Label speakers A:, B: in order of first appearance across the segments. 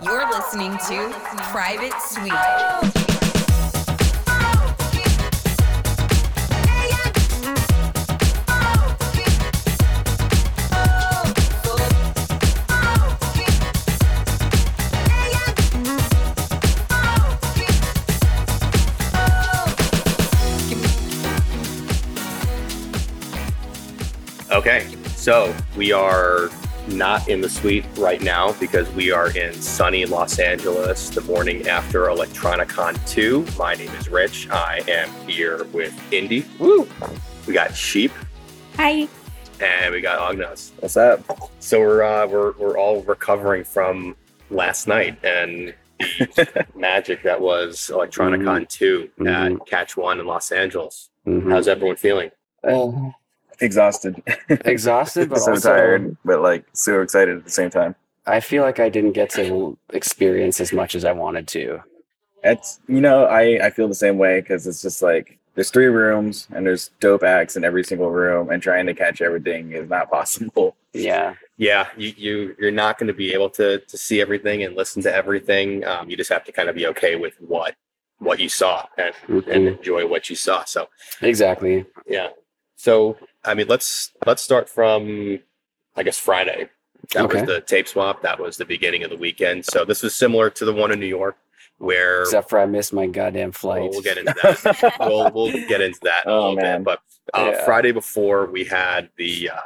A: You're listening to Private Suite.
B: Okay, so we are not in the suite right now because we are in sunny Los Angeles the morning after Electronicon 2. My name is Rich. I am here with Indy. Woo! We got Sheep
C: Hi.
B: and we got Agnes.
D: What's up?
B: So we're uh, we're we're all recovering from last night and the magic that was
D: Mm-hmm.
B: Electronicon 2 at Catch One in Los Angeles. How's
D: Mm-hmm.
B: everyone feeling? Oh.
D: Uh, Exhausted.
E: exhausted, but
D: so
E: also
D: tired, but like so excited at the same time.
E: I feel like I didn't get to experience as much as I wanted to.
D: It's you know I I feel the same way because it's just like there's three rooms and there's dope acts in every single room and trying to catch everything is not possible.
E: Yeah,
B: yeah you, you you're not going to be able to to see everything and listen to everything um, you just have to kind of be okay with what what you saw and, and
E: Mhm.
B: enjoy what you saw so
E: exactly.
B: yeah so i mean let's let's start from i guess friday that
E: Okay.
B: was the tape swap that was the beginning of the weekend so this is similar to the one in new york where
E: Except for I missed my goddamn flight.
B: We'll, we'll get into that. we'll, we'll get into that in a
D: Oh,
B: little
D: man.
B: bit. But uh,
E: Yeah.
B: Friday before, we had the uh,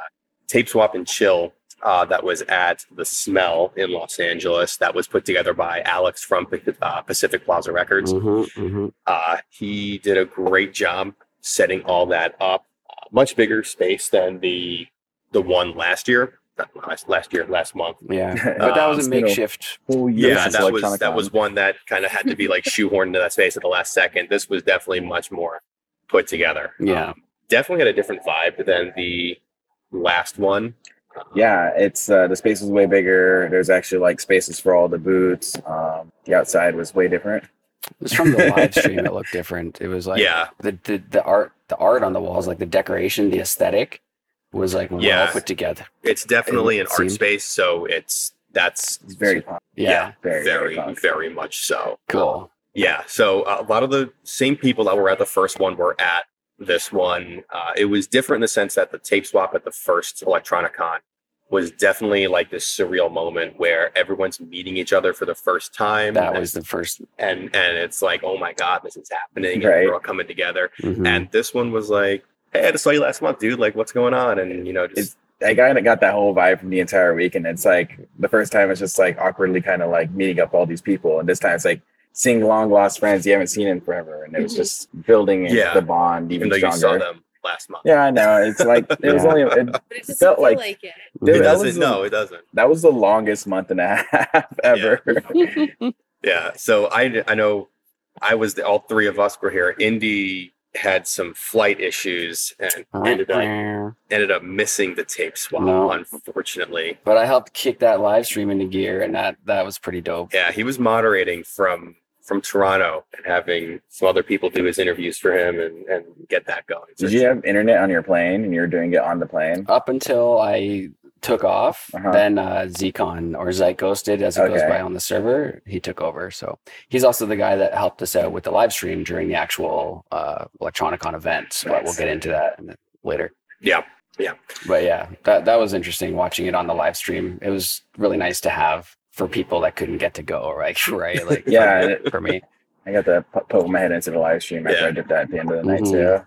B: tape swap and chill uh, that was at the Smell in Los Angeles. That was put together by Alex from uh, Pacific Plaza Records.
E: Mhm, mhm.
B: Uh, he did a great job setting all that up. Uh, much bigger space than the the one last year. Not last, last year, last month.
E: Yeah, but that was
D: It's
E: a
D: been a
E: makeshift.
D: whole year
B: Yeah,
D: since
B: that was that
D: Electronicon.
B: was one that kind of had to be like shoehorned into that space at the last second. This was definitely much more put together.
E: Yeah.
B: Um, definitely had a different vibe than the last one.
D: yeah. It's uh, the space was way bigger. There's actually like spaces for all the booths. Um, the outside was way different.
E: It was from the live stream. It looked different. It was like
B: yeah,
E: the, the the art the art on the walls, like the decoration, the aesthetic was like well
B: Yeah.
E: put together.
B: it's definitely an art
E: seemed-
B: space, so it's that's
D: It's very punk.
E: Yeah,
B: Yeah.
D: Very
B: very
D: very,
B: very,
D: punk.
B: much so.
E: cool.
B: Yeah, so uh, a lot of the same people that were at the first one were at this one. Uh, it was different in the sense that the tape swap at the first Electronicon was definitely like this surreal moment where everyone's meeting each other for the first time.
E: That
B: and-
E: was the 1st
B: and and it's like, oh my god, this is happening.
D: Right. Hmm.
B: And we're all coming together.
E: mm-hmm,
B: And this one was like, hey, I just saw you last month, dude. Like, what's going on? And you know, just
D: I kind of got that whole vibe from the entire week, and it's like the first time it's just like awkwardly kind of like meeting up all these people, and this time it's like seeing long lost friends you haven't seen in forever, and it
E: Mm-hmm.
D: was just building
B: Yeah.
D: the bond even,
B: even though
D: stronger.
B: you saw them last month,
D: Yeah, I know. It's like it was
E: Yeah.
D: only it,
F: But it
D: It
F: doesn't
D: felt
F: feel
D: like-
F: like, it.
B: it
E: mm-hmm.
D: dude, that
B: doesn't.
D: was um, the-
B: no, it doesn't.
D: that was the longest month and a half ever.
B: Yeah. So I I know I was the, all three of us were here. Indy had some flight issues and ended up ended up missing the tape swap,
E: Oh, No.
B: unfortunately.
E: But I helped kick that live stream into gear, and that that was pretty dope.
B: Yeah, he was moderating from from Toronto and having some other people do his interviews for him and, and get that going. So
D: Did you have internet on your plane, and you were doing it on the
B: Uh,
D: plane?
E: Up until I took off,
D: Uh-huh.
E: then uh, Zcon or Zycos did, as it goes
D: Okay.
E: by on the server, he took over. So he's also the guy that helped us out with the live stream during the actual uh, Electronicon event. So
D: Nice.
E: we'll get into that in the- later.
B: Yeah.
E: But yeah, that that was interesting watching it on the live stream. It was really nice to have for people that couldn't get to go, right? Right? Like
D: Yeah,
E: for-
D: and
E: for me.
D: I got to po- poke my head into the live stream after
B: Yeah.
D: I did that at the end of the night
E: Mhm.
D: too.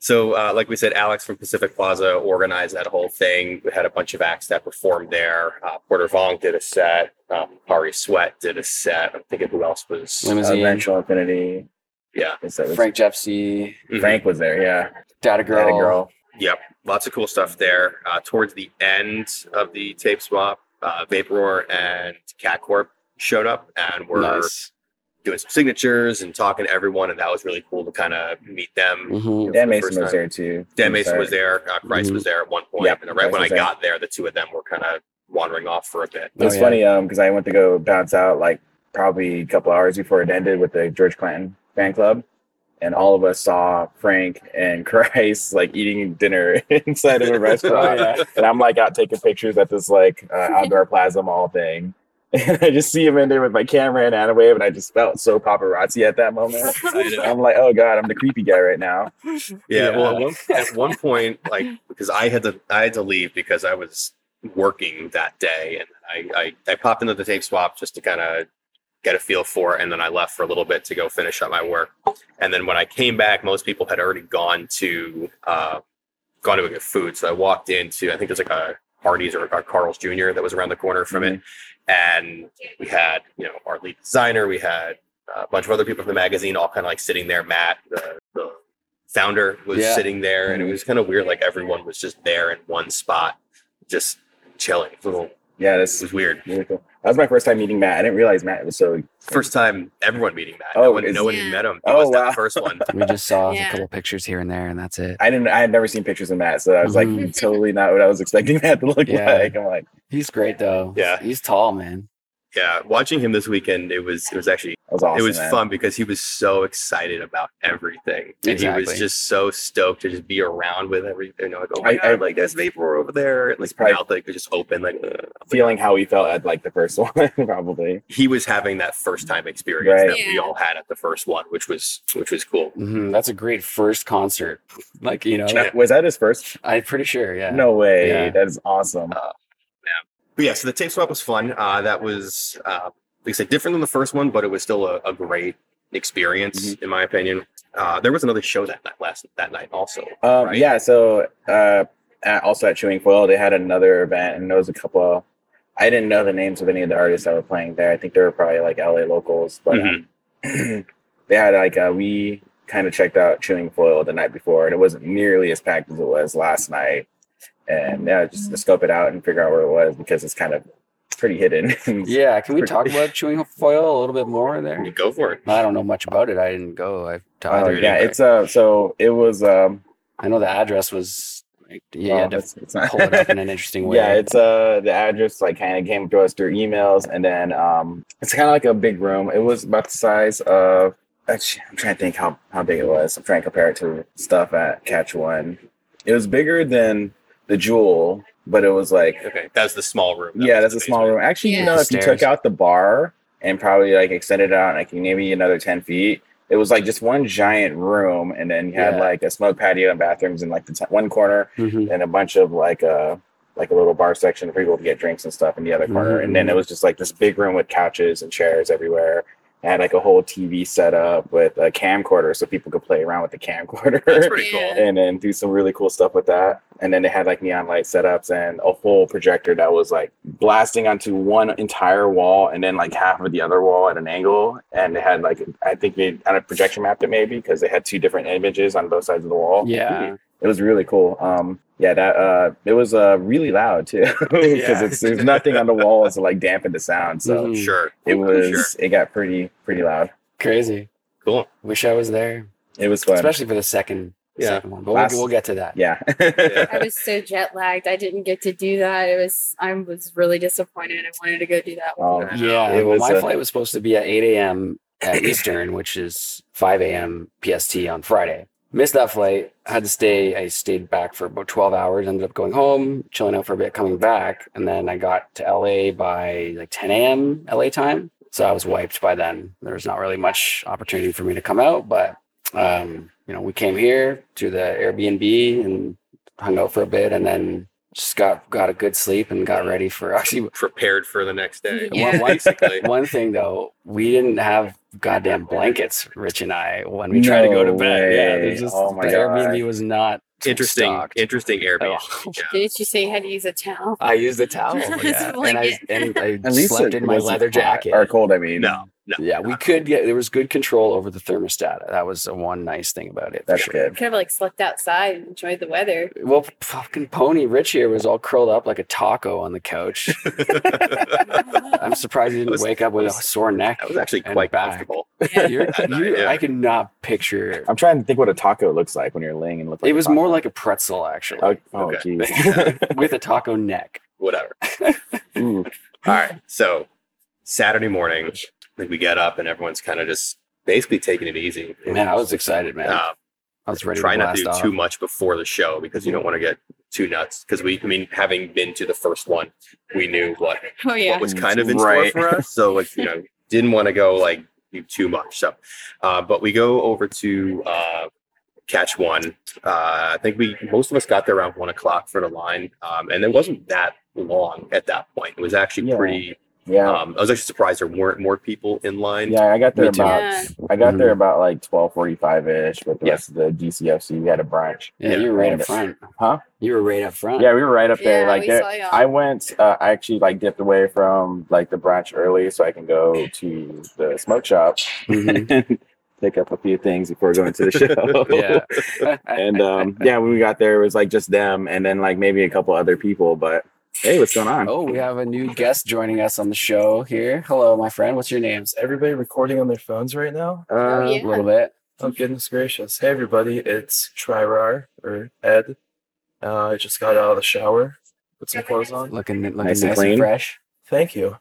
B: So, uh, like we said, Alex from Pacific Plaza organized that whole thing. We had a bunch of acts that performed there. Uh, Porter Vong did a set. Um, Pari Sweat did a set. I'm thinking who else was.
E: Limousine,
D: Eventual Infinity.
B: Yeah.
D: Is that- was-
E: Frank Jeffsey,
B: Mhm.
D: Frank was there. Yeah,
E: Data Girl.
D: That girl.
B: Yep. Lots of cool stuff there. Uh, towards the end of the tape swap, uh, Vaporor and Cat Corp showed up and were
E: Nice.
B: doing some signatures and talking to everyone. And that was really cool to kind of meet them.
E: Mhm.
B: for the
D: Dan Mason
B: first
D: was
B: time.
D: there too.
B: Dan
D: I'm
B: Mason
D: sorry.
B: was there. Uh, Christ
E: Mhm.
B: was there at one point.
D: Yep,
B: and right when I
D: Christ was
B: got there, the two of them were kind of wandering off for a bit.
D: It was
E: Oh, yeah.
D: funny um because I went to go bounce out like probably a couple hours before it ended with the George Clinton fan club, and all of us saw Frank and Christ like eating dinner inside of a restaurant,
E: yeah.
D: and I'm like out taking pictures at this like uh, outdoor plaza mall thing. And I just see him in there with my camera and Anawave, and I just felt so paparazzi at that moment. I'm like, oh god, I'm the creepy guy right now.
B: Yeah,
E: Yeah.
B: well, at one, at one point, like because I had to, I had to leave because I was working that day, and I, I, I popped into the tape swap just to kind of get a feel for it, and then I left for a little bit to go finish up my work, and then when I came back, most people had already gone to, uh, gone to get food, so I walked into, I think there's like a Hardee's or a Carl's Jr. that was around the corner from it, and we had, you know, our lead designer, we had a bunch of other people from the magazine, all kind of like sitting there. Matt, the, the founder, was
E: Yeah.
B: sitting there, and it was kind of weird. Like everyone was just there in one spot, just chilling. It was, a little,
D: Yeah,
B: it
D: this is
B: was weird.
D: really cool. That was my first time meeting Matt. I didn't realize Matt was so.
B: First time everyone meeting Matt.
D: Oh,
B: no one,
D: is-
B: no one
C: Yeah.
B: even met him. He
D: Oh,
B: was that
D: wow.
B: first one.
E: We just saw
C: Yeah.
E: a couple pictures here and there, and that's it.
D: I didn't. I had never seen pictures of Matt, so I was like
E: Mhm.
D: totally not what I was expecting Matt to look
E: Yeah.
D: like. I'm like,
E: He's great though.
B: Yeah.
E: he's tall, man.
B: Yeah, watching him this weekend, it was it was actually
D: that was awesome.
B: it was
D: man.
B: fun because he was so excited about everything, and he
E: Exactly.
B: was just so stoked to just be around with everything. You know, like oh my
D: I-
B: god,
D: I-
B: like there's vapor over there, and like
D: It's probably-
B: mouth like was just open, like uh,
D: Feeling how we felt at like the first one, probably.
B: he was having that first time experience
D: Right.
B: that we
C: Yeah.
B: all had at the first one, which was which was cool.
E: hmm That's a great first concert. Like you know,
B: Yeah.
D: Was that his first?
E: I'm pretty sure. Yeah.
D: No way.
E: Yeah.
D: That is awesome.
B: Uh, But yeah, so the tape swap was fun. Uh, that was uh, like I said, different than the first one, but it was still a, a great experience in my opinion. Uh, there was another show that night last that night also.
D: Um,
B: right?
D: Yeah, so uh, at, also at Chewing Foil, they had another event, and there was a couple. I didn't know the names of any of the artists that were playing there. I think they were probably like LA locals, but um,
E: Mm-hmm.
D: they had like uh, we kind of checked out Chewing Foil the night before, and it wasn't nearly as packed as it was last night. And yeah, just to
E: Mm.
D: scope it out and figure out where it was because it's kind of pretty hidden.
E: Yeah. Can we talk about chewing foil a little bit more there?
B: You go for it.
E: I don't know much about it. I didn't go. I to
D: Uh,
E: either.
D: yeah,
E: anyway.
D: it's uh, so it was um,
E: I know the address was. like, Yeah,
D: well,
E: you had to
D: it's, Oh, it's not
E: pull it up in an interesting way.
D: Yeah, it's uh the address like kind of came to us through emails, and then um it's kind of like a big room. It was about the size of actually I'm trying to think how how big it was. I'm trying to compare it to stuff at Catch One. It was bigger than the Jewel, but it was like
B: Okay, that's the small room. That
D: yeah,
B: was
D: that's
B: the
D: a small
B: basement.
D: room. Actually,
C: Yeah.
D: you know, if you took
E: Upstairs.
D: out the bar and probably like extended it out like maybe another ten feet, it was like just one giant room, and then you had
E: Yeah.
D: like a smoke patio and bathrooms in like the t- one corner,
E: Mhm.
D: and a bunch of like uh like a little bar section for people to get drinks and stuff in the other corner. And then it was just like this big room with couches and chairs everywhere. I had like a whole TV set up with a camcorder so people could play around with the
B: That's
D: camcorder
B: pretty
C: Yeah.
B: cool.
D: and then do some really cool stuff with that. And then they had like neon light setups and a whole projector that was like blasting onto one entire wall and then like half of the other wall at an angle. And they had like, I think they on a projection map it maybe because they had two different images on both sides of the wall
E: Yeah.
D: it was really cool. Um, yeah, that uh, it was uh really loud too because it's there's nothing on the walls to like dampen the sound, so
E: Mhm.
B: Sure.
D: it was
B: Sure.
D: it got pretty pretty loud.
E: Crazy.
B: Cool.
E: Wish I was there,
D: It was fun.
E: especially for the second,
B: Yeah.
E: second one. But
D: Last-
E: we'll, we'll get to that.
D: yeah,
C: I was so jet lagged. I didn't get to do that. It was I was really disappointed. I wanted to go do that.
D: um,
B: Yeah.
E: Yeah,
D: It
E: well,
D: was
E: my
D: a-
E: flight was supposed to be at 8 a.m. at Eastern, which is 5 a.m. PST on Friday. Missed that flight. Had to stay. I stayed back for about 12 hours. Ended up going home, chilling out for a bit, coming back, and then I got to LA by like 10 a.m. LA time. So I was wiped by then. There was not really much opportunity for me to come out, but um, you know, we came here to the Airbnb and hung out for a bit, and then just got got a good sleep and got ready for actually
B: Prepared for the next day.
C: Yeah.
E: One- one-
B: Basically.
E: one thing though, we didn't have goddamn blankets, Rich and I, when we tried to go to
D: No
E: bed. Yeah,
D: way.
E: there's just
D: Oh my
E: the
D: God.
E: Airbnb was not
B: interesting,
E: stocked.
B: interesting Airbnb.
E: Oh.
B: Yeah.
C: Didn't you say you had to use a towel?
E: I used a towel,
C: It's
E: yeah,
C: a
E: and I
C: blanket.
E: and I
D: At least
E: slept
D: it
E: in my
D: wasn't
E: leather
D: hot-
E: jacket.
D: or cold. I mean,
B: No, no.
E: yeah, we could get there was good control over the thermostat. That was the one nice thing about it. for
D: that's
E: sure.
D: good.
C: Could have like slept outside and enjoyed the weather.
E: Well, fucking pony Rich here was all curled up like a taco on the couch.
C: Oh,
E: I'm surprised he didn't
B: was-
E: wake up with a
B: was-
E: sore neck.
B: That was actually
E: and
B: quite
E: back.
B: comfortable.
E: You're, you,
B: Yeah.
E: I could not picture.
D: I'm trying to think what a taco looks like when you're laying and look. Like
E: It was
D: a taco.
E: more like a pretzel, actually.
D: Oh, oh
B: Okay.
D: jeez.
E: with a taco neck.
B: Whatever.
D: Ooh.
B: All right. So Saturday morning, like we get up and everyone's kind of just basically taking it easy.
E: Man, I was excited, man.
B: Uh,
E: I was ready
B: try
E: to
B: not
E: blast
B: to do
E: off.
B: too much before the show because you don't want to get too nuts because we, I mean, having been to the first one, we knew what
C: Oh yeah.
B: what was kind of in store
D: Right.
B: for us. So like you know, didn't want to go like do too much. So, uh, but we go over to uh, catch one. Uh, I think we most of us got there around one o'clock for the line, um, and it wasn't that long at that point. It was actually
D: Yeah.
B: pretty.
D: Yeah.
B: Um, I was actually surprised there weren't more people in line.
D: Yeah, I got there
E: Uh, Me too.
D: about
C: Yeah.
D: I got
E: Mhm.
D: there about like twelve forty five ish with the
B: Yeah.
D: rest of the DCFC. We had a brunch.
E: Yeah,
B: Yeah.
E: you were right up
D: Yes.
E: front.
D: Huh?
E: You were right up front.
D: Yeah, we were right up there.
C: Yeah,
D: like
C: we
D: there,
C: saw y'all.
D: I went. Uh, I actually like dipped away from like the brunch early so I can go to the smoke shop
E: Mhm.
D: and pick up a few things before going to the show.
E: yeah.
D: and um, yeah, when we got there, it was like just them and then like maybe a couple other people. But hey, what's going on?
E: Oh, we have a new guest joining us on the show here. Hello, my friend. What's your names?
F: Is everybody recording on their phones right now?
C: Oh,
D: Uh,
C: yeah.
E: A little bit.
F: Oh goodness gracious! Hey everybody, it's Trirar or Ed. Uh, I just got out of the shower, put some clothes on.
E: Looking, looking nice,
D: Nice and
E: and,
D: clean.
E: fresh.
F: Thank you.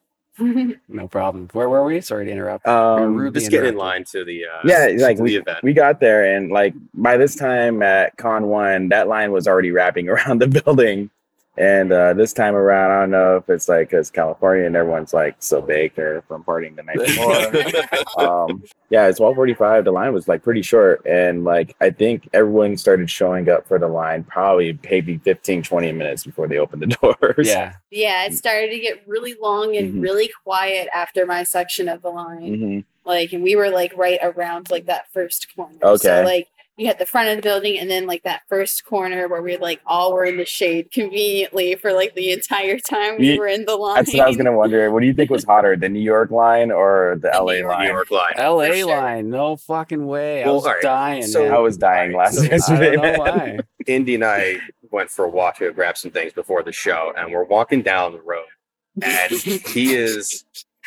E: No problem. Where were we? Sorry to interrupt.
D: um,
E: Ruby
B: Just getting in
E: interrupted.
B: line to the uh,
D: Yeah, it's like
B: to the event.
D: we got there and like by this time at con one that line was already wrapping around the building and uh, this time around i don't know if it's like because california and everyone's like so baked or from partying the night before um, yeah it's 1245 the line was like pretty short and like i think everyone started showing up for the line probably maybe 15 20 minutes before they opened the doors
E: yeah.
C: Yeah, it started to get really long and
D: Mhm.
C: really quiet after my section of the line.
D: Mhm.
C: Like, and we were like right around like that first corner. So
D: Okay.
C: like you had the front of the building and then like that first corner where we like all were in the shade conveniently for like the entire time we
D: Ye-
C: were in the line.
D: that's what i was gonna wonder what do you think was hotter the new york line or the
C: The
D: la
C: New York
B: New
D: line
B: York line.
E: LA
C: sure.
E: line. No fucking way. I
B: Well,
E: was
B: all right.
E: dying.
B: So-
E: man.
D: i was dying last
B: So, I
E: I
D: yesterday
E: don't know
D: man.
E: why.
B: Indy and I went for a walk to grab some things before the show, and we're walking down the road, and he is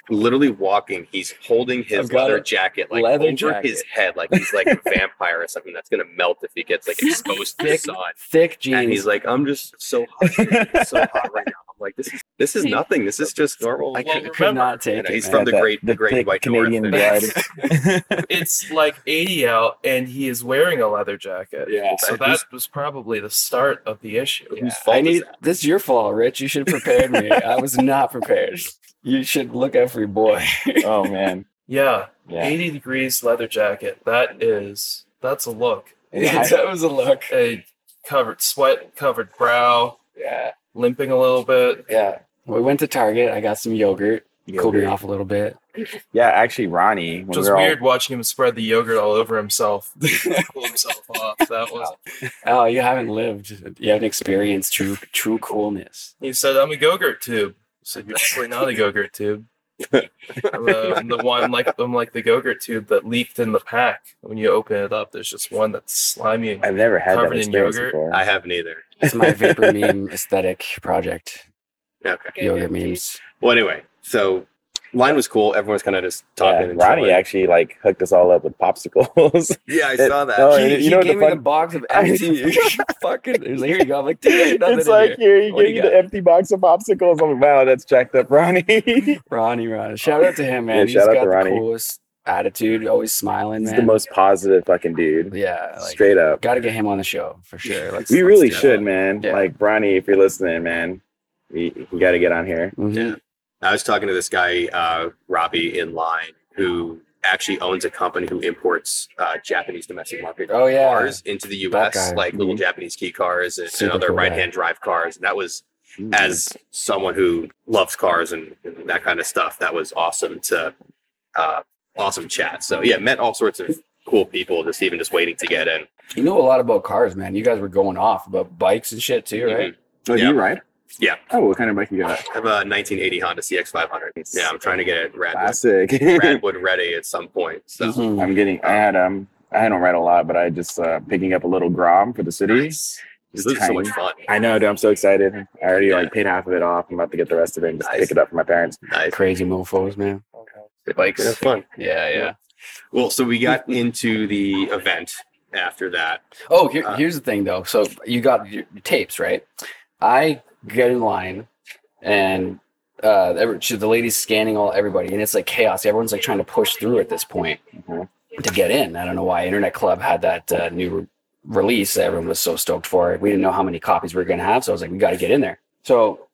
B: literally walking. He's holding
E: I've
B: his
E: got
B: leather
E: a
B: jacket like
E: leather
B: over his
E: jacket.
B: head, like he's like a vampire or something that's gonna melt if he gets like exposed to the
E: Thick
B: sun.
E: Thick jeans.
B: And he's like, "I'm just so hot, It's so hot right now." I'm like, "This is this is nothing. This is just normal."
E: I
F: Well,
E: could, could
F: remember,
E: not take
B: you know,
E: it.
B: he's
E: man.
B: from the
D: that-
B: great- the great
D: thick
B: white north
D: Canadian
B: there.
D: blood.
F: It's like eighty out, and he is wearing a leather jacket.
E: yeah.
F: So that was probably the start of the issue.
B: Whose fault
E: I
B: is
E: need
B: that?
E: this is your fault, Rich. You should have prepared me. I was not prepared. You should look out for your boy.
D: oh man,
F: Yeah,
D: yeah.
F: eighty degrees leather jacket. That is that's a look.
E: that was a look.
F: A covered sweat, covered brow,
E: Yeah.
F: limping a little bit.
E: Yeah. We went to Target. I got some yogurt, cooled me off a little bit.
D: Yeah, actually, Ronnie. When
F: Which was
D: we were all-
F: weird watching him spread the yogurt all over himself. Pull himself off. That was.
E: Oh, you haven't lived. You haven't experienced true true coolness.
F: He said, "I'm a go-gurt tube." I said, "You're definitely not a go-gurt tube." I'm, uh, I'm the one like I'm like the go-gurt tube that leaked in the pack. When you open it up, there's just one that's slimy. And
D: I've never had that
F: Covered in
D: experience
F: yogurt.
D: before.
B: I haven't either.
E: It's my vapor meme aesthetic project.
B: Okay.
E: Yogurt memes.
B: Well, anyway, so line was cool. Everyone's kind of just
D: Yeah,
B: talking. and
D: Ronnie
B: chilling.
D: actually like hooked us all up with popsicles.
B: yeah, I
D: it-
B: saw that.
D: Oh,
E: he,
D: you
E: he
D: know what
E: gave
D: the
E: me
D: fun-
E: the box of
D: I-
E: empty fucking. He was like, here you go. I'm like, dude, there's nothing
D: it's
E: in
D: like
E: here."
D: here, you
E: What do
D: gave
E: you
D: me the
E: got?
D: empty box of popsicles. I'm like, wow, that's jacked up, Ronnie. He's
E: Ronnie, Ronnie. Shout out to him, man.
D: Yeah,
E: He's
D: shout out
E: got
D: to
E: the
D: Ronnie.
E: coolest attitude. Always smiling, man.
D: the most positive fucking dude.
E: Yeah, like,
D: Straight up.
E: Got to get him on the show for sure. Let's,
D: We
E: let's
D: really
E: do that.
D: should, man.
E: Yeah.
D: Like Ronnie, if you're listening, man, we, we got to get on here.
E: Mhm.
B: Yeah. I was talking to this guy, uh, Robbie, in line, who actually owns a company who imports uh, Japanese domestic market
E: Oh, yeah.
B: cars into the
E: That
B: U.S.,
E: guy. mm-hmm.
B: like little
D: Mhm.
B: Japanese key cars and, and
E: Super
B: other
E: cool guy. Mm-hmm.
B: right-hand drive cars. And that was, as someone who loves cars and, and that kind of stuff, that was awesome to uh, awesome chat. So yeah, met all sorts of cool people, just even just waiting to get in.
E: You know a lot about cars, man. You guys were going off about bikes and shit
B: Mm-hmm.
E: too, right?
D: oh,
B: do you
D: ride?
B: Yeah.
D: Oh, what kind of bike you got?
B: I have a 1980 Honda CX500. Yeah, I'm trying to get it rad,
D: Classic.
B: radwood ready at some point. So.
E: Mhm.
D: I'm getting. I had um. I don't ride a lot, but I just uh, picking up a little grom for the city.
B: This is so much
D: Tiny.
B: fun.
D: I know, dude. I'm so excited. I already like paid half of it off. I'm about to get the rest of it and just
B: Nice.
D: pick it up for my parents.
B: Nice.
E: Crazy mofos, man.
B: Bikes. It's fun.
E: Yeah, yeah.
B: Well, so we got into the event after that.
E: Oh, here,
B: Uh,
E: here's the thing though. So you got your tapes, right? I get in line, and uh, every, she- the lady's scanning all everybody, and it's like chaos. Everyone's like trying to push through at this point
D: Mhm.
E: to get in. I don't know why Internet Club had that uh, new release, everyone was so stoked for it. We didn't know how many copies we were going to have. So I was like, we got to get in there. So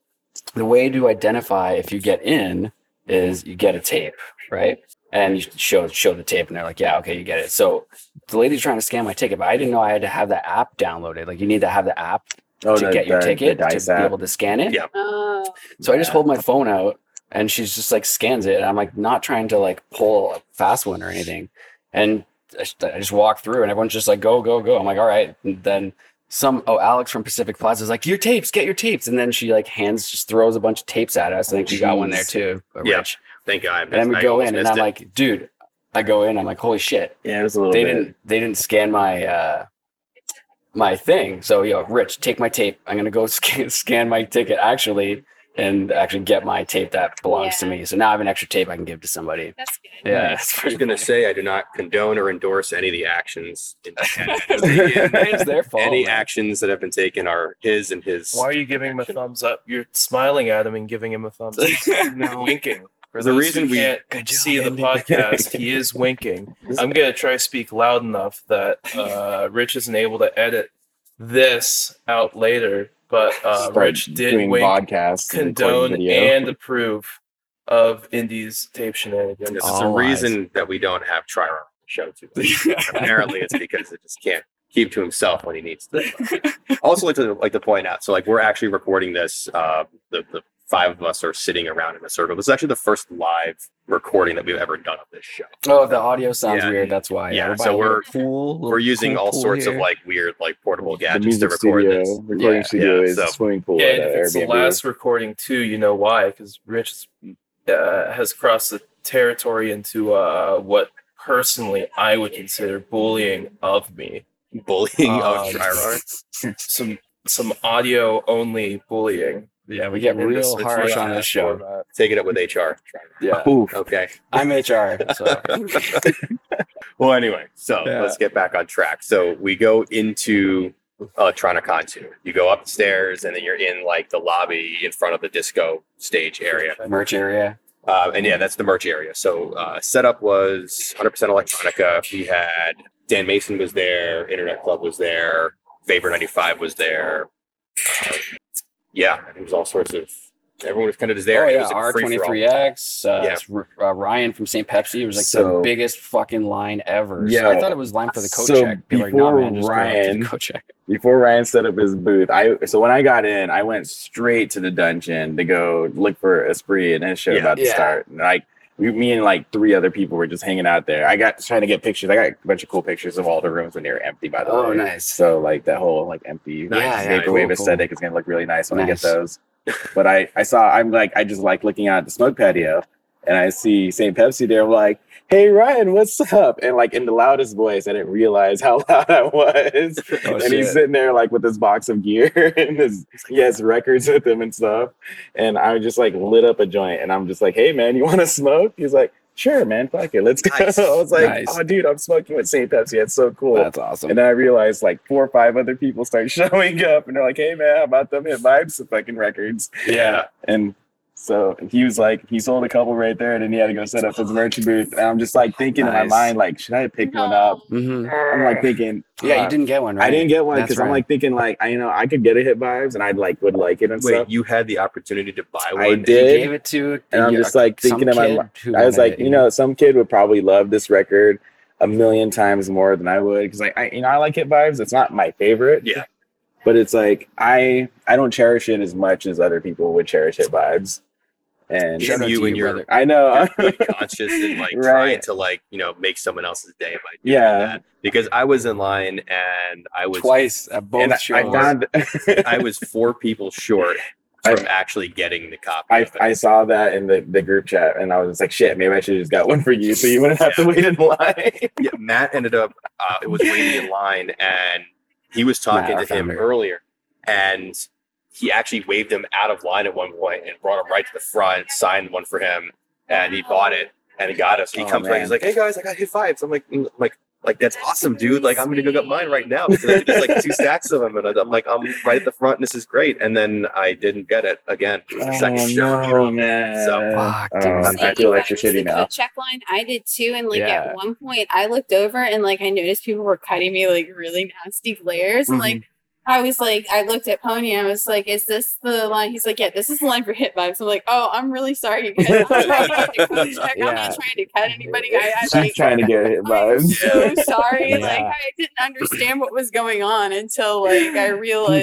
E: the way to identify if you get in is you get a tape, right? And you show show the tape, and they're like, "Yeah, okay, you get it." So the lady's trying to scan my ticket, but I didn't know I had to have the app downloaded. Like, you need to have the app
D: Oh,
E: to
D: the-
E: get your
D: the- the
E: ticket to
D: dice
E: be
D: app.
E: able to scan it.
B: Yeah.
C: Oh,
E: So I just
D: Yeah.
E: hold my phone out and she's just like scans it. And I'm like not trying to like pull a fast one or anything. And I just, I just walk through and everyone's just like, go, go, go. I'm like, all right. And then some, oh, Alex from Pacific Plaza is like, your tapes, get your tapes. And then she like hands, just throws a bunch of tapes at us. I think she got one there too.
B: Yeah.
E: Rich.
B: Thank God. I missed-
E: And then we
B: I
E: go
B: almost
E: in and
B: missed
E: I'm
B: it.
E: like, dude, I go in. I'm like, holy shit
D: Yeah, it was a little
E: they
D: bit.
E: didn't they didn't scan my uh my thing so yo rich take my tape i'm gonna go scan, scan my ticket actually and actually get my tape that belongs to
C: Yeah.
E: me so now i have an extra tape i can give to somebody
C: that's good.
E: yeah
B: Nice.
E: that's
B: I was
E: pretty
B: going to
E: funny.
B: say I do not condone or endorse any of the actions.
E: it's their fault
B: any
E: man.
B: actions that have been taken are his and his.
F: Why are you giving him a thumbs up? You're smiling at him and giving him a thumbs up. no, winking. For
B: The
F: those
B: reason
F: who
B: we-
F: can't see the podcast, he is winking. I'm gonna try to speak loud enough that uh, Rich isn't able to edit this out later. But uh,
D: Start
F: Rich did
D: doing
F: wink,
D: podcasts, and recording
F: condone,
D: video.
F: and approve of Indy's tape shenanigans.
B: There's
E: All
D: Oh,
B: a
E: lies.
B: reason that we don't have Try Our Show too. Apparently, it's because it just can't keep to himself when he needs to. I also, like to like to point out, so like we're actually recording this. Uh, the, the five of us are sitting around in a circle. This is actually the first live recording that we've ever done of this show.
E: oh if the audio sounds
B: Yeah.
E: weird that's why
B: Yeah,
E: by
B: so
E: a
B: we're-
E: little pool, little
B: We're using
E: cool
B: all
E: pool
B: sorts of
E: here.
B: like weird like portable
D: the
B: gadgets to
D: music
B: record
D: studio,
B: this.
D: recording
E: Yeah,
D: studio
B: yeah,
D: is
B: so-
D: a swimming pool
F: Yeah,
D: at
F: and if
D: a
F: it's the
D: Airbnb.
F: last recording too, you know why? Because Rich uh, has crossed the territory into uh, what personally I would consider bullying of me.
B: Bullying
F: Um,
E: Oh,
B: of Tryrar.
F: Some some audio only bullying.
E: yeah we get
F: in this-
E: real
F: it's
E: harsh
F: not
E: on
F: that
E: this show
F: format.
B: Taking it with HR.
E: yeah
D: Oof.
B: Okay.
E: i'm hr so
B: Well, anyway, so
E: Yeah.
B: let's get back on track. So we go into Electronicon 2. You go upstairs and then you're in like the lobby in front of the disco stage area.
E: merch area
B: Uh, and yeah, that's the merch area. So uh, setup was 100% electronica. We had Dan Mason was there, Internet Club was there, Faber 95 was there. Uh, yeah, it was all sorts of everyone was kind of just there.
E: oh,
B: It
E: yeah
B: was a free-for-all.
E: r23x uh,
B: Yeah.
E: it's R- uh, ryan from st pepsi was like the
D: So-
E: biggest fucking line ever so
D: Yeah.
E: i thought it was line for the coat
D: So
E: check People are like, nah, man,
D: before
E: just go out to the
D: Ryan-
E: coat check
D: Before Ryan set up his booth, I so when I got in, I went straight to the dungeon to go look for Esprit and his show
B: Yeah.
D: about to
E: Yeah.
D: start. And like we, me and like three other people were just hanging out there. I got trying to get pictures. I got a bunch of cool pictures of all the rooms when they were empty. By the
E: oh
D: way,
E: nice
D: So like that whole like empty
B: Nice,
E: yeah, yeah
B: nice.
D: vaporwave
E: cool, cool.
D: aesthetic is gonna look really nice when I
E: Nice.
D: get those. But I I saw I'm like I just like looking out at the smoke patio and I see St. Pepsi there. I'm like, hey Ryan, what's up? And like in the loudest voice, I didn't realize how loud I was.
E: Oh,
D: and
E: shit.
D: he's sitting there like with his box of gear and his he has records with him and stuff. And I just like lit up a joint and I'm just like, hey man, you want to smoke? He's like. Sure, man. Fuck it. Let's go.
B: Nice.
D: I was like,
E: Nice.
D: oh, dude, I'm smoking with St. Pepsi. It's so cool.
E: that's awesome
D: And then I realized like four or five other people start showing up and they're like, hey man, how about them hit vibes to fucking records?
B: Yeah.
D: And so he was like, he sold a couple right there and then he had to go set up his merch booth. And I'm just like thinking in
E: Nice.
D: my mind, like, should I pick one up?
E: Mhm.
D: I'm like thinking,
E: yeah you
D: "Fuck."
E: didn't get one right
D: I didn't get one because
E: That's
D: I'm
E: right.
D: like thinking like I you know I could get a hit vibes and I'd like would like it and
B: Wait,
D: stuff.
B: you had the opportunity to buy one?
D: I
B: and you
E: you
D: did.
E: gave it to
D: And I'm
E: you-
D: just like
E: some
D: thinking in my
E: kid
D: mind-
E: who
D: I was
E: wanted
D: like,
E: it,
D: you know, some kid would probably love this record a million times more than I would because like I you know I like hit vibes. It's not my favorite.
B: Yeah.
D: But it's like I I don't cherish it as much as other people would cherish hit vibes. And
E: Shout out
B: You
E: to
B: and your-
E: brother.
D: I know.
B: you're really conscious and like
D: Right.
B: trying to like you know make someone else's day by doing
D: Yeah.
B: that because I was in line and I was
E: twice at both
D: and I, I
E: shows
D: found
B: I was four people short
D: I-
B: from actually getting the copy.
D: I,
B: of it.
D: I saw that in the, the group chat and I was just like, shit, maybe I should have just got one for you so you wouldn't have to wait in line.
B: yeah, Matt ended up uh, it was waiting in line and he was talking
E: Matt, our
B: to him
E: founder.
B: earlier and he actually waved him out of line at one point and brought him right to the front, signed one for him, and he bought it and he got us. He
D: Oh,
B: comes right, he's
D: man.
B: like, "Hey guys, I got hit vibes." I'm like, I'm like Like that's awesome, dude. Like I'm gonna go get mine right now because I did like two stacks of them, and I'm like I'm right at the front. And this is great. And then I didn't get it again. for the second show.
D: Oh, no, man.
B: So-
E: Fuck, dude.
D: Um,
E: See,
D: I feel like you're shitty
C: sitting
D: now.
C: Check line. I did too, and like
E: Yeah.
C: at one point, I looked over and like I noticed people were cutting me like really nasty glares, and like I was like, I looked at Pony, and I was like, "Is this the line?" He's like, "Yeah, this is the line for hit vibes." I'm like, "Oh, I'm really sorry, you guys. I'm, not trying to get a check. I'm
E: Yeah.
C: not trying to cut anybody. I, I
D: She's
C: like,
D: trying to get hit by
C: I'm
D: us.
C: so sorry.
E: Yeah.
C: Like I didn't understand what was going on until like I realized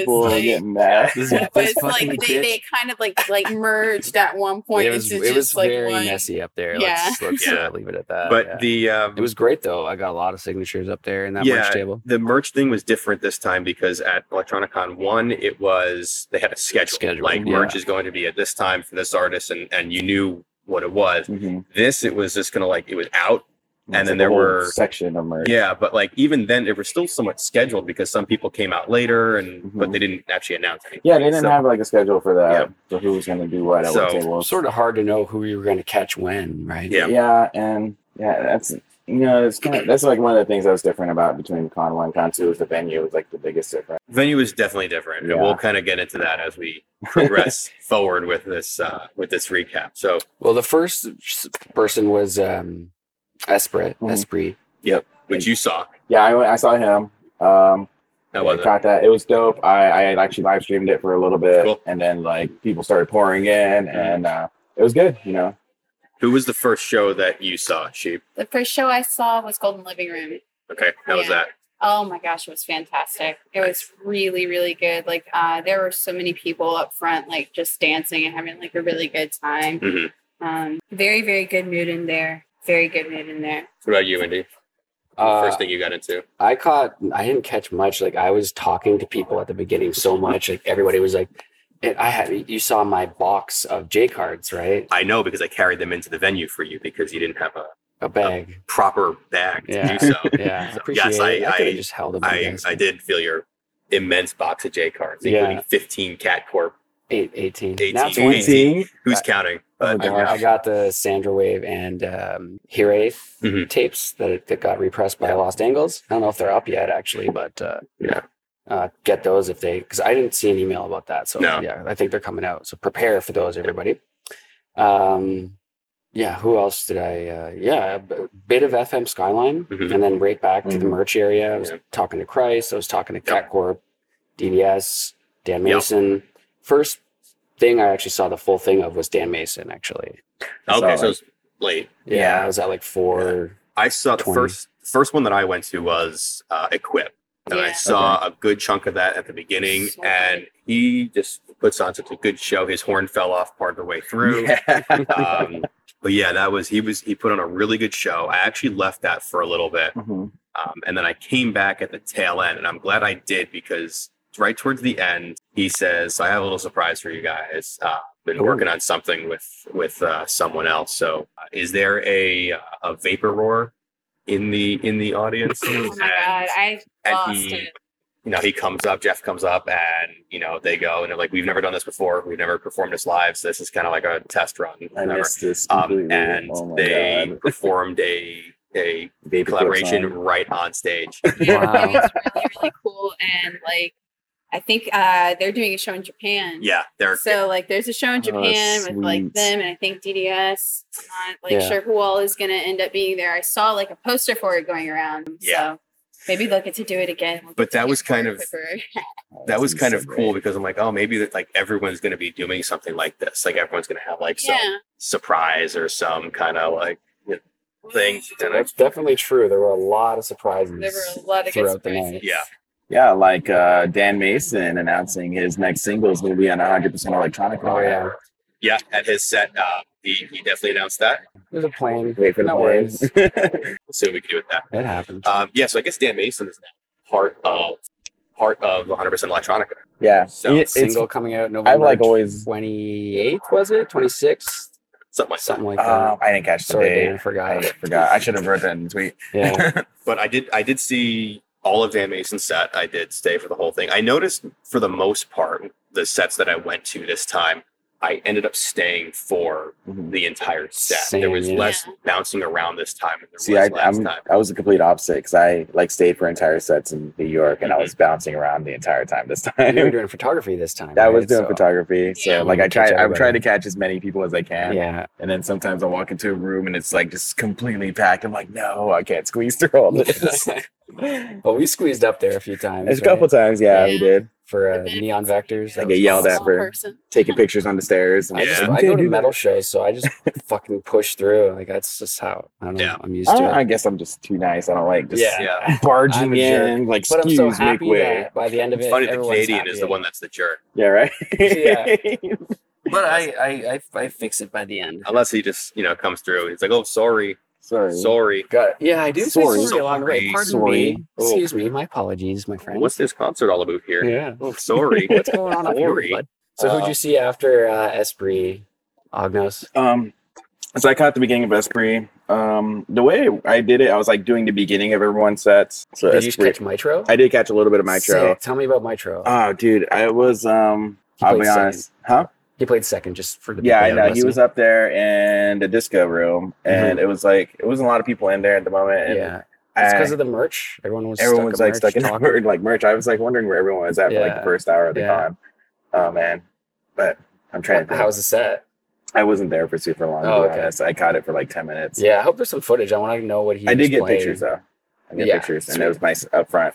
D: People are
C: like
D: getting mad.
E: This,
C: it was
E: this fucking
C: like they,
E: bitch.
C: they kind of like like merged at one point.
E: it was,
C: into
E: it was
C: just, like,
E: very
C: one-
E: messy up there.
C: Yeah.
E: Let's, let's
B: Yeah.
E: uh, leave it at that.
B: But
E: yeah.
B: the um,
E: it was great though. I got a lot of signatures up there in that
B: Yeah.
E: merch table.
B: the merch thing was different this time because at Electronicon one, it was they had a schedule.
E: Schedule,
B: like
E: yeah.
B: merch is going to be at this time for this artist, and and you knew what it was.
D: Mhm.
B: This it was just gonna like it was out. And
D: It's
B: then
D: a
B: there
D: whole
B: were-
D: section of merch.
B: Yeah, but like even then, it was still somewhat scheduled because some people came out later, and but they didn't actually announce anything.
D: Yeah, they didn't
B: So-
D: have like a schedule for that. So who was going to do what at what
B: So-
D: table?
E: Sort of hard to know who you were going to catch when, right?
B: Yeah.
D: yeah, and yeah, that's you know, it's kind of that's like one of the things that was different about between con one, con two is the venue was like the biggest difference.
B: venue is definitely different,
D: Yeah.
B: and we'll kind of get into that as we progress forward with this uh with this recap. So
E: Well, the first s- person was um, Esprit.
B: Mm-hmm.
D: Mhm.
E: Esprit.
B: which you saw,
D: Yeah, I, went- I saw him. Um,
B: I wasn't.
D: caught that. It was dope. I, I had actually live streamed it for a little bit,
B: Cool. Mm.
D: and then like people started pouring in, and uh, it was good. You know,
B: Who was the first show that you saw, Sheep?
C: The first show I saw was Golden Living Room.
B: Okay, how was
C: Yeah.
B: that?
C: Oh my gosh, it was fantastic. It was really, really good. Like uh, there were so many people up front, like just dancing and having like a really good time.
B: Mhm.
C: Um, very, very good mood in there. Very good mood in there.
B: What about you, Indy?
E: Uh,
B: first thing you got into?
E: I caught. I didn't catch much. Like I was talking to people at the beginning so much. Like everybody was like, and "I had." You saw my box of J cards, right?
B: I know because I carried them into the venue for you because you didn't have a
E: A bag.
B: proper bag to
E: Yeah.
B: do so.
E: Yeah, I
B: So,
E: appreciate
B: yes, I-
E: it. I, could
B: I-
E: have just held them. I,
B: I,
E: guess.
B: I did feel your immense box of J cards,
E: Yeah.
B: including 15 Cat Corp.
E: Eight, 18.
B: 18.
E: Now it's
B: Eighteen.
E: 18.
B: Who's
E: I-
B: counting?
D: Oh,
B: But
E: I,
D: gosh.
E: I got the Sandra Wave and um, Hirae
B: Mhm.
E: tapes that, that got repressed by Lost Angles. I don't know if they're up yet, actually, but uh,
B: Yeah.
E: uh, get those if they because I didn't see an email about that. So
B: No.
E: yeah, I think they're coming out. So prepare for those, everybody. Um, yeah, who else did I? Uh, yeah, a b- bit of FM Skyline,
B: Mhm.
E: and then right back to the
D: Mhm.
E: merch area. I was
B: Yeah.
E: talking to Christ. I was talking to Cat Corp, DDS, Dan
B: Yep.
E: Mason. First thing I actually saw the full thing of was Dan Mason. Actually,
B: okay,
D: Solid.
B: so it's late.
E: yeah,
D: Yeah.
E: I was at like four.
B: I saw the
E: 20.
B: first first one that I went to was uh, Equip, and I
C: Yeah.
B: saw a good chunk of that at the beginning.
C: So
B: and he just puts on such a good show. His horn fell off part of the way through. Um, but yeah, that was he was he put on a really good show. I actually left that for a little bit,
D: Mhm.
B: um, and then I came back at the tail end, and I'm glad I did because right towards the end, he says, "I have a little surprise for you guys. Uh, been
E: Ooh.
B: working on something with with uh, someone else. So, uh, is there a uh, a vapor roar in the in the audience?"
C: Oh my
B: And-
C: god, I
B: and
C: lost
B: he-
C: it.
B: you know, he comes up, Jeff comes up, and you know, they go and they're like, "We've never done this before. We've never performed this live. So this is kind of like a test run."
D: I
B: whatever."
D: missed this
B: um,
D: completely.
B: and
D: oh my
B: they
D: God.
B: performed a a
D: Baby clips
B: collaboration
D: on.
B: right on stage.
C: Yeah,
E: Wow.
C: it was really, really cool. And like, I think uh, they're doing a show in Japan.
B: Yeah, they're
C: So like, there's a show in
D: Oh,
C: Japan with like
D: sweet.
C: them, and I think DDS. I'm not like
E: Yeah.
C: sure who all is gonna end up being there. I saw like a poster for it going around.
B: Yeah.
C: So maybe they'll get to do it again. We'll
B: But
C: get
B: that
C: to
B: was
C: hear
B: kind
C: more
B: of-
C: quicker.
B: that was
D: That's
B: kind
D: so
B: of cool
D: great.
B: because I'm like, oh, maybe that like everyone's going to be doing something like this. Like everyone's going to have like some
C: yeah.
B: surprise or some kind of like thing. And I,
E: That's definitely true. There were a lot of surprises.
C: There were a lot of good
E: throughout the
C: surprises.
E: night.
B: Yeah.
D: Yeah, like uh, Dan Mason announcing his next single is going to be on 100% electronic.
E: Oh yeah,
B: yeah, at his set, uh, he, he definitely announced that.
E: there's a plane.
D: Wait for the Uh,
E: No
D: waves.
E: worries.
B: Let's see what we can do with that.
E: It happened.
B: Um, yeah, so I guess Dan Mason is now part of part of 100% Electronica.
D: yeah,
B: So
D: It- it's,
E: Single coming out November.
D: I've like always.
E: 28th was it 26th
B: something like that.
E: something like
D: Uh,
E: that
D: I didn't catch the
E: sorry
D: date.
E: Dan,
D: I
E: forgot
D: forgot. I should have wrote that in the tweet.
E: yeah
B: But I did I did see all of Dan Mason's set. I did stay for the whole thing. I noticed for the most part the sets that I went to this time. I ended up staying for
D: Mhm.
B: the entire set.
E: Same,
B: there was
E: yeah.
B: less bouncing around this time than there
D: See, I,
B: was last
D: I'm,
B: time.
D: I was the complete opposite because I like stayed for entire sets in New York and I
B: Mm-hmm.
D: was bouncing around the entire time this
E: You were
D: time.
E: doing photography this time.
D: I
E: right?
D: was doing
E: So,
D: photography, so
C: Yeah.
D: like I
E: Catch
D: tried, I'm
E: everybody.
D: trying to catch as many people as I can.
E: Yeah,
D: And then sometimes I walk into a room and it's like just completely packed. I'm like, no, I can't squeeze through all this.
E: well, we squeezed up there a few times.
D: There's a couple
E: right?
D: times, yeah, we
C: Yeah.
D: did
E: for uh,
C: But then-
E: neon vectors.
D: I
E: that
D: get
E: was
D: yelled at
C: Small
D: for
C: person.
D: taking pictures on the stairs. and
E: I just
D: like,
E: I go
D: "You
E: to
D: can't do that."
E: metal shows, so I just fucking push through. Like that's just how I don't know.
B: Yeah.
E: I'm used
D: I,
E: to
D: don't- I
E: it.
D: guess I'm just too nice. I don't like just
E: Yeah.
B: yeah.
D: barging
E: I'm a
D: in, like
E: But I'm
D: excuse
E: so
D: make
E: happy
D: way.
E: that by the end of
B: It's
E: it,
B: funny the
E: everyone's
B: Canadian is
E: happy.
B: the one that's the jerk.
D: Yeah, right.
E: Yeah. But I, I, I, I fix it by the end.
B: Unless he just, you know, comes through. He's like, oh, sorry,
D: Sorry.
B: sorry.
E: Got yeah, I do. say
D: Sorry.
E: sorry along the way.
B: Sorry. Oh.
E: Pardon
D: Sorry.
E: me. Excuse me. My apologies, my friend.
B: What's this concert all about here?
E: yeah?
B: Oh, sorry.
E: What's going on up here,
B: Sorry.
E: bud? So who'd
D: Uh,
E: you see after uh, Esprit, Agnos?
D: Um, so I caught the beginning of Esprit. Um, the way I did it, I was like doing the beginning of everyone's sets. So
E: Did you
D: Esprit-
E: catch Mitro?
D: I did catch a little bit of Nitro.
E: Sick. Tell me about Mitro.
D: Oh, dude, I was. Um,
E: He
D: I'll
E: played
D: be honest, huh?
E: he played second, just for the
D: Yeah, I
E: people that
D: know.
E: are
D: He was
E: listening.
D: up there in the disco room, and it was like it wasn't a lot of people in there at the moment. And
E: Mm-hmm. Yeah,
D: I-
E: it's because of the merch. Everyone was
D: everyone was
E: at
D: Uh, like
E: merch,
D: stuck in
E: talking.
D: the like merch. I was like wondering where everyone was at for like
E: Yeah.
D: the first hour of the
E: Yeah.
D: con. Oh man, but I'm trying to.
E: How
D: Think.
E: was the set?
D: I wasn't there for super long.
E: Oh,
D: to be
E: okay.
D: honest. I caught it for like ten minutes.
E: Yeah, I hope there's some footage. I want to know what he.
D: I
E: was
D: did get
E: playing.
D: pictures though. I got
E: Yeah,
D: pictures, and
E: sweet.
D: it was nice up front.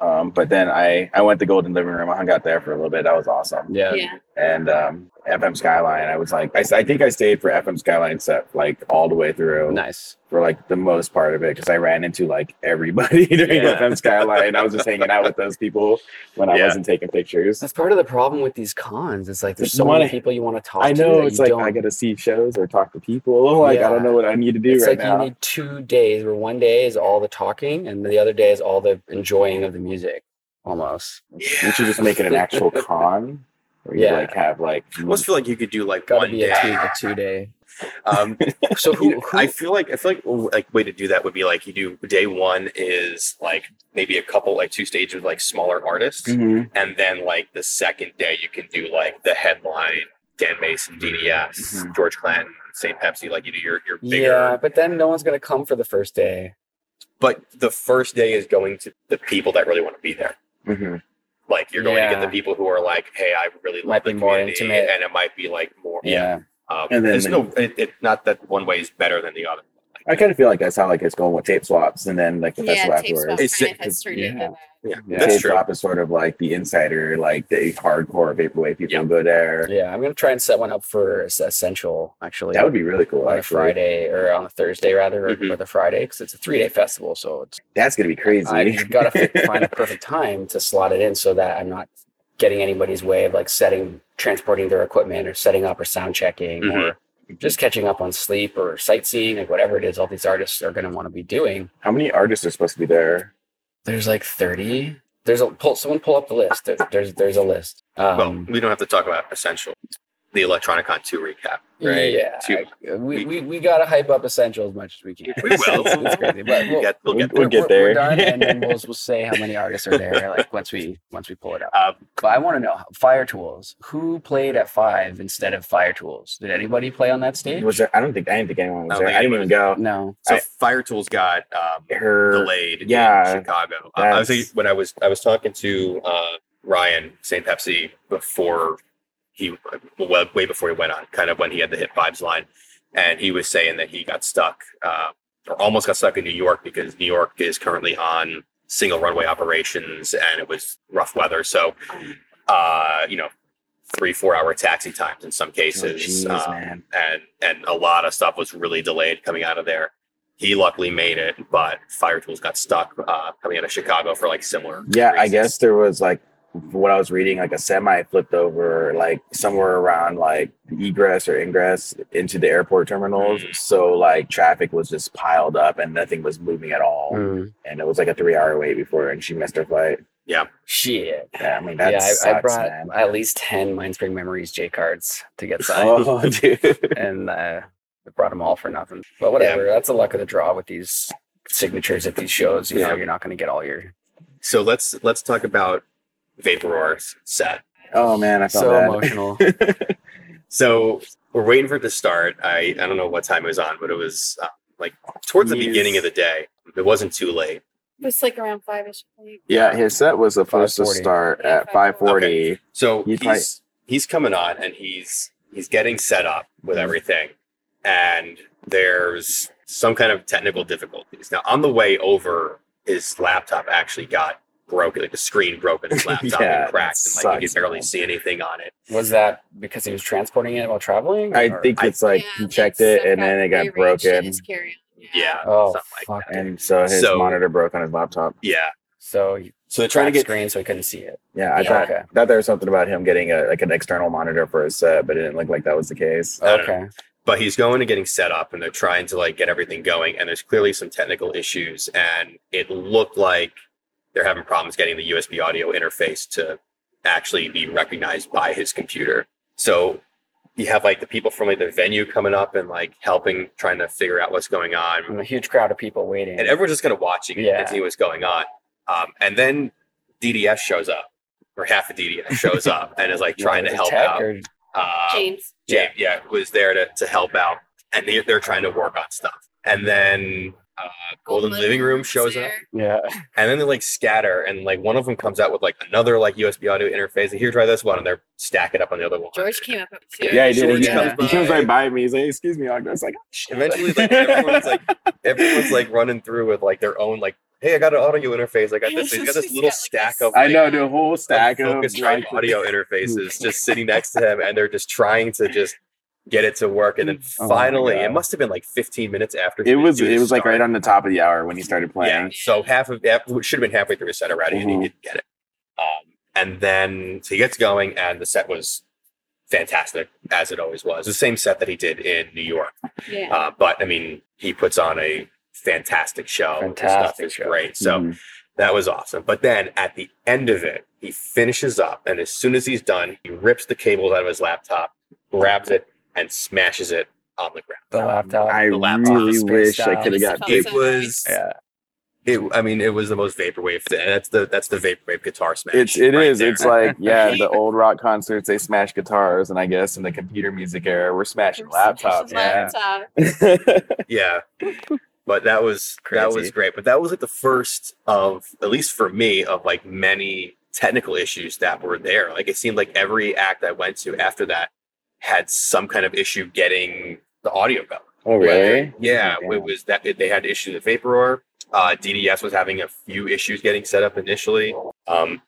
D: Um, but then I I went to Golden Living Room. I hung out there for a little bit. That was awesome.
E: Yeah.
C: Yeah.
D: And um, FM Skyline, I was like, I, s- I think I stayed for FM Skyline set like all the way through
E: Nice.
D: for like the most part of it because I ran into like everybody during
E: Yeah.
D: FM Skyline. I was just hanging out with those people when I
B: Yeah.
D: wasn't taking pictures.
E: That's part of the problem with these cons. It's like there's
D: Just
E: so many
D: wanna-
E: people you want to talk.
D: I
E: to
D: know
E: that
D: it's
E: you
D: like
E: don't.
D: I gotta see shows or talk to people. Like
E: Yeah.
D: I don't know what I need to do
E: it's like
D: right now.
E: you need two days, where one day is all the talking, and the other day is all the enjoying of the music, almost.
D: You should just make it an actual con where you
E: Yeah.
D: like have like
B: I almost feel like you could do like
E: Got
B: one
E: to be a two,
B: day.
E: a two day.
B: Um,
E: So who? who
B: I feel like I feel like like way to do that would be like you do day one is like maybe a couple like two stages of like smaller artists,
D: Mhm.
B: and then like the second day you can do like the headline Dan Mason, DDS,
D: Mhm.
B: George Clanton, St. Pepsi, like you do your your bigger.
E: Mm-hmm. yeah, but then no one's gonna come for the first day.
B: But the first day is going to the people that really want to be there.
D: Mhm.
B: Like you're going to get
E: Yeah.
B: the people who are like, hey, I really love
E: Might
B: the
E: be more
B: community,"
E: intimate.
B: and it might be like more
E: Yeah.
B: Um,
D: And then-
B: there's no it, it, not that one way is better than the other.
D: I kind of feel like that's how like it's going with tape swaps and then like the festival
C: Yeah, tape
D: afterwards.
C: swap
B: It's
C: kind of
B: sick.
C: has turned
D: Yeah.
C: into that.
B: Yeah,
D: Yeah.
B: that's
D: tape
B: true.
D: swap is sort of like the insider, like the hardcore vaporwave people
B: Yeah.
D: go there.
E: Yeah, I'm gonna try and set one up for Es- Essential actually.
D: That would be really cool.
E: on a
D: actually.
E: Friday or on a Thursday rather, or
B: Mhm.
E: or the Friday because it's a three day festival. So it's
D: That's gonna be crazy.
E: I gotta fi- find the perfect time to slot it in so that I'm not getting anybody's way of like setting, transporting their equipment or setting up or sound checking
B: Mhm.
E: or just catching up on sleep or sightseeing, like whatever it is. All these artists are gonna want to be doing.
D: How many artists are supposed to be there?
E: There's like thirty. There's a pull. Someone pull up the list. There, there's there's a list.
B: Well,
E: Um,
B: we don't have to talk about essential, the Electronic on two recap, right?
E: Yeah,
B: Two-
E: I- we, we we gotta hype up essential as much as we can.
B: we will.
E: It's- it's crazy, but
B: we'll
E: we'll-
B: get, we'll
D: we-
B: get
D: We'll
E: we're-
D: get
E: we're-
D: there.
E: We're done, and then we'll, we'll say how many artists are there, like once we once we pull it up.
B: there. Um,
E: But I want to know Fire Tools. Who played at five instead of Fire Tools? Did anybody play on that stage?
D: Was there? I don't think I didn't think
B: I
D: anyone was
B: don't
D: there.
B: think
D: I didn't even go.
E: no.
B: so
D: I-
B: Fire Tools got um,
D: Her
B: delayed
D: yeah,
B: in Chicago. Uh, I was
D: that's-
B: when I was I was talking to uh, Ryan St. Pepsi before he well, way before he went on, kind of when he had the hit vibes line, and he was saying that he got stuck uh, or almost got stuck in New York because New York is currently on single runway operations and it was rough weather, so uh, you know three four hour taxi times in some cases.
D: Oh, Jeez,
B: um,
D: man.
B: and and a lot of stuff was really delayed coming out of there. He luckily made it, but Fire Tools got stuck uh, coming out of Chicago for like similar.
D: Yeah, I
B: reasons.
D: guess there was like what I was reading, like a semi flipped over, like somewhere around like egress or ingress into the airport terminals. So like traffic was just piled up and nothing was moving at all.
E: Mm.
D: And it was like a three hour wait before, and she missed her flight.
E: Shit.
D: Yeah, I mean that
E: yeah,
D: sucks,
E: I, I brought
D: man.
E: at least ten Mindspring Memories J cards to get signed,
D: Oh, dude.
E: and uh, I brought them all for nothing. But whatever. That's the luck of the draw with these signatures at these shows. You
B: Yeah.
E: know, you're not going to get all your
B: So let's let's talk about Vaporware's set.
D: Oh man, I felt
E: so
D: bad.
E: emotional.
B: So we're waiting for it to start. I, I don't know what time it was on, but it was uh, like towards the
D: Yes.
B: beginning of the day. It wasn't too late.
C: It was like around five ish.
D: Yeah, his set was supposed to
E: 5:40.
D: start at five forty.
B: So
D: You
B: he's he's coming on and he's he's getting set up with everything, and there's some kind of technical difficulties. Now on the way over, his laptop actually got broken, like the screen broke in his laptop
D: Yeah,
B: and
D: that
B: cracked, and like he
D: sucks,
B: could barely
D: man.
B: see anything on it.
E: Was that because he was transporting it while traveling?
D: I
E: or-
D: think it's like he checked it and then it got broken,
B: Yeah,
E: Oh,
B: something like
E: fuck.
B: that.
D: and so his
B: So-
D: monitor broke on his laptop.
B: Yeah,
E: So he
B: so they're
E: trying
B: trying to get
E: screen so he couldn't see it.
D: Yeah, I
C: Yeah.
D: thought,
E: Okay.
D: thought there was something about him getting a like an external monitor for his set, but it didn't look like that was the case.
B: I don't
E: Okay.
B: but he's going and getting set up and they're trying to like get everything going and there's clearly some technical issues and it looked like they're having problems getting the usb audio interface to actually be recognized by his computer so you have like the people from like the venue coming up and like helping trying to figure out what's going on
E: And a huge crowd of people waiting.
B: and everyone's just kind of watching
E: Yeah.
B: and seeing what's going on um, and then ddf shows up or half of ddf shows up and is like
E: You know,
B: trying to
E: the
B: help
E: tech
B: out
E: or-
B: uh,
C: James.
B: Jay, yeah, was there to, to help out, and they, they're trying to work on stuff. And then uh, Golden Living Room shows up,
E: yeah.
B: and then they like scatter, and like one of them comes out with like another like USB audio interface. And here, try this one, and they're stack it up on the other one.
C: George came up.
B: Yeah,
D: Yeah, he did.
B: George
D: He,
C: comes
D: he comes
B: by.
D: right by me. He's like, "Excuse me," Ogden. I was like, oh, shit.
B: Eventually, like everyone's like everyone's like running through with like their own like, hey, I got an audio interface. I got this. He's got this little stack of
D: I
B: like, uh,
D: know the whole stack of
B: focus
D: like,
B: audio interfaces just sitting next to him and they're just trying to just get it to work and then
E: Oh my
B: finally it
E: God.
B: must have been like 15 minutes after
D: It was it was like right on the top of the hour when he started
B: yeah
D: playing.
B: so half of that should have been halfway through his set already and he
D: Mhm.
B: didn't get it um, and then so he gets going and the set was fantastic as it always was the same set that he did in new york
C: Yeah.
B: uh, but i mean he puts on a fantastic show His
E: Fantastic
B: stuff is
E: show.
B: great so
D: Mhm.
B: that was awesome. But then at the end of it, he finishes up, and as soon as he's done, he rips the cables out of his laptop, grabs it, and smashes it on the ground.
E: The laptop.
D: Um, I
B: the laptop
D: really wish
E: spaced
D: I
E: out.
D: could have
C: It was
D: got.
C: fun.
B: It
C: so
B: was,
D: Yeah,
B: it. I mean, it was the most vaporwave. Thing. That's the that's the vaporwave guitar smash.
D: it's it is.
B: right there.
D: It's like yeah, the old rock concerts they smash guitars, and I guess in the computer music era we're smashing laptops. Yeah,
C: Laptop.
B: yeah. But that was that was
D: Crazy.
B: great. But that was like the first of at least for me of like many technical issues that were there. Like it seemed like every act I went to after that had some kind of issue getting the audio going.
D: oh really?
B: Yeah,
D: Damn.
B: it was that it- they had issues with Vaporware. Uh, DDS was having a few issues getting set up initially. Um,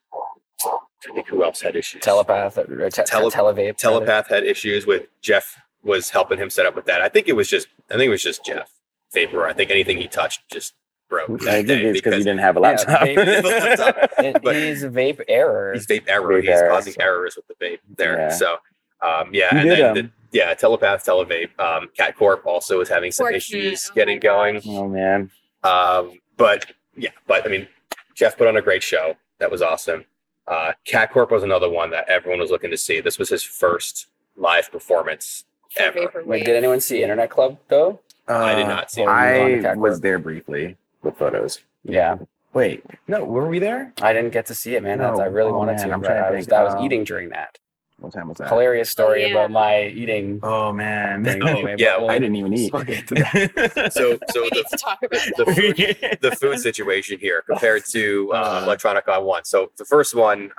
B: I think who else had issues?
E: telepath or, or te-
B: Tele-
E: televape.
B: Telepath had issues with Jeff was helping him set up with that. I think it was just I think it was just Jeff Vaporware. I think anything he touched just broke. that
D: I think
B: day
D: it's because he
B: because
D: didn't have a
E: Yeah,
D: laptop.
E: maybe it's
B: the laptop.
E: It,
B: But-
E: he's a vape error.
B: he's vape error.
D: Vape
B: he's
D: error,
B: causing
D: so-
B: errors with the vape there.
D: Yeah.
B: So um, yeah,
D: You
B: and
D: did,
B: then
D: um,
B: the, yeah, telepath, televape. Um, Cat Corp also was having some
C: Fortunate.
B: issues
C: Oh my
B: getting going.
D: oh man,
B: Um, but yeah, but I mean, Jeff put on a great show. That was awesome. Uh, Cat Corp was another one that everyone was looking to see. This was his first live performance ever.
E: Wait, did anyone see Internet Club though?
B: I did not see
E: Uh,
B: it.
E: Ron
D: I
E: Cackler.
D: was there briefly with photos.
E: Yeah,
D: Wait, no, were we there?
E: I didn't get to see it, man. That's- I
D: No.
E: really
D: Oh,
E: wanted
D: man,
E: to.
D: I'm
E: but
D: trying to
E: I was,
D: think.
E: I was
D: Um,
E: eating during that.
D: What time was that?
E: Hilarious story
C: yeah.
E: about my eating.
D: Oh man,
E: thing. Anyway,
B: yeah,
E: but we'll-
D: I didn't even eat.
E: we'll get to that.
B: So, so
C: We
B: the,
C: need to talk about that.
B: the food, the food situation here compared to uh,
D: Uh.
B: Electronic on One. So the first one, um,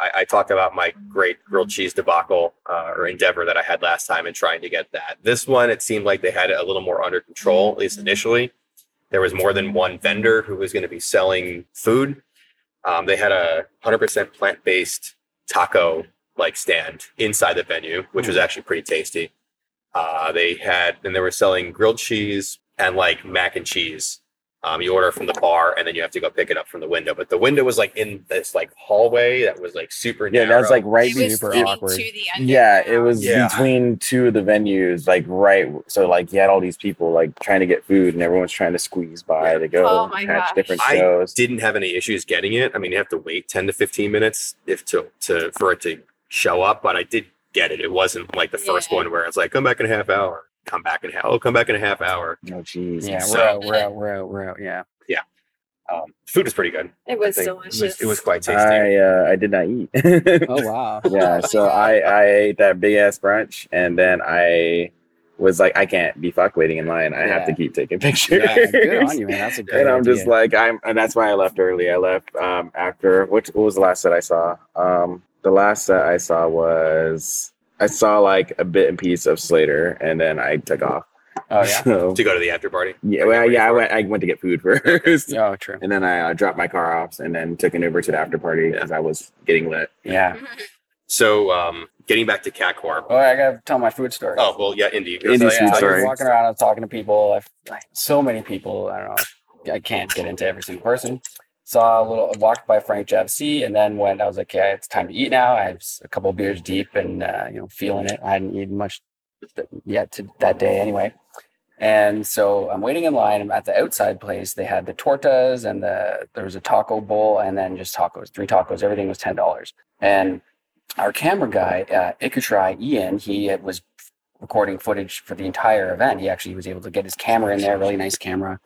B: I, I talked about my great grilled cheese debacle uh, or endeavor that I had last time and trying to get that. This one, it seemed like they had it a little more under control, at least initially. There was more than one vendor who was going to be selling food. Um, they had a 100% plant based taco like stand inside the venue, which
D: Mm.
B: was actually pretty tasty. Uh, they had and they were selling grilled cheese and like mac and cheese. Um, you order from the bar and then you have to go pick it up from the window. But the window was like in this like hallway that was like super.
D: Yeah, that was
B: narrow.
D: like right.
C: It was
E: super
C: leading
E: awkward.
C: To the
D: Yeah, it was
B: Yeah.
D: between two of the venues, like right. So like he had all these people like trying to get food, and everyone's trying to squeeze by to go
C: Oh my
D: catch
C: gosh.
D: different
B: I
D: shows.
B: didn't have any issues getting it. I mean, you have to wait ten to fifteen minutes if to to for it to show up. But I did get it. It wasn't like the first
C: Yeah.
B: one where it's like come back in a half hour, come back in a half, oh come back in a half hour.
D: oh jeez.
E: Yeah, we're
B: So-
E: out. We're out. We're out. We're out. Yeah.
B: Um, food was pretty good.
C: It
B: I
C: was
B: think.
C: delicious.
B: It was, it was quite tasty.
D: I uh, I did not eat.
E: Oh wow.
D: yeah, so I I ate that big ass brunch, and then I was like, I can't be fuck waiting in line. I have to
E: Yeah.
D: keep taking pictures.
E: Yeah, good on you, man. That's a great
D: and I'm just
E: idea.
D: like I'm, and that's why I left early. I left um after what, what was the last set I saw? Um, the last set I saw was I saw like a bit and piece of Slater, and then I took off.
E: oh yeah.
D: So,
B: to go to the after party.
D: yeah, well, yeah, I went. I went to get food first,
E: Oh, true.
D: and then I uh, dropped my car off, and then took an Uber to the after party because I was getting lit.
E: Yeah.
B: So um, getting back to Kakor.
E: Oh, I gotta tell my food story.
B: Oh well, yeah, Indy.
D: Indy
E: So,
D: food
E: yeah, I was
D: story.
E: walking around, I was talking to people. I've, like, so many people. I don't know. I can't get into every single person. Saw a little walked by Frank JFC, and then when I was like, "Okay, it's time to eat now." I was a couple beers deep, and uh, you know, feeling it. I hadn't eaten much th- yet to that day, anyway. And so I'm waiting in line. I'm at the outside place. They had the tortas and the there was a taco bowl, and then just tacos, three tacos. Everything was ten dollars. And our camera guy, uh, Ikushrai Ian, he uh, was recording footage for the entire event. He actually was able to get his camera in there, really nice camera.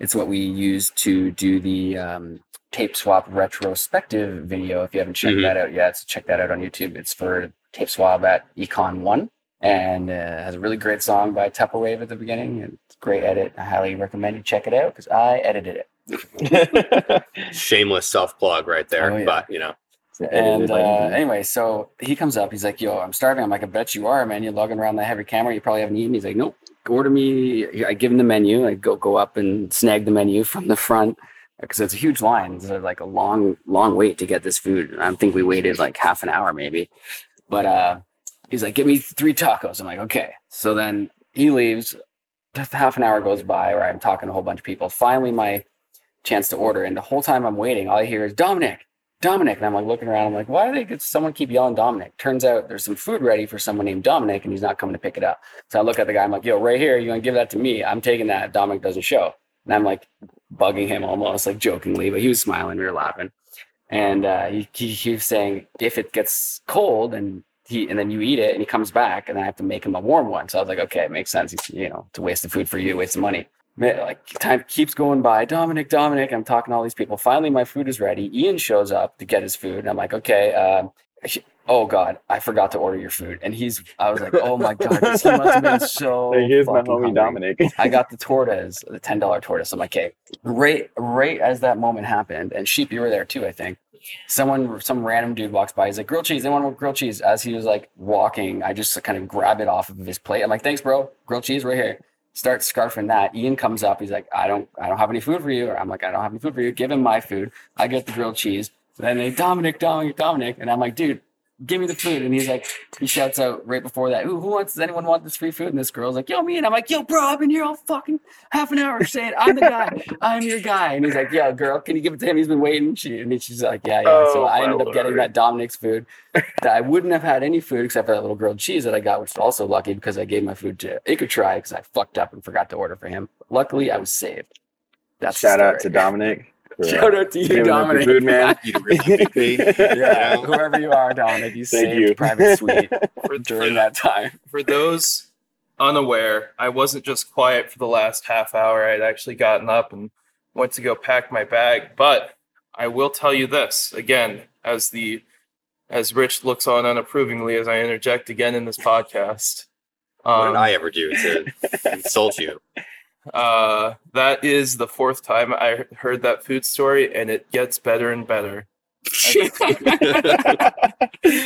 E: It's what we use to do the um, tape swap retrospective video. If you haven't checked
B: Mhm.
E: that out yet, so check that out on YouTube. It's for tape swap at Econ One, and uh, has a really great song by Tupperwave at the beginning. and It's a great edit. I highly recommend you check it out because I edited it.
B: Shameless self plug right there,
E: Oh, yeah.
B: but you know.
D: So I
E: And
D: edited,
E: uh,
D: like,
E: anyway, so he comes up. He's like, "Yo, I'm starving." I'm like, "I bet you are, man. You're lugging around that heavy camera. You probably haven't eaten." He's like, "Nope. Order me." I give him the menu. I go go up and snag the menu from the front because it's a huge line. It's uh, like a long long wait to get this food. And I think we waited like half an hour maybe. But uh, he's like, "Give me three tacos." I'm like, "Okay." So then he leaves. Just half an hour goes by where I'm talking to a whole bunch of people. Finally, my chance to order, and the whole time I'm waiting, all I hear is Dominic. Dominic. And I'm like looking around, I'm like, why do they get someone keep yelling Dominic? Turns out there's some food ready for someone named Dominic and he's not coming to pick it up. So I look at the guy, I'm like, yo, right here, you gonna give that to me. I'm taking that. Dominic doesn't show. And I'm like bugging him almost like jokingly, but he was smiling, we were laughing. And uh, he, he, he was saying, if it gets cold and he and then you eat it and he comes back and I have to make him a warm one. So I was like, okay, it makes sense. He's, you know, to waste the food for you, waste the money. Man, like time keeps going by. Dominic, Dominic, I'm talking to all these people. Finally, my food is ready. Ian shows up to get his food, and I'm like, okay. Um, he- oh God, I forgot to order your food, and he's. I was like, oh my God, this- he must have been so.
D: Like, here's my
E: fucking
D: homie
E: hungry.
D: Dominic.
E: I got the tortas, the ten dollar tortas. I'm like, okay. Right, right as that moment happened, and Sheep, you were there too, I think. Someone, some random dude walks by. He's like, grilled cheese. Anyone want grilled cheese? As he was like walking, I just kind of grabbed it off of his plate. I'm like, thanks, bro. Grilled cheese right here. Start scarfing that. Ian comes up. He's like, I don't, I don't have any food for you. Or I'm like, I don't have any food for you. Give him my food. I get the grilled cheese. Then they Dominic, Dominic, Dominic, and I'm like, dude, give me the food. And he's like, he shouts out right before that, Ooh, who wants, does anyone want this free food? And this girl's like, yo, me. And I'm like, yo, bro, I've been here all fucking half an hour saying, I'm the guy, I'm your guy. And he's like, yo, girl, can you give it to him? He's been waiting. She, and she's like, yeah, yeah. so
F: Oh,
E: I
F: my
E: ended up getting
F: lord.
E: that Dominic's food that I wouldn't have had any food except for that little grilled cheese that I got, which is also lucky because I gave my food to Ikutrai because I fucked up and forgot to order for him. Luckily, I was saved. That's the
D: shout out to
E: story.
D: Dominic. for, uh,
E: Shout out to you,
D: giving up the
E: Dominic.
D: food man.
B: You really MVP.
E: Yeah, whoever you are, Dominic, you
D: Thank
E: saved
D: you.
E: private suite
F: For,
E: during
F: for,
E: that time.
F: for those unaware, I wasn't just quiet for the last half hour. I'd actually gotten up and went to go pack my bag. But I will tell you this again, as the as Rich looks on unapprovingly as I interject again in this podcast.
B: What did
F: Um,
B: I ever do to insult you?
F: uh, that is the fourth time I heard that food story, and it gets better and better.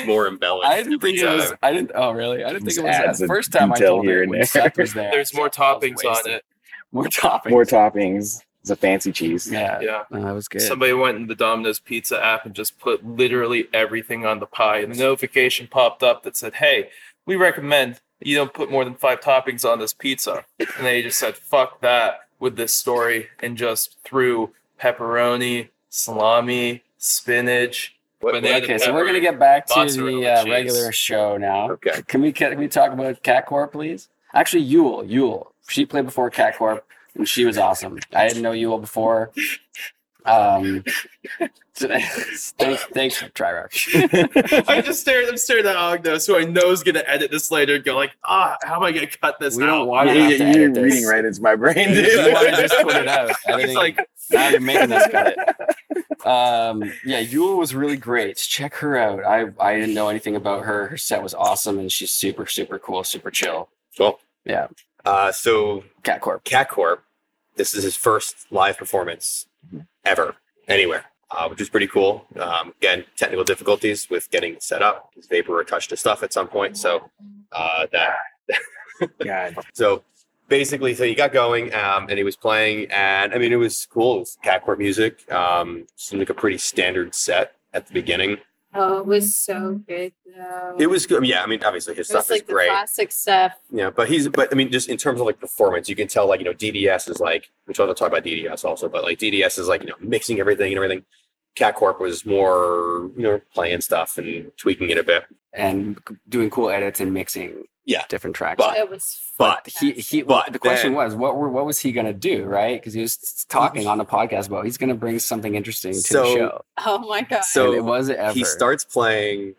B: More embellished. Uh,
E: I didn't
B: every
E: think it was.
B: time.
E: I didn't. Oh, really? I didn't think
D: Just
E: it was
D: adds
E: the
D: a
E: first time I
D: detail
E: told
D: here
E: it
D: and
E: when
D: there.
E: Seth was there.
F: There's more
E: I was
F: toppings on
E: wasted.
F: it.
E: More toppings.
D: More toppings. It's a fancy cheese.
E: Yeah,
F: Yeah.
E: No, that was good.
F: Somebody went in the Domino's Pizza app and just put literally everything on the pie, and the notification popped up that said, "Hey, we recommend you don't put more than five toppings on this pizza." And they just said, "Fuck that!" with this story, and just threw pepperoni, salami, spinach,
B: What-
F: banana.
E: okay, so we're
F: pepper.
E: gonna get back to the
F: mozzarella
E: uh,
F: cheese.
E: regular show now.
B: Okay.
E: Can we can we talk about Cat Corp, please? Actually, Yule, Yule. She played before Cat Corp, and she was awesome. I didn't know Yule before. Um, thanks, thanks for try rock.
F: I just stared. I'm staring at Ognos, who I know is gonna edit this later, and go like, "Ah, how am I gonna cut this
E: We don't
F: out?"
E: want to
D: You-
E: have to
D: you-
E: edit
D: you're reading
E: this.
D: right into my brain,
E: You wanna
D: dude.
E: just put it out.
F: It's
E: Everything-
F: like
E: now you're making us cut it. Um, yeah, Yule was really great. Check her out. I I didn't know anything about her. Her set was awesome, and she's super super cool, super chill.
B: Cool.
E: Yeah.
B: Uh, so
E: Cat Corp.
B: Cat Corp, this is his first live performance ever anywhere, uh, which is pretty cool. Um, again, technical difficulties with getting it set up. His Vapor touched his stuff at some point, so uh, that
D: God.
B: so basically, so he got going, um, and he was playing, and I mean, it was cool. It was cat court music. Um, seemed like a pretty standard set at the beginning.
C: Oh, it was so good though.
B: It was good. Yeah, I mean, obviously his
C: It was
B: stuff
C: like
B: is
C: the
B: great.
C: classic stuff.
B: Yeah, but he's but I mean, just in terms of like performance, you can tell like you know DDS is like which I'll talk about DDS also, but like DDS is like you know mixing everything and everything. Cat Corp was more you know playing stuff and tweaking it a bit.
E: and c- doing cool edits and mixing
B: Yeah.
E: different tracks.
B: But-
C: it was
B: But
E: he, he
B: but
E: the question
B: then-
E: was what were what was he gonna do right because he was talking on the podcast about he's gonna bring something interesting to the
B: So-
E: show
C: oh my god.
E: so
B: So
E: it was ever
B: he starts playing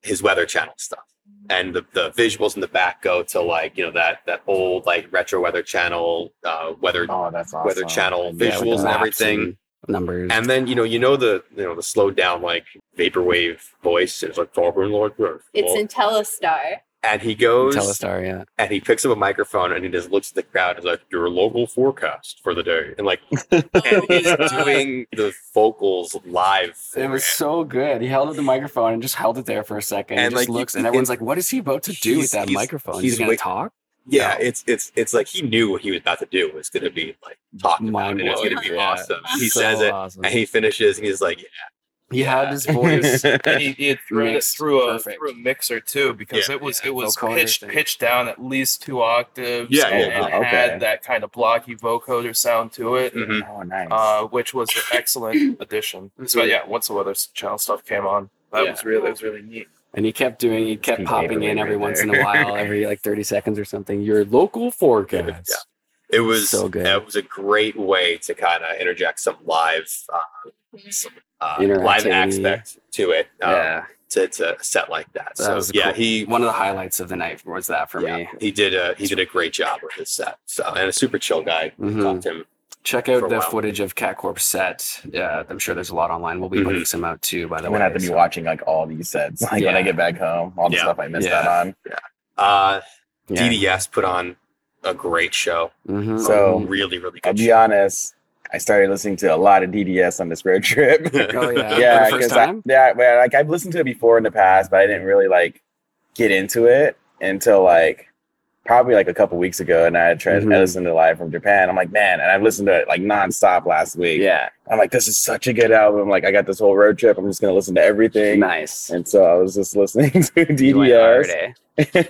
B: his weather channel stuff and the, the visuals in the back go to like you know that that old like retro weather channel uh weather
D: Oh, that's awesome.
B: weather channel
E: Yeah, with the
B: visuals and
E: maps
B: everything
E: and numbers
B: and then you know you know the you know the slowed down like vaporwave voice is like Thorburn Lord Grove.
C: It's in Telestar.
B: and he goes
E: Telestar yeah
B: and he picks up a microphone and he just looks at the crowd and is like your local forecast for the day and like and
C: Oh,
B: he's doing the vocals live
E: it
B: for
E: was so good he held up the microphone and just held it there for a second and,
B: And,
E: just
B: like,
E: looks
B: he-
E: and everyone's like what is he about to do with
B: he's-
E: that
B: he's-
E: microphone he's,
B: he's
E: gonna
B: wait-
E: talk
B: Yeah,
E: No.
B: it's it's it's like he knew what he was about to do was going to be like talked about, and it was going to be
E: Mind-blowing. Yeah.
B: awesome. He
E: So
B: says it,
E: awesome.
B: and he finishes, and he's like,
E: he had his voice
F: and he, he had thrown it
E: Mixed
F: through a
E: perfect.
F: through a mixer too because
B: Yeah.
F: it was it was
E: Vocoder
F: pitched
E: thing.
F: pitched down at least two octaves.
B: Yeah,
F: and,
D: yeah,
F: and
D: yeah. Okay.
F: had that kind of blocky vocoder sound to it.
B: "Mhm."
D: Oh, nice.
F: Uh, which was an excellent addition. So yeah, once the weather channel stuff came on, that
B: Yeah.
F: was really that was really neat.
E: And he kept doing, he kept
D: Some
E: popping
D: paper
E: in
D: right
E: every once in a
D: there.
E: while, every like 30 seconds or something. Your local forecast.
B: Yeah. it was
E: So good.
B: It was a great way to kind of interject some live, uh, uh, live
E: Interactivity.
B: aspect to it um,
E: Yeah.
B: to to a set like that.
E: That
B: so
E: was
B: yeah,
E: cool.
B: he
E: One of the highlights of the night was that for
B: yeah,
E: me.
B: he did a he did a great job with his set. So and a super chill guy.
E: Mhm.
B: Talked to him.
E: Check
B: For
E: out
B: a
E: the
B: while.
E: footage of Cat Corp set. Yeah, I'm sure there's a lot online. We'll be
B: Mhm.
E: putting some out too, by the
D: I'm
E: way.
D: gonna have to be
E: so-
D: watching like all these sets like when
E: Yeah.
D: I get back home. All the
B: Yeah.
D: stuff I missed
E: Yeah.
D: out on.
B: Uh,
E: Yeah.
B: DDS put on a great show.
E: Mhm.
D: So-
E: Mhm.
B: Really, really good.
D: I'll be
B: show.
D: honest. I started listening to a lot of DDS on this road trip.
E: oh, yeah.
D: yeah,
E: For the first
D: 'cause I-
E: time?
D: yeah, well, like I've listened to it before in the past, but I didn't really like get into it until like probably like a couple weeks ago. And I had tried
E: Mhm.
D: I listened to live from Japan. I'm like, man, and I've listened to it like nonstop last week.
E: yeah.
D: I'm like, this is such a good album. Like, I got this whole road trip. I'm just gonna listen to everything.
E: Nice.
D: And so I was just listening to
E: You went hard,
D: DDS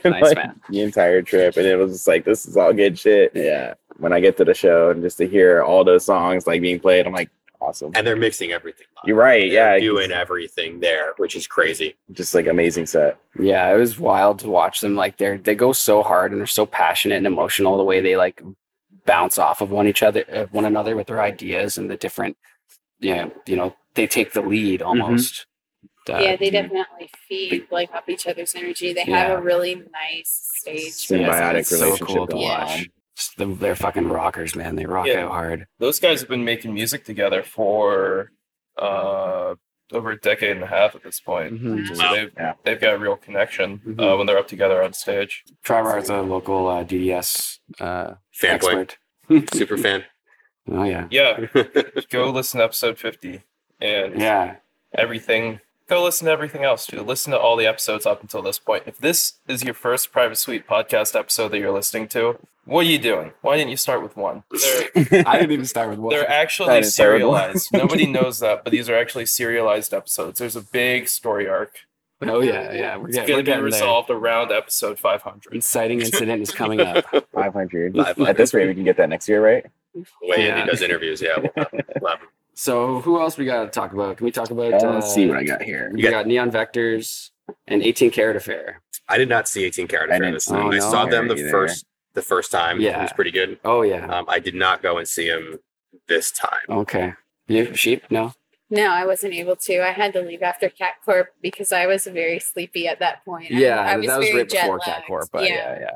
E: eh? Nice,
D: like,
E: man.
D: the entire trip, and it was just like, this is all good shit.
E: Yeah.
D: When I get to the show and just to hear all those songs like being played, I'm like, awesome.
B: and they're mixing everything. Live.
D: You're right.
B: They're
D: Yeah,
B: doing
D: it's
B: everything there, which is crazy.
D: just like amazing set.
E: Yeah, it was wild to watch them. Like they're they go so hard and they're so passionate and emotional the way they like bounce off of one each other of one another with their ideas and the different yeah, you know, they take the lead almost. Uh,
C: yeah, they definitely feed like up each other's energy. They have
E: Yeah.
C: a really nice stage.
E: yeah, it's-
D: symbiotic
E: it's
D: relationship
E: So cool to
D: going
E: watch.
D: on.
E: Just them- They're fucking rockers, man. They rock
F: Yeah.
E: out hard.
F: Those guys have been making music together for uh, over a decade and a half at this point. So
B: Wow.
F: they've,
D: Yeah.
F: they've got a real connection uh,
E: Mhm.
F: when they're up together on stage.
E: Tribar's a local uh, DDS uh,
B: Fanboy,
E: expert.
B: super fan.
E: Oh yeah,
F: Yeah, go listen to episode 50 and
E: yeah.
F: everything. Go listen to everything else, too. Listen to all the episodes up until this point. If this is your first Private Suite podcast episode that you're listening to, what are you doing? Why didn't you start with one? They're-
E: I didn't even start with one.
F: They're
D: That
F: actually
D: is terrible.
F: serialized. Nobody knows that, but these are actually serialized episodes. There's a big story arc.
E: Oh yeah, yeah. We're
F: It's
E: getting, we're
F: going to be
E: getting there.
F: resolved around episode 500.
E: Inciting incident is coming up.
D: 500.
B: 500.
D: At this rate, we can get that next year, right?
B: The way
E: Yeah.
B: Andy does interviews, yeah. We'll have, we'll have him.
E: So who else we got to talk about? Can we talk about?
D: Uh, let's see what I got here.
E: We got, Neon Vectors and 18 Karat Affair.
B: I did not see 18 Karat
D: I
B: Affair
D: didn't
B: this
E: see
B: time. I
E: it
B: saw them the
D: either.
B: first the first time. It
E: Yeah.
D: Uh,
B: was pretty good.
E: Oh yeah.
B: Um, I did not go and see him this time.
E: Okay. You sheep? No.
C: No, I wasn't able to. I had to leave after Cat Corp because I was very sleepy at that point. I-
E: Yeah,
C: I,
E: that was
C: very
E: right before
C: jet-lagged.
E: Cat Corp. But yeah, yeah,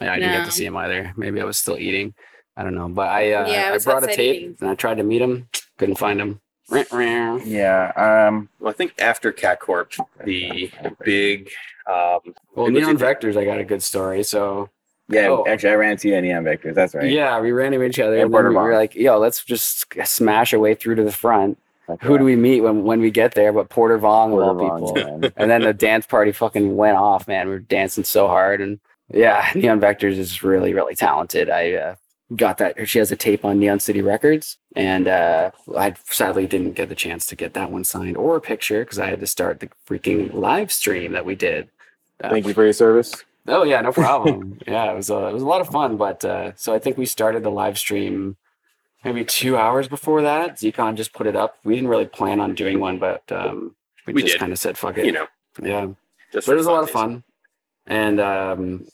E: yeah. I didn't get
C: No.
E: to see him either. Maybe I was still eating. I don't know. But I uh,
C: Yeah, I
E: I,
C: was
E: brought a
C: outside
E: tape
C: eating.
E: and I tried to meet him. Couldn't find him. Rah, rah.
D: Yeah. Um.
B: Well, I think after Cat Corp, the big um,
E: Well,
B: It was
E: Neon
B: a-
E: Vectors, I got a got a good story. So
D: Yeah.
E: Oh.
D: Actually, I ran into you in Neon Vectors. That's right.
E: yeah, we ran into each other,
D: And
E: and then
D: Border
E: we were
D: Bomb.
E: like, "Yo, let's just smash our way through to the front."
D: Like,
E: Who
D: uh,
E: do we meet when, when we get there? But Porter Vong, of all
D: Porter Vaughn,
E: people.
D: man.
E: and then the dance party fucking went off, man. We were dancing so hard, and yeah, Neon Vectors is really, really talented. I uh, got that. She has a tape on Neon City Records, and uh, I sadly didn't get the chance to get that one signed or a picture because I had to start the freaking live stream that we did. Uh,
D: Thank you for your service.
E: Oh yeah, no problem. yeah, it was a, it was a lot of fun. But uh, so I think we started the live stream maybe two hours before that. Zcon just put it up. We didn't really plan on doing one, but um, we,
B: We
E: just
B: did.
E: kind of said fuck it.
B: you know,
E: yeah,
B: just
E: but it was a
B: for
E: lot of
B: funsies.
E: fun, and um,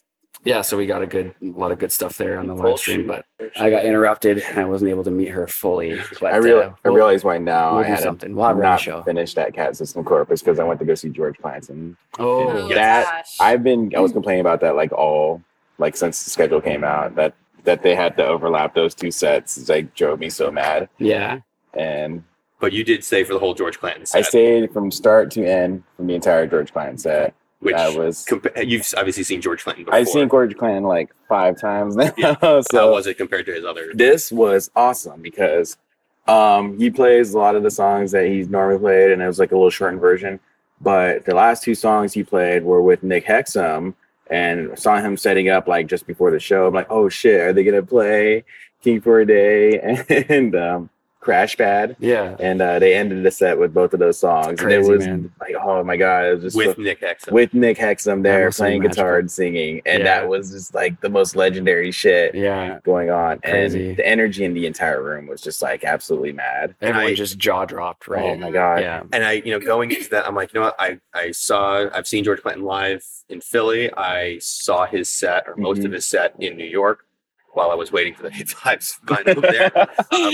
E: yeah, so we got a good a lot of good stuff there on the live stream. But I got interrupted. and I wasn't able to meet her fully. But
D: I real
E: uh,
D: I
E: we'll-
D: realize why now
E: we'll
D: I
E: do
D: had
E: something. We'll
D: not
E: have her on the show.
D: finished that Cat System Corp is because I went to go see George Clanton.
E: Oh,
C: Oh,
B: Yes.
D: That-
C: gosh.
D: I've been I was complaining about that like all like since the schedule came out that that they had to overlap those two sets It's, like drove me so mad
E: yeah.
D: and
B: But you did stay for the whole George Clinton
D: I
B: set,
D: stayed from start to end from the entire George Clinton set.
B: which
D: I was
B: compa- you've obviously seen George Clinton before.
D: I've seen George Clinton like five times now.
B: Yeah. How
D: so
B: was it compared to his other?
D: this was awesome because um, he plays a lot of the songs that he's normally played, and it was like a little shortened version. But the last two songs he played were with Nick Hexum, and saw him setting up like just before the show. I'm like, oh shit, are they gonna play King for a Day and um, Crash Pad?
E: Yeah.
D: And uh, they ended the set with both of those songs. and
E: Crazy,
D: it was
E: man.
D: like, oh my god, it was just so-
B: with Nick Hexum.
D: with Nick Hexum there
E: was so
D: playing guitar
E: magical.
D: and singing, and
E: Yeah.
D: that was just like the most legendary shit
E: Yeah.
D: going on.
E: Crazy.
D: And the energy in the entire room was just like absolutely mad.
E: Everyone
B: I-
E: just jaw dropped,
D: Oh
E: right?
D: my god.
E: yeah.
B: and I, you know, going into that, I'm like, you know what? I, I saw, I've seen George Clinton live in Philly. I saw his set or most
D: Mm-hmm.
B: of his set in New York while I was waiting for the hit vibes to line up there. Uh,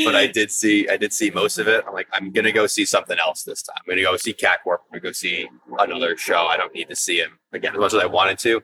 B: but I did see, I did see most of it. I'm like, I'm going to go see something else this time. I'm going to go see Cat Corp. I'm going to go see another show. I don't need to see him again as much as I wanted to.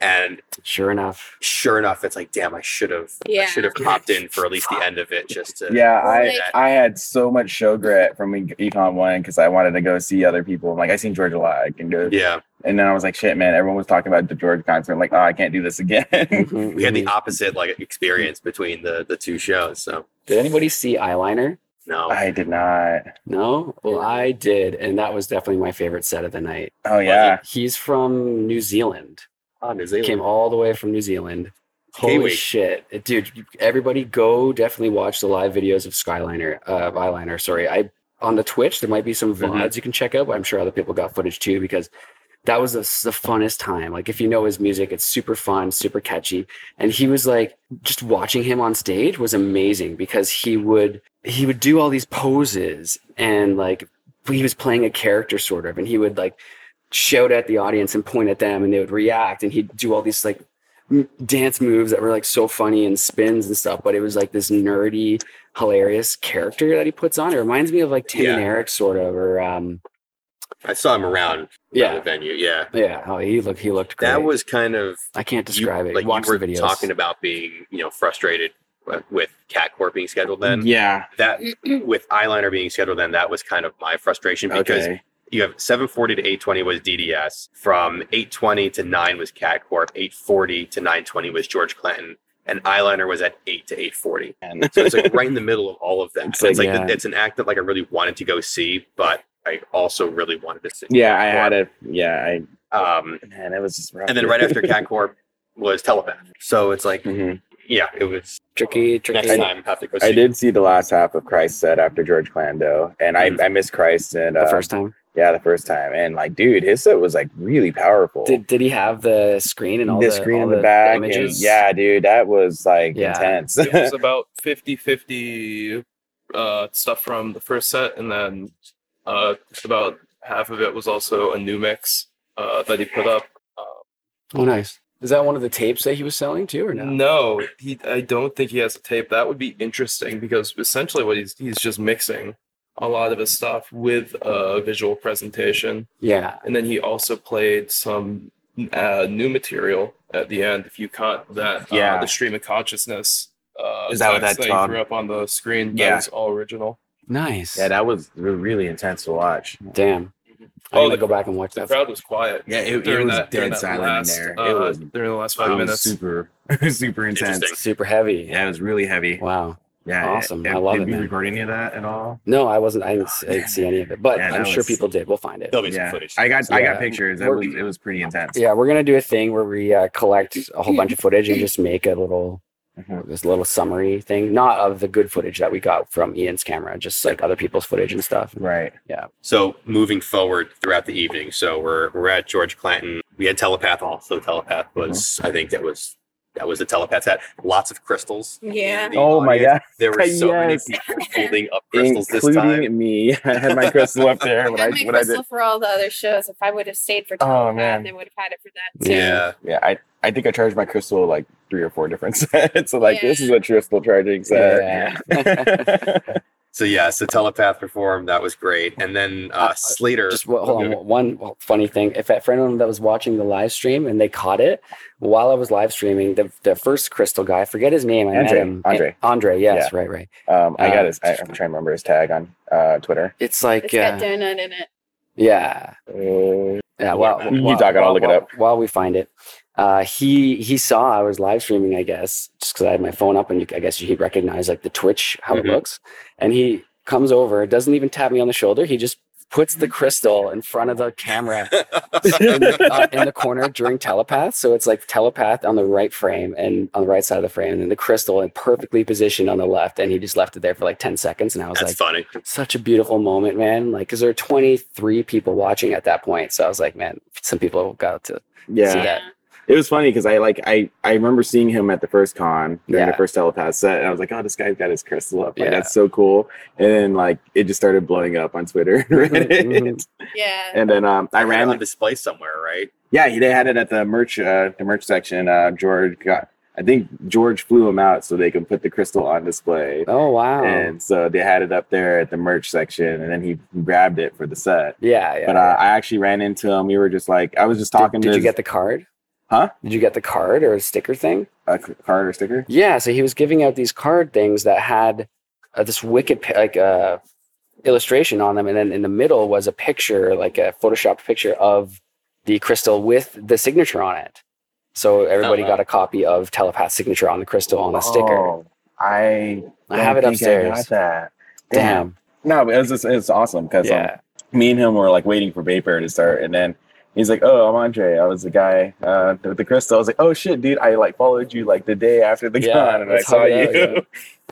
B: And
E: Sure enough.
B: sure enough, it's like, damn, I should have, I
C: Yeah.
B: should have popped in for at least the end of it just to.
D: Yeah, I
C: Like-
D: I had so much show grit from E- Econ One because I wanted to go see other people. I'm like, I seen George a lot. I can go.
B: Yeah.
D: And then I was like, shit, man, everyone was talking about the George concert. I'm like, oh, I can't do this again.
E: Mhm,
B: We had the
E: mhm.
B: opposite like experience between the, the two shows. So.
E: Did anybody see eyeliner?
B: No,
D: I did not.
E: No. Well, I did, and that was definitely my favorite set of the night.
D: Oh yeah.
E: He's from New Zealand.
B: Oh, New Zealand.
E: Came all the way from New Zealand. Holy
B: Kiwi.
E: shit, It- dude! you- Everybody, go definitely watch the live videos of Skyliner, uh, of eyeliner. Sorry, I on the Twitch there might be some
B: Mhm.
E: VODs you can check out, but I'm sure other people got footage too because that was the, the funnest time. Like if you know his music, it's super fun, super catchy, and he was like just watching him on stage was amazing because he would he would do all these poses and like he was playing a character sort of, and he would like shout at the audience and point at them, and they would react, and he'd do all these like m- dance moves that were like so funny and spins and stuff, but it was like this nerdy, hilarious character that he puts on. It reminds me of like Tim and
B: Yeah.
E: Eric sort of, or um,
B: I saw him around the
E: yeah,
B: venue. Yeah.
E: yeah. Oh, he looked, he looked great.
B: That was kind of
E: I can't describe
B: you,
E: it.
B: Like
E: Watch
B: you were
E: the videos.
B: talking about being, you know, frustrated with- with Cat Corp being scheduled then.
E: Mm-hmm.
D: yeah.
B: That with eyeliner being scheduled then, that was kind of my frustration because
D: Okay.
B: you have 740 to 820 was DDS, from 820 to 9 was Cat Corp, 840 to 920 was George Clinton, and eyeliner was at 8 to 840.
D: And-
B: So it's like right in the middle of all of that. It's
D: It's
B: like,
D: like,
E: yeah.
B: it's an act that like I really wanted to go see, but I also really wanted to see.
D: yeah, I had it. Yeah, I
B: Um,
D: man, it was just rough.
B: and then right after Cat Corp was Telepath. So it's like,
D: Mhm.
B: yeah, it was
E: tricky, tricky.
B: next time have to go see.
D: I did see the last half of Christ set after George Clando, and I, I missed Christ and uh,
E: The first time.
D: yeah, the first time, and like, dude, his set was like really powerful.
E: Did did he have the screen and all
D: the screen
E: all
D: in the back, and
E: images?
D: yeah, dude, that was like
E: Yeah.
D: intense.
F: it was about 50 50 uh, stuff from the first set, and then uh, just about half of it was also a new mix uh, that he put up.
E: Oh, nice. Is that one of the tapes that he was selling too, or no?
F: No, he, I don't think he has a tape. That would be interesting because essentially what he's he's just mixing a lot of his stuff with a visual presentation,
E: Yeah.
F: and then he also played some uh, new material at the end. If you caught that, uh,
D: Yeah.
F: the stream of consciousness. Uh,
D: Is that what
F: text
D: that's
F: you
D: called?
F: threw up on the screen? That
D: Yeah.
F: was all original.
E: Nice.
D: Yeah, that was re- really intense to watch.
E: Damn. I
F: Oh,
E: need to
F: the-
E: go back and watch
F: The
E: that.
F: crowd was quiet.
D: Yeah, it, it
F: during
D: was
F: that- during
D: dead
F: that
D: silent
F: last,
D: in there.
F: uh,
D: it was,
F: during the last
D: it
F: five
D: was
F: minutes.
D: super, super intense.
B: Interesting.
E: Super heavy.
D: Yeah, it was really heavy.
E: Wow.
D: Yeah,
E: Awesome. I love
D: did
E: it,
D: we
E: man.
D: record any of that at all?
E: No, I wasn't. I didn't, s- I didn't see any of it, but
D: Yeah,
E: I'm
D: that
E: sure
D: was-
E: people did. We'll find it.
B: There'll be some
D: Yeah,
B: footage.
D: I got I
E: Yeah.
D: got pictures. It
E: We're-
D: was it was pretty intense.
E: Yeah, we're gonna do a thing where we uh, collect a whole bunch of footage and just make a little
D: Mhm.
E: this little summary thing, not of the good footage that we got from Ian's camera, just like other people's footage and stuff.
D: Right.
B: So moving forward throughout the evening, so we're we're at George Clanton. We had telepath also. Telepath was
D: Mm-hmm.
B: I think that was that was the telepath's hat. Lots of crystals.
C: Yeah.
B: in the
D: Oh my
B: audience.
D: god,
B: There were so
D: Yes.
B: many people holding up crystals this time.
D: including me. I had my crystal up there when
C: I
D: I
C: had my
D: when I did.
C: crystal for all the other shows. If I would have stayed for
D: Oh,
C: Telepath,
D: man.
C: they would have had it for that too.
B: Yeah.
D: Yeah, I I think I charged my crystal like three or four different sets. so like
C: Yeah.
D: this is a crystal charging set.
B: So yeah, so telepath performed. That was great. And then uh,
E: Uh,
B: Slater.
E: Just wa- hold
B: Okay.
E: on. One one funny thing: if that for anyone that was watching the live stream and they caught it while I was live streaming, the the first crystal guy, I forget his name. I
D: Andre,
E: met him.
D: Andre.
E: An- Andre. Yes. Right. Right.
D: um, I
E: Uh,
D: got his. I, I'm trying to remember his tag on uh, Twitter.
E: It's
C: It's
E: like
C: got
E: uh,
C: donut in it.
E: yeah.
D: Uh,
E: Yeah, well,
D: You talk and I'll look it up.
E: While we find it, uh, he he saw I was live streaming, I guess, just because I had my phone up, and you, I guess he'd recognize like the Twitch how
D: Mm-hmm.
B: Mhm.
E: it looks. And he comes over, doesn't even tap me on the shoulder. He just puts the crystal in front of the camera in, the, uh, in the corner during telepath. So it's like telepath on the right frame and on the right side of the frame, and then the crystal in perfectly positioned on the left. And he just left it there for like ten seconds, and I was
B: That's
E: like,
B: funny.
E: such a beautiful moment, man. Like, because there were 23 people watching at that point. So I was like, man, some people got to. See
D: yeah,
E: that.
D: it was funny because I like I I remember seeing him at the first con during
E: Yeah.
D: the first telepath set, and I was like, oh, this guy's got his crystal up. Like
E: Yeah.
D: that's so cool. And then like it just started blowing up on Twitter, and Reddit.
E: Mhm.
C: Yeah.
D: and then um, I
B: I ran
D: ran
B: on display somewhere, right?
D: Yeah, he, they had it at the merch uh, the merch section. Uh, George got I think George flew him out so they could put the crystal on display.
E: Oh, wow.
D: And so they had it up there at the merch section, and then he grabbed it for the set.
E: yeah. yeah
D: But uh, I actually ran into him. We were just like, I was just
E: Did-
D: talking
E: Did,
D: to
E: you get the card?
D: Huh?
E: Did you get the card or a sticker thing?
D: a c- uh, card or sticker.
E: Yeah. So he was giving out these card things that had uh, this wicked, pi- like, uh, illustration on them. And then in the middle was a picture, like a photoshopped picture of the crystal with the signature on it. So everybody
B: wow.
E: got a copy of telepath signature on the crystal on the sticker.
D: Oh, I
E: I have it
D: don't think I
E: upstairs.
D: got that.
E: Damn.
D: No, but it was just, it's awesome um, because
E: Yeah.
D: me and him were like waiting for Vapor to start, and then he's like, "Oh, I'm Andre. I was the guy uh, with the crystal." I was like, "Oh shit, dude! I like followed you like the day after the
E: Yeah,
D: con, and I
E: that's
D: saw
E: how we
D: you."
E: are,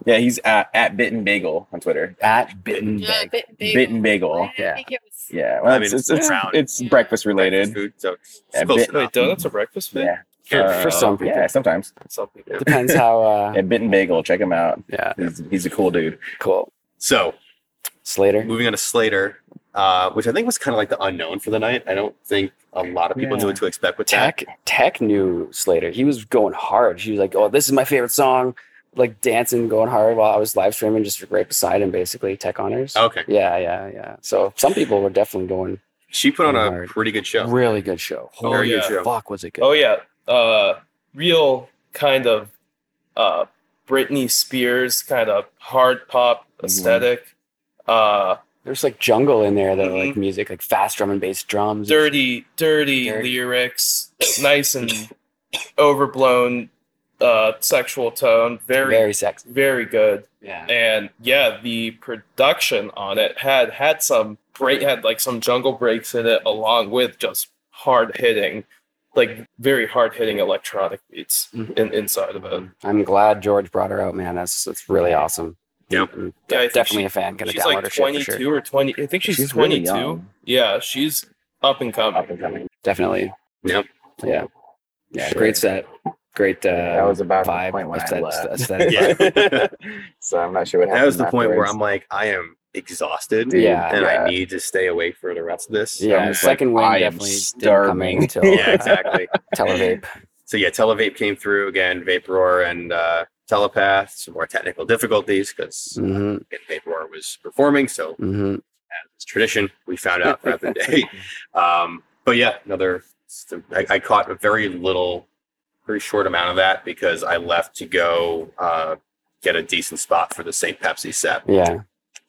D: yeah. he's at, at Bitten Bagel on Twitter.
E: at Bitten
C: yeah,
E: Bag.
C: bit, bagel.
D: Bitten Bagel.
C: I
E: yeah.
C: think it was.
D: Yeah, well,
B: I mean,
D: it's
B: it's
D: it's, it's,
B: brown.
D: it's
C: Yeah.
D: breakfast related.
B: Food, so it's
D: Yeah,
B: close
D: bit-
B: enough.
F: Wait, donuts are breakfast food?
D: Yeah, Uh,
E: For- for some people.
D: Yeah, sometimes.
F: Some people.
E: Depends how. Uh,
D: Yeah, Bitten Bagel. Check him out.
E: yeah,
D: He's, he's a cool dude.
E: cool.
B: So
E: Slater.
B: moving on to Slater, uh, which I think was kind of like the unknown for the night. I don't think a lot of people
D: Yeah.
B: knew what to expect with that.
E: Tech Tech knew Slater. He was going hard. He was like, "Oh, this is my favorite song." Like dancing, going hard while I was live streaming, just right beside him, basically. Tech honors.
F: Oh.
B: Okay,
E: Yeah, yeah, yeah. So some people were definitely going.
B: she put on a
E: Alright.
B: pretty good show.
E: Really good show.
F: Oh,
E: Holy
F: yeah.
E: fuck, was it good?
F: Oh yeah, uh, real kind of uh, Britney Spears kind of hard pop aesthetic, uh,
E: There's like jungle in there, though,
F: Mhm.
E: like music, like fast drum and bass drums.
F: dirty, dirty,
E: Dirty.
F: lyrics, nice and overblown uh, sexual tone, very, very,
E: very sexy.
F: good.
E: Yeah.
F: And yeah, the production on it had had some break, had like some jungle breaks in it, along with just hard hitting, like very hard hitting electronic beats
E: Mhm.
F: in, inside of it.
E: I'm glad George brought her out, man. That's that's really awesome.
B: Yep.
E: I'm
F: Yeah, I think
E: definitely
F: she-
E: a fan. Gonna
F: she's
E: download
F: like
E: her shit for
F: 22
E: sure.
F: or 20 i think she's,
D: She's really
F: 22
D: young.
F: yeah she's up and coming
D: Up and coming.
E: definitely.
B: Yep.
E: Yeah. Yeah.
D: Sure.
E: Great set. Great. Uh,
D: that was about
E: vibe,
D: the point when I
E: aesthetic-
D: left.
E: aesthetic
B: Yeah.
D: so I'm not sure what happened.
B: That was the point where
D: afterwards.
B: I'm like, I am exhausted,
E: Dude, Yeah.
B: and
D: yeah.
B: I need to stay awake for the rest of this.
E: yeah.
D: I'm just
E: Second
D: like,
E: wind
D: I am
E: definitely didn't come in
D: starving.
E: until
B: yeah, exactly.
E: Televape.
B: So So yeah, Televape came through again. Vaporor and uh, Telepath. Some more technical difficulties because
E: hmm
B: Vaporor was performing. So
E: hmm
B: as is tradition, we found out throughout the day. Um, but yeah, another. I, I caught a very little, very short amount of that because I left to go uh, get a decent spot for the St. Pepsi set, which
E: Yeah.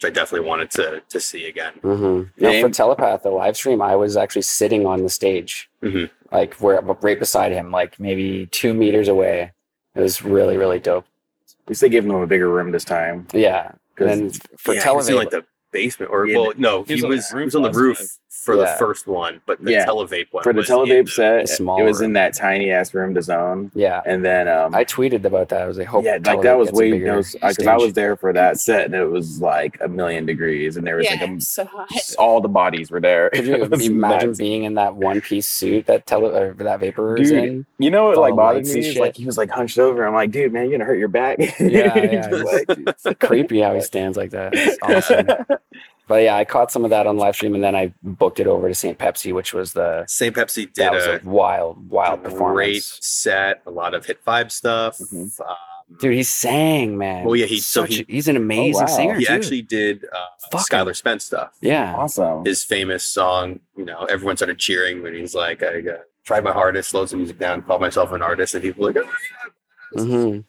B: I definitely wanted to to see again.
E: hmm
D: Yeah.
E: Now, for Telepath, the live stream, I was actually sitting on the stage,
B: Mhm.
E: like where right beside him, like maybe two meters away. It was really, really dope.
D: At least they gave him a bigger room this time.
E: Yeah. And then for
B: yeah, he was in
E: television,
B: like the basement, or
D: Yeah,
B: well, no,
F: he
B: he
F: was on the
B: was he
F: roof
B: was on the
F: last
B: roof
F: time.
B: for the
E: Yeah.
B: first one, but the
D: Yeah.
B: televape one
D: For the
B: was in
D: televape
E: the
D: set,
E: small
D: it was
E: room.
D: in that tiny ass room to zone.
E: yeah,
D: And then um
E: I tweeted about that. I was like, hope
D: yeah, like that
E: Television
D: was
E: gets a
D: way
E: bigger
D: because I
E: stage.
D: was there for that set and it was like a million degrees and there was
C: yeah,
D: like a,
C: so hot.
D: all the bodies were there.
E: Could you
D: It was
E: imagine
D: nuts.
E: being in that one piece suit that tele or that vapor is
D: Dude.
E: in?
D: You know what
E: all
D: like
E: the
D: bothered
E: lights
D: me
E: and
D: is
E: shit.
D: like he was like hunched over. I'm like, dude, man, you're gonna hurt your back.
E: Yeah, yeah,
D: Just,
E: it's-
D: like-
E: Creepy how he stands like that. It's awesome. but yeah, I caught some of that on live stream, and then I booked it over to St. Pepsi, which was the
B: St. Pepsi did
E: that was
B: a
E: a wild, wild
B: great
E: performance. Mm-hmm.
B: set, a lot of hit vibe stuff.
D: Mhm.
B: Um,
E: Dude, he sang, man.
B: Oh, yeah, he-
E: He's
B: so
E: such
B: he- Oh,
E: a- he's an amazing
D: wow.
E: singer.
B: he
E: too.
B: actually did uh,
E: Fuck him.
B: Skylar Spence stuff.
E: yeah,
D: awesome.
B: his famous song, you know, everyone started cheering when he's like, I uh, tried my hardest, slowed the music down, called myself an artist. And people were like, "Ah."
E: Mhm.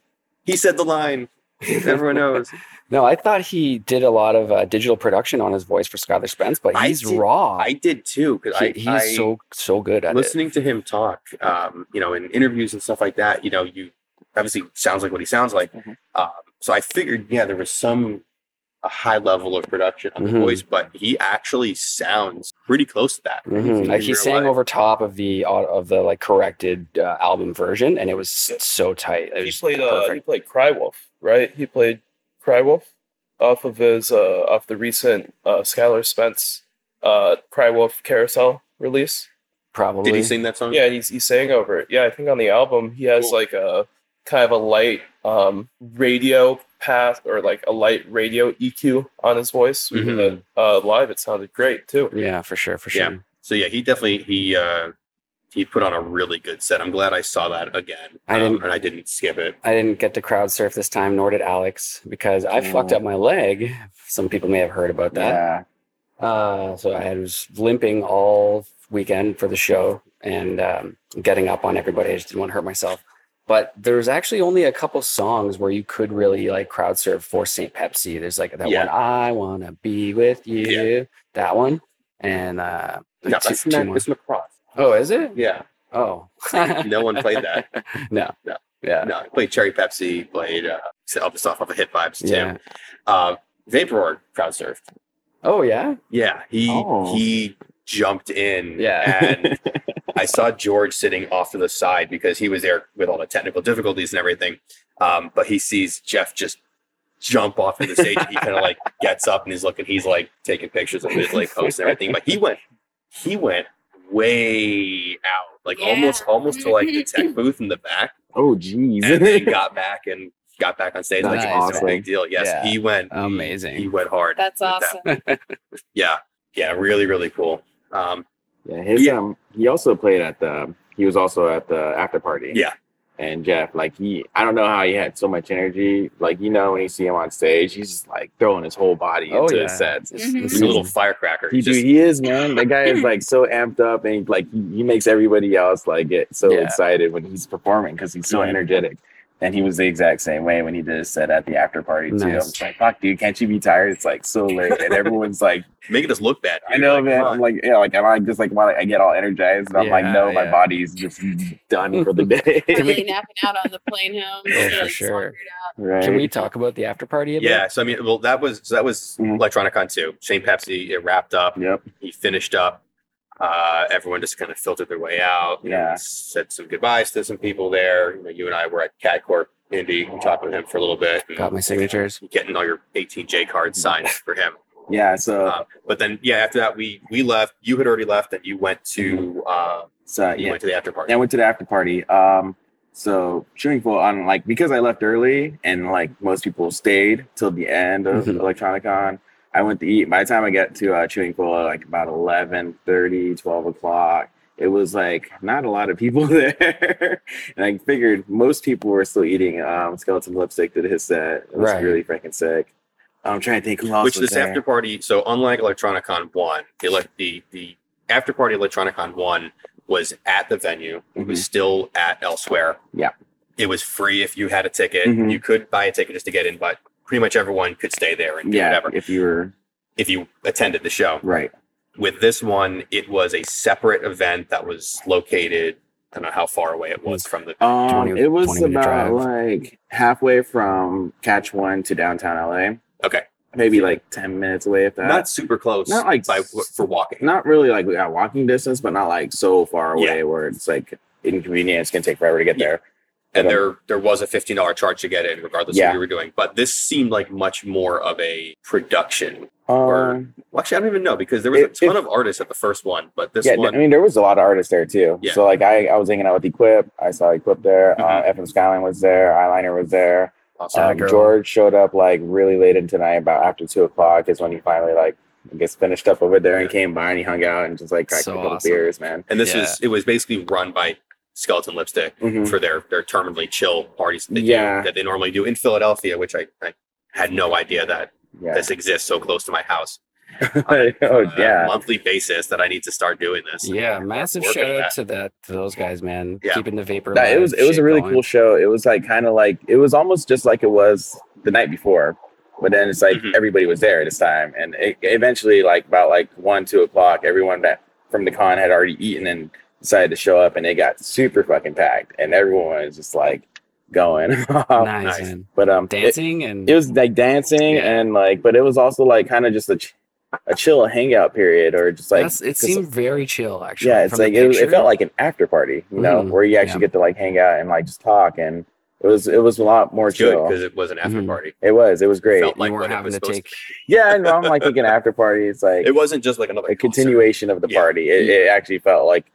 B: he said the line. Everyone knows.
E: No, I thought he did a lot of uh, digital production on his voice for Skylar Spence, but
B: I
E: he's
B: did-
E: raw.
B: I did too. Cause
E: He-
B: I,
E: he's
B: I
E: so so good at it.
B: listening to him talk, um, you know, in interviews and stuff like that, you know, you obviously sounds like what he sounds like.
E: Mm-hmm.
D: Mhm.
B: Um, so I figured, yeah, there was some a high level of production on the
E: Mhm.
B: voice, but he actually sounds pretty close to that.
E: Mhm. Like
B: in
E: he
B: real
E: sang
B: life.
E: over top of the uh, of the like corrected uh, album version, and it was so tight. It
F: He
E: was
F: played uh, he
E: perfect.
F: played Cry Wolf, right? He played Cry Wolf off of his uh off the recent uh Skylar Spence uh Cry Wolf Carousel release.
E: Probably.
B: Did he sing that song?
F: Yeah, he's he sang over it. Yeah, I think on the album he has
B: Mm-hmm. Cool.
F: like a kind of a light um radio path or like a light radio EQ on his voice.
B: Mhm.
F: Uh live it sounded great too.
E: Yeah, for sure, for
B: Yeah.
E: sure.
B: So yeah, he definitely he uh he put on a really good set. I'm glad I saw that again.
E: I didn't-
B: um, and I didn't skip it.
E: I didn't get to crowd surf this time, nor did Alex, because I
D: Mm.
E: fucked up my leg. Some people may have heard about that.
D: Yeah.
E: Uh, so I was limping all weekend for the show and um, getting up on everybody. I just didn't want to hurt myself. But there's actually only a couple songs where you could really like crowd surf for St. Pepsi. There's like that
B: Yeah.
E: one, I want to be with you, that one. And uh,
B: No,
E: two-
B: that's
E: two
B: not,
E: more.
B: it's McCross.
E: oh, is it?
B: Yeah.
E: Oh,
B: No one played that.
E: no,
B: No.
E: yeah,
B: No, he played Cherry Pepsi, played uh all the stuff off of Hit Vibes too.
E: yeah.
B: Uh, Vaporor crowd surfed.
E: Oh, yeah.
B: Yeah, he
D: Oh.
B: he jumped in.
E: Yeah.
B: and I saw George sitting off to the side because he was there with all the technical difficulties and everything. Um, but he sees Jeff just jump off of the stage. he kind of like gets up and he's looking. He's like taking pictures of his like posts and everything. But he went, he went way out, like
C: Yeah.
B: almost almost to like the tech booth in the back,
D: Oh jeez.
B: and then got back and got back on stage. Like it was
E: Nice.
B: no big deal. Yes,
E: Yeah.
B: he went
E: Amazing.
B: He went hard.
C: That's
B: with that.
C: awesome.
B: Yeah, yeah, really, really cool. Um,
D: Yeah, his
B: Yeah.
D: um he also played at the he was also at the after party.
B: Yeah.
D: And Jeff, like he I don't know how he had so much energy. Like you know when you see him on stage, he's just like throwing his whole body
E: Oh,
D: into
E: yeah.
D: his sets.
E: It's-
C: Mhm.
E: it's
B: He's a little firecracker.
D: He,
B: just,
D: dude, he is man. That guy is like so amped up, and he, like he, he makes everybody else like get so
E: Yeah.
D: excited when he's performing because he's so
B: Mhm.
D: energetic. And he was the exact same way when he did his set at the after party too. I'm
E: Nice.
D: just like, fuck, dude, can't you be tired? It's like so late, and everyone's like
B: making us look bad.
D: I know,
B: Like,
D: man.
B: come
D: I'm
B: on.
D: like, yeah, like I'm like, just like, why I get all energized, and I'm like,
E: Yeah,
D: no, my
E: yeah.
D: body's just done for the day.
C: Really napping out on the plane home.
E: Yeah,
C: like,
E: for sure.
C: zonkered out.
D: right?
E: Can we talk about the after party a bit?
B: Yeah. So I mean, well, that was so that was
D: Mhm.
B: Electronicon too. Shane Pepsi it wrapped up.
D: Yep.
B: He finished up. Uh, everyone just kind of filtered their way out. You know,
D: Yeah.
B: said some goodbyes to some people there. You, know, you and I were at CatCorp Indy talking with him for a little bit. and
E: Got my signatures.
B: Getting all your 18J cards
D: Mm-hmm.
B: signed for him.
D: Yeah. So,
B: Um, but then, yeah, after that, we we left. You had already left, and you went to uh,
D: so
B: you
D: yeah,
B: went to the after party.
D: Yeah, I went to the after party. Um, so chewing full on like because I left early and like most people stayed till the end of
B: Mm-hmm.
E: Mhm.
D: Electronicon. I went to eat. By the time I got to uh, chewing full, like about 11, 12 o'clock, it was like not a lot of people there, and I figured most people were still eating um, skeleton lipstick to his set. It was
E: Right.
D: really freaking sick. I'm trying to think who else
B: Which
D: was
B: this
D: there.
B: after party, so unlike Electronicon one, the elec- the the after party Electronicon one was at the venue. It was still at elsewhere.
D: Mm-hmm. Yeah.
B: It was free if you had a ticket.
D: Mhm.
B: You could buy a ticket just to get in, but pretty much everyone could stay there and do
D: yeah,
B: whatever
D: if you were
B: if you attended the show.
D: right.
B: With this one, it was a separate event that was located. I don't know how far away it was from the
D: Um,
E: 20
D: it was
E: 20 minute
D: about
E: drive.
D: like halfway from Catch One to downtown LA.
B: Okay.
D: maybe like ten minutes away. If that,
B: not super close,
D: Not like
B: by,
D: s-
B: for walking.
D: not really like we got walking distance, but not like so far away
B: Yeah.
D: where it's like inconvenience can take forever to get
B: Yeah.
D: there.
B: and
D: Okay.
B: there there was a fifteen dollar charge to get in, regardless of
D: Yeah.
B: what you were doing. But this seemed like much more of a production. Or-
D: Um,
B: Well, actually, I don't even know because there was
D: It-
B: a ton
D: it-
B: of artists at the first one, but this
D: yeah,
B: one,
D: I mean, there was a lot of artists there too.
B: Yeah.
D: So like I, I was hanging out with Equip. I saw Equip there.
B: Mhm.
D: Uh, FM Skyline was there. Eyeliner was there.
B: also,
D: Um, George showed up like really late into the night, about after two o'clock is when he finally like gets finished up over there and came by and he hung out and just like cracked
E: So
D: a couple
E: awesome.
D: beers, man.
B: and this
E: yeah.
B: was it was basically run by Skeleton Lipstick
D: Mhm.
B: for their their terminally chill parties that they, do-
D: Yeah.
B: that they normally do in Philadelphia, which I, I had no idea that
D: Yeah.
B: this exists so close to my house
D: oh
B: on a
D: yeah.
B: monthly basis that I need to start doing this.
E: Yeah, massive
B: Working
E: shout
B: that.
E: out to that to those guys, man.
B: Yeah.
E: Keeping the vapor.
D: That- it
E: alive,
D: was it was a
E: shit
D: really
E: going.
D: cool show. It was like kind of like it was almost just like it was the night before, but then it's like
B: Mhm.
E: Mm-hmm.
D: everybody was there this time, and it, eventually like about like one two o'clock, everyone back from the con had already eaten and decided to show up, and it got super fucking packed, and everyone was just like going. off.
E: Nice,
B: Nice.
E: man.
D: But um, it-
E: Dancing and
D: it was like dancing
E: Yeah.
D: and like but it was also like kind of just a, ch- a chill hangout period or just like
E: that's, it
D: 'cause-
E: seemed very chill actually.
D: yeah it's
E: from the
D: like it, it
E: picture.
D: felt like an after party you know
B: Mm-hmm.
E: Mhm.
D: where you actually get to like hang out and like just talk and it was it was a lot more
B: It's good
D: chill
B: because it was an after
E: Mhm.
B: party.
D: it was it was great
B: Felt
E: you
B: like what
E: weren't
B: it
E: having
B: was
E: to
B: supposed
E: take.
D: yeah i know i'm like thinking after party it's like
B: It wasn't just like another
D: a
B: concert.
D: continuation of the
B: Yeah. Mm-hmm.
D: party it, it actually felt like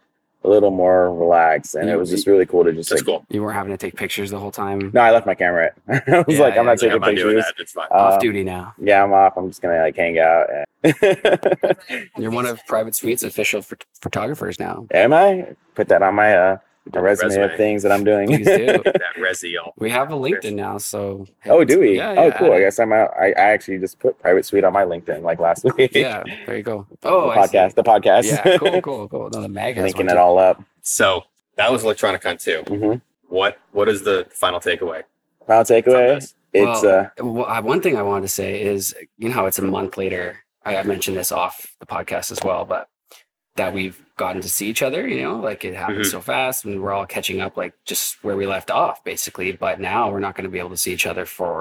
D: a little more relaxed and it was just really cool to just
B: Mm-hmm. That's
D: like
B: cool.
E: You weren't having to take pictures the whole time.
D: no i left my camera at i was
E: Yeah,
D: like i'm
E: yeah,
D: not
E: yeah,
D: taking
B: I'm not doing
D: pictures
B: that. It's fine.
D: Uh,
E: Off duty now.
D: yeah i'm off i'm just gonna like hang out and
E: You're one of Private Suite's official phot- photographers now.
D: Am I? Put that on my uh my resume,
B: Resume.
D: of things that I'm doing.
E: Please do.
B: that resi all.
E: We have a LinkedIn now, so
D: oh, do we?
E: Yeah,
D: oh,
E: yeah,
D: cool.
E: add
D: I
E: it.
D: guess I'm out. I, I actually just put private suite on my LinkedIn like last week.
E: Yeah, there you go. Oh,
D: the
E: I see.
D: podcast. The podcast.
E: Yeah, cool, cool, cool. No, the mag has
D: Linking
E: one
D: it
E: too.
D: all up.
B: So that was Electronicon 2.
D: Mm-hmm.
B: What what is the final takeaway?
D: Final
B: from
D: takeaway.
B: this?
D: It's
E: Well,
D: uh
E: Well, I- one thing I wanted to say is, you know, how it's a month later. I I mentioned this off the podcast as well, but that we've gotten to see each other. You know, like it happened
B: Mhm.
E: so
D: Mm-hmm.
E: fast, and we're all catching up, like just where we left off, basically. But now we're not going to be able to see each other for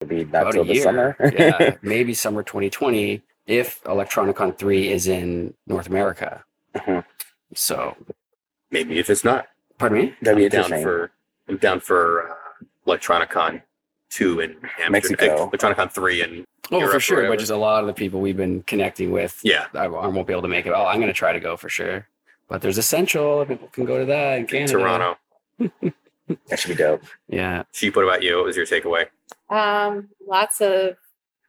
D: it'll be not
E: about
D: till
E: a
D: the
E: year.
D: summer.
E: yeah, maybe summer 2020 if Electronicon 3 is in North America.
D: Mhm.
E: So,
B: Maybe if it's not,
E: pardon me.
D: That'd be
B: I'm down
D: interesting.
B: for I'm down for uh, Electronicon 2 in Amsterdam.
D: Mexico.
B: Eh, Electronicon 3 and
E: Oh,
B: Europe
E: for
B: or
E: sure.
B: whatever.
E: But just a lot of the people we've been connecting with
B: yeah,
E: I, I won't be able to make it. Oh, I'm going to try to go for sure. But there's Essential. People can go to that in Canada.
B: Toronto.
D: that should be dope.
E: Yeah.
B: Sheep, what about you? What was your takeaway?
C: Um, lots of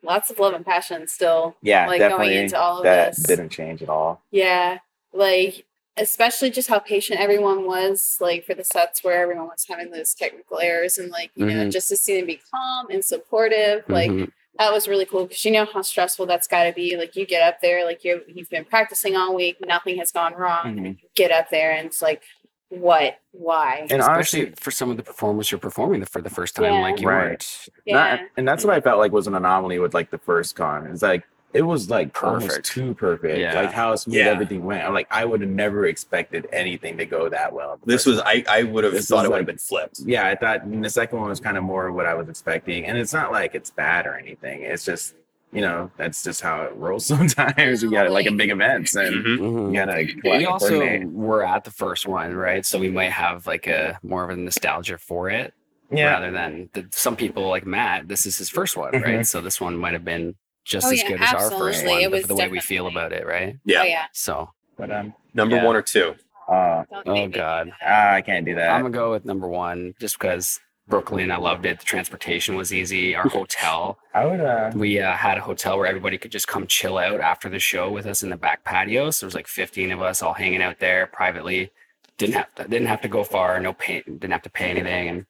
C: lots of love and passion still.
D: Yeah,
C: like
D: definitely.
C: going into all of
D: that
C: this.
D: didn't change at all.
C: Yeah, like especially just how patient everyone was, like for the sets where everyone was having those technical errors, and like you know,
E: Mhm.
C: just to see them be calm and supportive, like
E: Mhm.
C: that was really cool because you know how stressful that's got to be. Like you get up there, like you you've been practicing all week, nothing has gone wrong. and
D: Mhm.
C: you get up there, and it's like, what? Why?
D: And
E: especially
D: honestly,
E: for some of the performers you're performing for the first time,
C: Yeah.
E: like you
D: Right.
E: weren't.
C: yeah.
D: Not, and that's what I felt like was an anomaly with like the first con. It's like it was like
E: Perfect.
D: perfect, too perfect.
E: Yeah.
D: Like how smooth
B: Yeah.
D: everything went. I'm like I would have never expected anything to go that well. the
B: This
D: first
B: was I I would have
D: This
B: thought
D: is
B: it would have
D: like-
B: been flipped.
D: yeah, I thought and the second one was kind of more what I was expecting. And it's not like it's bad or anything. It's just, you know, that's just how it rolls sometimes. you got like a big events and
B: Mhm.
E: Mhm.
D: you gotta
E: We
D: like,
E: also
D: coordinate.
E: were at the first one, right? So we might have like a more of a nostalgia for it
D: yeah.
E: rather than the, some people like Matt. This is his first one, right?
D: Mhm.
E: So this one might have been just
C: Oh,
E: as
C: yeah,
E: good as our first
C: absolutely.
E: one,
C: It
E: but
C: was
E: for the way we feel
C: definitely-
E: about it, right?
B: Yeah.
C: Oh yeah.
E: So,
D: But um
B: Number
E: Yeah.
B: one or two.
D: uh,
C: Don't
E: oh
C: make me do
E: god,
D: ah, I can't do
E: I'm
D: that.
E: gonna go with number one just because Brooklyn. I loved it. The transportation was easy. Our hotel,
D: I would. Uh,
E: we uh, had a hotel where everybody could just come chill out after the show with us in the back patio. So there was like 15 of us all hanging out there privately. Didn't have to, didn't have to go far. No pay. Didn't have to pay anything, and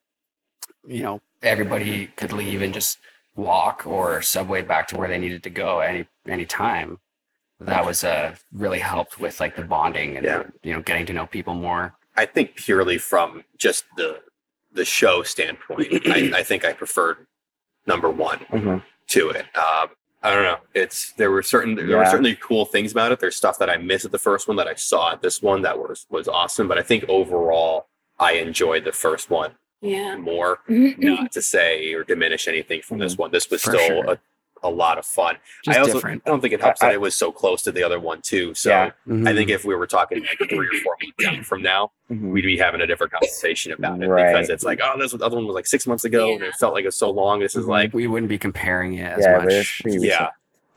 E: you know everybody could leave and just walk or subway back to where they needed to go any any time. That was uh, really helped with like the bonding and
B: Yeah.
E: you know getting to know people more.
B: I think purely from just the the show standpoint, I, I think I preferred number one
D: Mhm.
B: to it. Um, I don't know. It's there were certain there were
D: Yeah.
B: certainly cool things about it. There's stuff that I missed at the first one that I saw at this one that was was awesome. But I think overall, I enjoyed the first one
C: Yeah.
B: more. Not to say or diminish anything from
D: Mm,
B: this one. This was
E: For
B: still
E: sure.
B: a, a lot of fun.
E: Just
B: I also
E: different.
B: I don't think it helps that
D: I-
B: it was so close to the other one too. So
D: Yeah.
E: Mm-hmm.
D: Mm.
B: I think if we were talking like three or four weeks down from now
D: mhm.
B: we'd be having a different conversation about it because
D: Right.
B: it's like, oh, that's what the other one was like six months ago, and it felt like it's so long. This is
D: Mhm.
B: like,
E: we wouldn't be comparing it as
D: Yeah, but
E: much.
D: it's pretty-
B: yeah,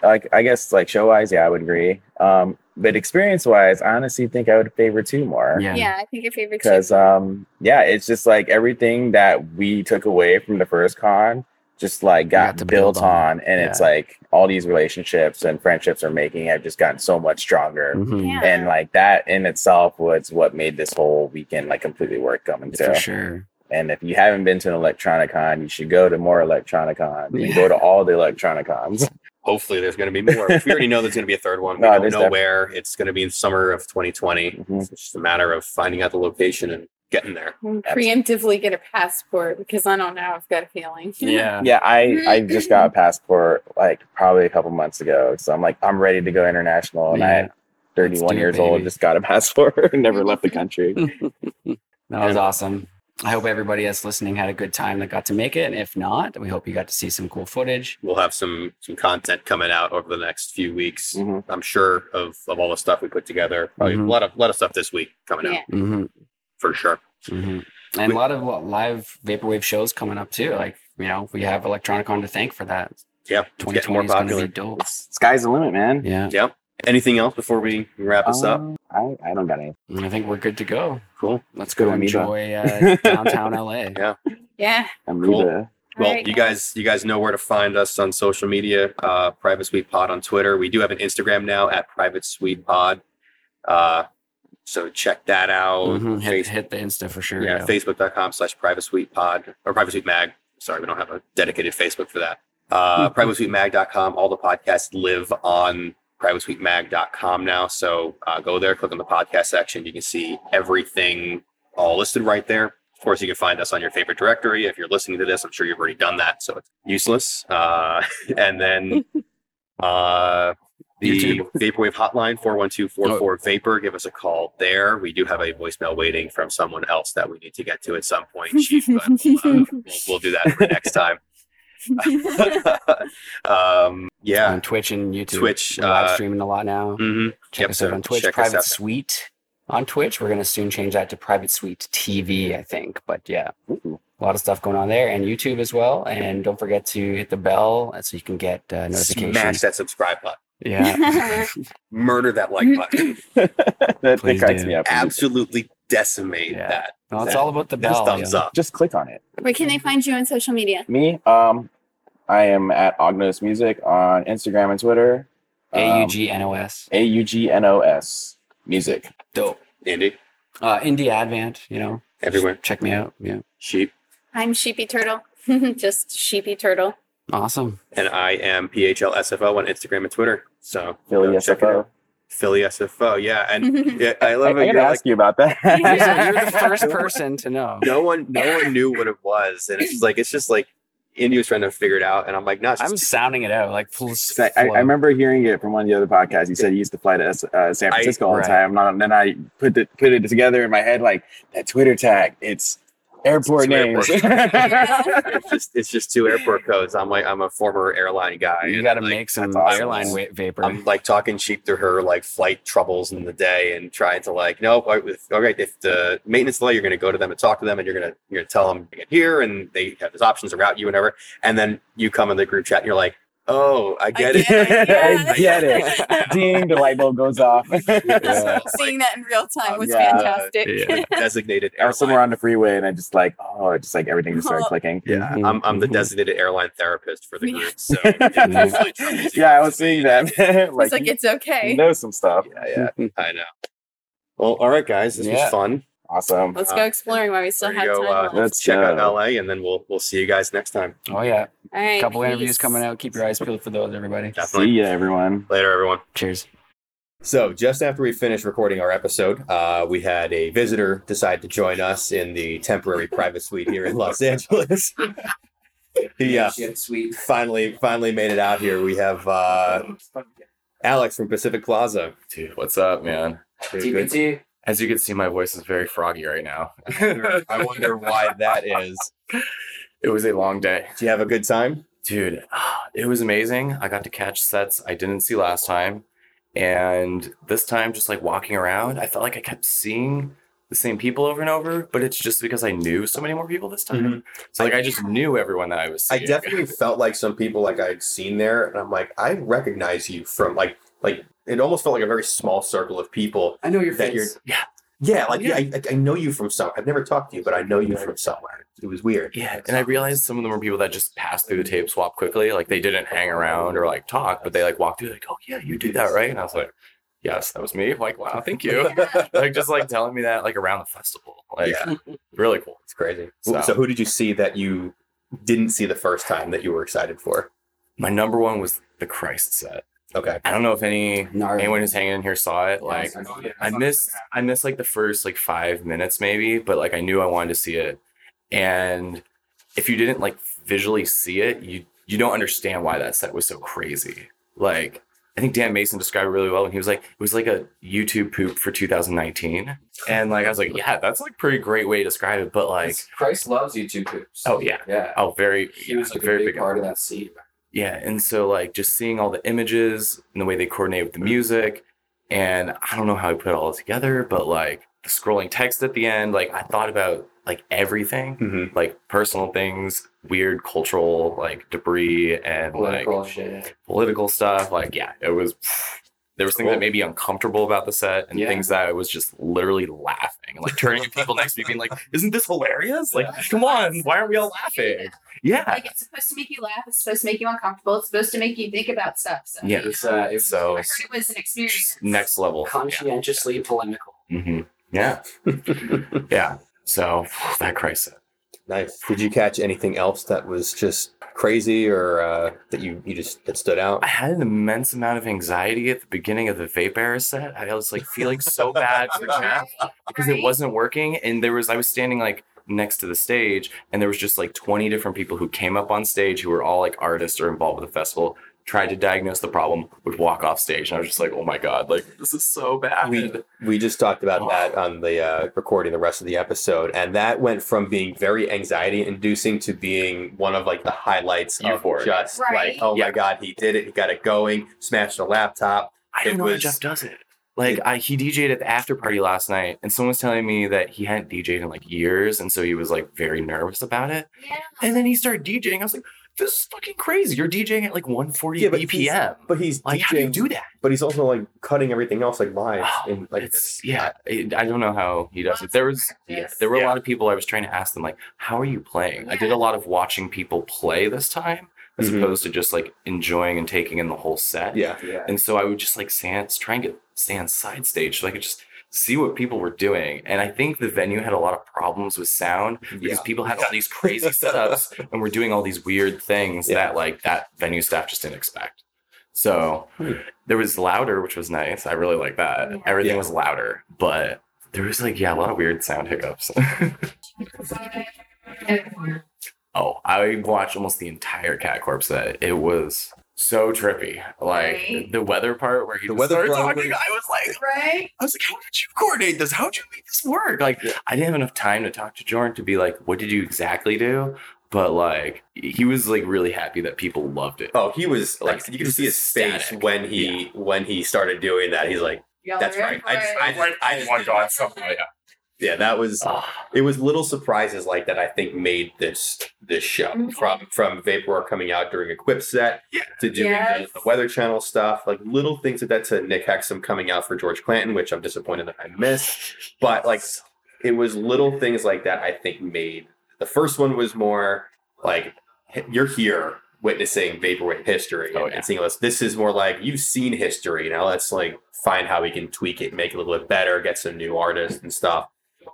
D: like I guess like show wise, yeah, I would agree. Um, but experience wise, I honestly think I would favor two more.
E: Yeah.
C: Yeah, I think your favorite
D: Because um, yeah, it's just like everything that we took away from the first con just like
E: got
D: got
E: to build
D: built
E: on.
D: on, and it's like all these relationships and friendships are making have just gotten so much stronger.
E: Mhm.
C: Yeah.
D: And like that in itself was what made this whole weekend like completely worth coming to.
E: For sure.
D: And if you haven't been to an Electronicon, you should go to more Electronicon. You
E: Yeah.
D: can go to all the Electronicons.
B: hopefully there's going to be more. we already know there's going to be a third one. We
D: No,
B: don't
D: there's
B: know
D: def-
B: where. It's going to be in summer of 2020.
D: Mhm.
B: It's just a matter of finding out the location and getting there.
C: preemptively get a passport because I don't know. I've got a feeling.
F: Yeah.
D: Yeah, I I just got a passport like probably a couple months ago, so I'm like I'm ready to go international, and
E: Yeah.
D: I, 31
E: do it,
D: years old,
E: baby.
D: just got a passport, and never left the country.
E: That was awesome. I hope everybody that's listening had a good time that got to make it. And if not, we hope you got to see some cool footage.
B: We'll have some some content coming out over the next few weeks.
D: Mhm.
B: I'm sure of of all the stuff we put together. Probably
E: Mhm.
B: a lot of lot of stuff this week coming out
C: Yeah.
E: Mhm.
B: for sure.
E: Mhm. And a lot of what, live vaporwave shows coming up too. Like, you know, we have Electronicon to thank for that.
B: Yeah, it's getting
E: 2020
B: more
E: is going to
B: popular.
E: be dope.
D: Sky's the limit, man.
E: Yeah.
B: Anything else before we wrap this
E: Uh,
B: up?
D: Um, I I don't got any.
E: And I think we're good to go.
B: Cool.
E: Let's go
D: Good amoeba.
E: enjoy uh, downtown LA.
B: Yeah.
C: Yeah.
D: I'm
B: Cool.
D: Rita.
B: Well,
C: Alright,
B: you guys, you guys know where to find us on social media. Uh, Private Suite Pod on Twitter. We do have an Instagram now at Private Suite Pod. Uh, so check that out.
E: Mhm. Hit,
B: Face-
E: hit the Insta for sure.
B: yeah, facebook.com slash Private Suite Pod or Private Suite Mag. Sorry, we don't have a dedicated Facebook for that. Uh,
E: Mm-hmm.
B: Private Suite Mag.com. All the podcasts live on Private Suite Mag.com now. So uh, go there, click on the podcast section. You can see everything all listed right there. Of course, you can find us on your favorite directory. If you're listening to this, I'm sure you've already done that, so it's useless. Uh, and then uh, the
E: YouTube.
B: Vaporwave hotline, 412-44-VAPOR. Give us a call there. We do have a voicemail waiting from someone else that we need to get to at some point, Chief, but uh, we'll, we'll do that for next time. um, yeah.
E: On Twitch and YouTube.
B: Twitch,
E: We're live
B: uh,
E: streaming a lot now.
B: Mhm.
E: Check
B: Yep,
E: us out
B: so
E: on Twitch,
B: check us
E: Private
B: out.
E: Suite on Twitch. We're going to soon change that to Private Suite TV, I think. But yeah,
D: Ooh.
E: a lot of stuff going on there and YouTube as well. And don't forget to hit the bell so you can get uh, notifications.
B: Smash that subscribe button.
E: Yeah.
B: Murder that like button.
D: that, that
E: Please
D: cracks
E: do.
D: me up.
B: Absolutely decimate
E: Yeah.
B: that.
E: no, it's all about the
B: Just
E: bell.
B: thumbs
E: yeah.
B: up.
D: Just click on it.
C: Where can they find you on social media?
D: Me, um, I am at Ognos Music on Instagram and Twitter.
B: Um,
D: Um,
E: A U G N O S.
D: A U G N O S music.
B: Dope. Andy,
E: Uh, Indie Advent, you know.
B: everywhere.
E: Check me out. Yeah.
B: Sheep.
C: I'm Sheepy Turtle. Just Sheepy Turtle.
E: Awesome.
B: and I am PHLSFO on Instagram and Twitter. So
D: Philly
B: go check it
D: SFO.
B: out. Philly SFO, yeah, and yeah, I love
D: I, I
B: it.
D: gotta
B: You're like,
D: ask you about that.
E: You're the first person to know.
B: no one, no one knew what it was, and it's just like it's just like Indy was trying to figure it out, and I'm like, no, it's
E: I'm
B: just,
E: sounding it out like full.
D: It's like, I, I remember hearing it from one of the other podcasts. You said you used to fly to uh, San
B: I-
D: Francisco all the
E: right.
D: time. And then I put the, put it together in my head like that Twitter tag. It's airport
B: It's airport.
D: names. That's
B: it's just it's just two airport codes. I'm like I'm a former airline guy.
E: you
B: and,
E: got to
B: like, Um,
E: make some
D: that's awesome.
E: airline wa- vapor.
B: I'm like talking cheap to her, like flight troubles in the day, and trying to like, no, all right, if, all right, if the maintenance delay, you're going to go to them and talk to them, and you're going to you're going to tell them to get here, and they have these options to route you, whatever. And then you come in the group chat, and you're like, Oh, I get it.
D: I get it. Ding, the light bulb goes off.
B: Yeah.
C: Seeing that in real time was
D: Yeah.
C: fantastic.
B: Yeah, designated
D: Or
B: airline.
D: somewhere on the freeway, and I just like, oh, just like everything just started clicking.
B: yeah,
E: Mhm.
B: I'm, I'm the
D: Mm-hmm.
E: Mhm.
B: designated airline therapist for the
C: Yeah.
B: group. So it's really true.
D: Yeah, I was seeing that.
C: It's
D: like,
C: like,
D: you
C: it's okay.
D: know some stuff.
B: yeah, yeah, I know. Well, all right, guys, this
E: Yeah.
B: was fun.
D: Awesome.
C: Let's
B: uh,
C: go exploring while we still
B: there
C: have
B: you
C: time.
B: go, uh,
C: left.
D: Let's
B: Check out
D: go.
B: LA, and then we'll we'll see you guys next time.
E: Oh yeah,
C: All right.
E: a couple interviews
C: peace.
E: coming out. Keep your eyes peeled for those, everybody.
B: Definitely.
D: See ya, everyone.
B: Later, everyone.
E: Cheers.
B: So, just after we finished recording our episode, uh, we had a visitor decide to join us in the temporary private suite here in Los Angeles. he uh,
E: sweet.
B: finally finally made it out here. We have uh, Alex from Pacific Plaza.
G: Dude, what's up, man?
B: Pretty good.
G: As you can see, my voice is very froggy right now.
B: I wonder why that is.
G: It was a long day.
B: Do you have a good time?
G: Dude, it was amazing. I got to catch sets I didn't see last time. And this time, just like walking around, I felt like I kept seeing the same people over and over, but it's just because I knew so many more people this time. So, like, I just knew everyone that I was
B: I
G: seeing.
B: definitely felt like some people like I'd seen there, and I'm like, I recognize you from like like it almost felt like a very small circle of people
E: I know your
B: that you're
E: face.
B: yeah yeah like yeah, I, I know you from somewhere. I've never talked to you, but I know you from somewhere. It was weird.
G: Yeah, and I realized some of them were people that just passed through the tape swap quickly. Like they didn't hang around or like talk, but they like walked through. Like, oh yeah, you did that, right? And I was like, yes, that was me. Like, wow, thank you. like just like telling me that like around the festival. Like,
B: Yeah.
G: really cool.
B: It's crazy. So.
G: So-
B: who did you see that you didn't see the first time that you were excited for?
G: My number one was the Christ set.
B: Okay.
G: I don't know if any
E: Gnarly.
G: anyone who's hanging in here saw it. Like, I missed I missed like the first like five minutes maybe, but like I knew I wanted to see it. And if you didn't like visually see it, you you don't understand why that set was so crazy. Like I think Dan Mason described it really well when he was like, it was like a YouTube poop for 2019. And like I was like, yeah, that's like pretty great way to describe it. But like
E: Christ loves YouTube poops.
G: oh yeah.
E: yeah.
G: Oh very
E: He was
G: yeah,
E: like a big part of that scene.
G: yeah, and so like just seeing all the images and the way they coordinate with the music, and I don't know how he put it all together, but like the scrolling text at the end, like I thought about like everything,
B: Mm-hmm.
G: like personal things, weird cultural like debris and like
E: Political shit.
G: political stuff. Like yeah, it was. There was things
B: Cool.
G: that made me uncomfortable about the set, and
E: Yeah.
G: things that I was just literally laughing, like turning to people next to me, being like, "Isn't this hilarious? Like, come on, why aren't we all laughing?" Yeah,
H: Like it's supposed to make you laugh. It's supposed to make you uncomfortable. It's supposed to make you think about stuff. So
G: yeah.
E: It's uh, it's
G: So
H: I heard it was an experience.
G: next level. Yeah.
E: conscientiously polemical.
G: hmm Yeah. yeah. So that crisis.
B: Nice. Did you catch anything else that was just crazy or uh, that you, you just that stood out?
G: I had an immense amount of anxiety at the beginning of the vape era set. I was like feeling so bad for Jeff because it wasn't working. And there was, I was standing like next to the stage and there was just like 20 different people who came up on stage who were all like artists or involved with the festival, tried to diagnose the problem, would walk off stage. And I was just like, oh my God, like this is so bad.
B: we we just talked about that on the uh, recording the rest of the episode, and that went from being very anxiety inducing to being one of like the highlights
G: Euphoric.
B: of just
H: Right.
B: like oh
G: Yeah.
B: my god he did it he got it going smashed the laptop
G: I
B: It
G: don't know
B: was-
G: was, Jeff does it. Like I, he DJ'd at the after party last night, and someone was telling me that he hadn't DJ'd in like years, and so he was like very nervous about it.
H: Yeah.
G: And then he started DJing. I was like, "This is fucking crazy! You're DJing at like 1:40
B: Yeah, but
G: BPM.
B: but he's
G: Like, how do you do that?"
B: but he's also like cutting everything else like live
G: Oh,
B: and like
G: it's yeah. It, I don't know how he does it. There was yeah, there were a lot of people. I was trying to ask them like, "How are you playing?" I did a lot of watching people play this time, as
B: Mhm.
G: opposed to just like enjoying and taking in the whole set.
B: yeah
G: And so I would just like stand, try and get stand side stage so I could just see what people were doing. And I think the venue had a lot of problems with sound because people had all these crazy setups and were doing all these weird things
B: Yeah.
G: that like that venue staff just didn't expect. So
B: Hmm.
G: there was louder, which was nice. I really like that. Everything
B: Yeah.
G: was louder, but there was like, yeah, a lot of weird sound hiccups. Oh, I watched almost the entire Cat Corpse set. It was so trippy. Like
H: Right.
G: the weather part where he
B: The
G: just
B: weather
G: started
B: part
G: talking,
B: where-
G: I was like,
H: Right.
G: I was like, how did you coordinate this? How did you make this work? Like, I didn't have enough time to talk to Jordan to be like, what did you exactly do? But like, he was like really happy that people loved it.
B: oh he was like
G: Like,
B: you
G: he
B: can
G: was
B: see his face
G: ecstatic.
B: when he when he started doing that he's like
H: Y'all
B: that's
H: are in
B: right
H: for
B: I just
H: it.
B: I just, I just
G: want to go on something. Yeah.
B: yeah, that was
E: Ah,
B: it was little surprises like that I think made this this show from from Vaporware coming out during a quip set to doing
H: Yes.
B: the, the Weather Channel stuff, like little things like that to Nick Hexum coming out for George Clanton, which I'm disappointed that I missed. But like it was little things like that I think made the first one was more like h- you're here witnessing vaporwave history
G: Oh,
B: and,
G: yeah.
B: and seeing this. This is more like you've seen history. Now let's like find how we can tweak it, make it a little bit better, get some new artists and stuff.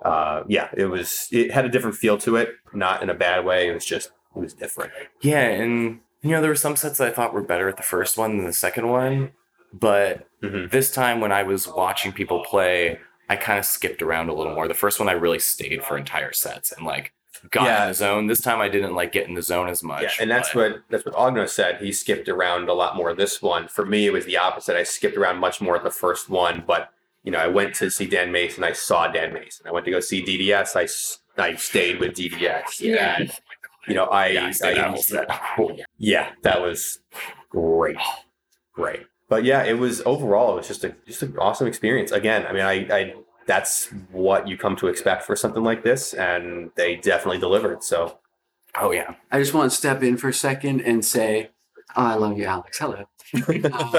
B: Uh, yeah, it was. It had a different feel to it, not in a bad way. It was just it was different.
G: Yeah, and you know, there were some sets that I thought were better at the first one than the second one, but
B: Mhm.
G: this time when I was watching people play, I kind of skipped around a little more. The first one I really stayed for entire sets and like got
B: Yeah.
G: in the zone. This time I didn't like get in the zone as much.
B: Yeah, and that's
G: but-
B: what that's what Ogno said. He skipped around a lot more this one. For me, it was the opposite. I skipped around much more at the first one, but you know, I went to see Dan Mason. I saw Dan Mason. I went to go see DDS. I, s- I stayed with DDS.
C: Yeah.
B: And, you know, I
G: Yeah, I stayed
B: I-
G: that whole set.
B: yeah, that was great, great. But yeah, it was overall it was just a just an awesome experience. Again, I mean, I, I that's what you come to expect for something like this, and they definitely delivered. So
G: Oh yeah.
I: I just want to step in for a second and say, oh, I love you, Alex. Hello. Um,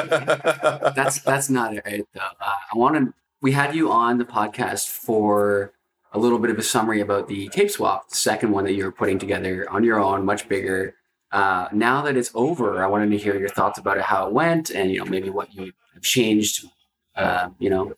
I: That's that's not it, right? Though uh, I want to. We had you on the podcast for a little bit of a summary about the tape swap, the second one that you were putting together on your own, much bigger. Uh, now that it's over, I wanted to hear your thoughts about it, how it went, and you know maybe what you have changed. Uh, you know,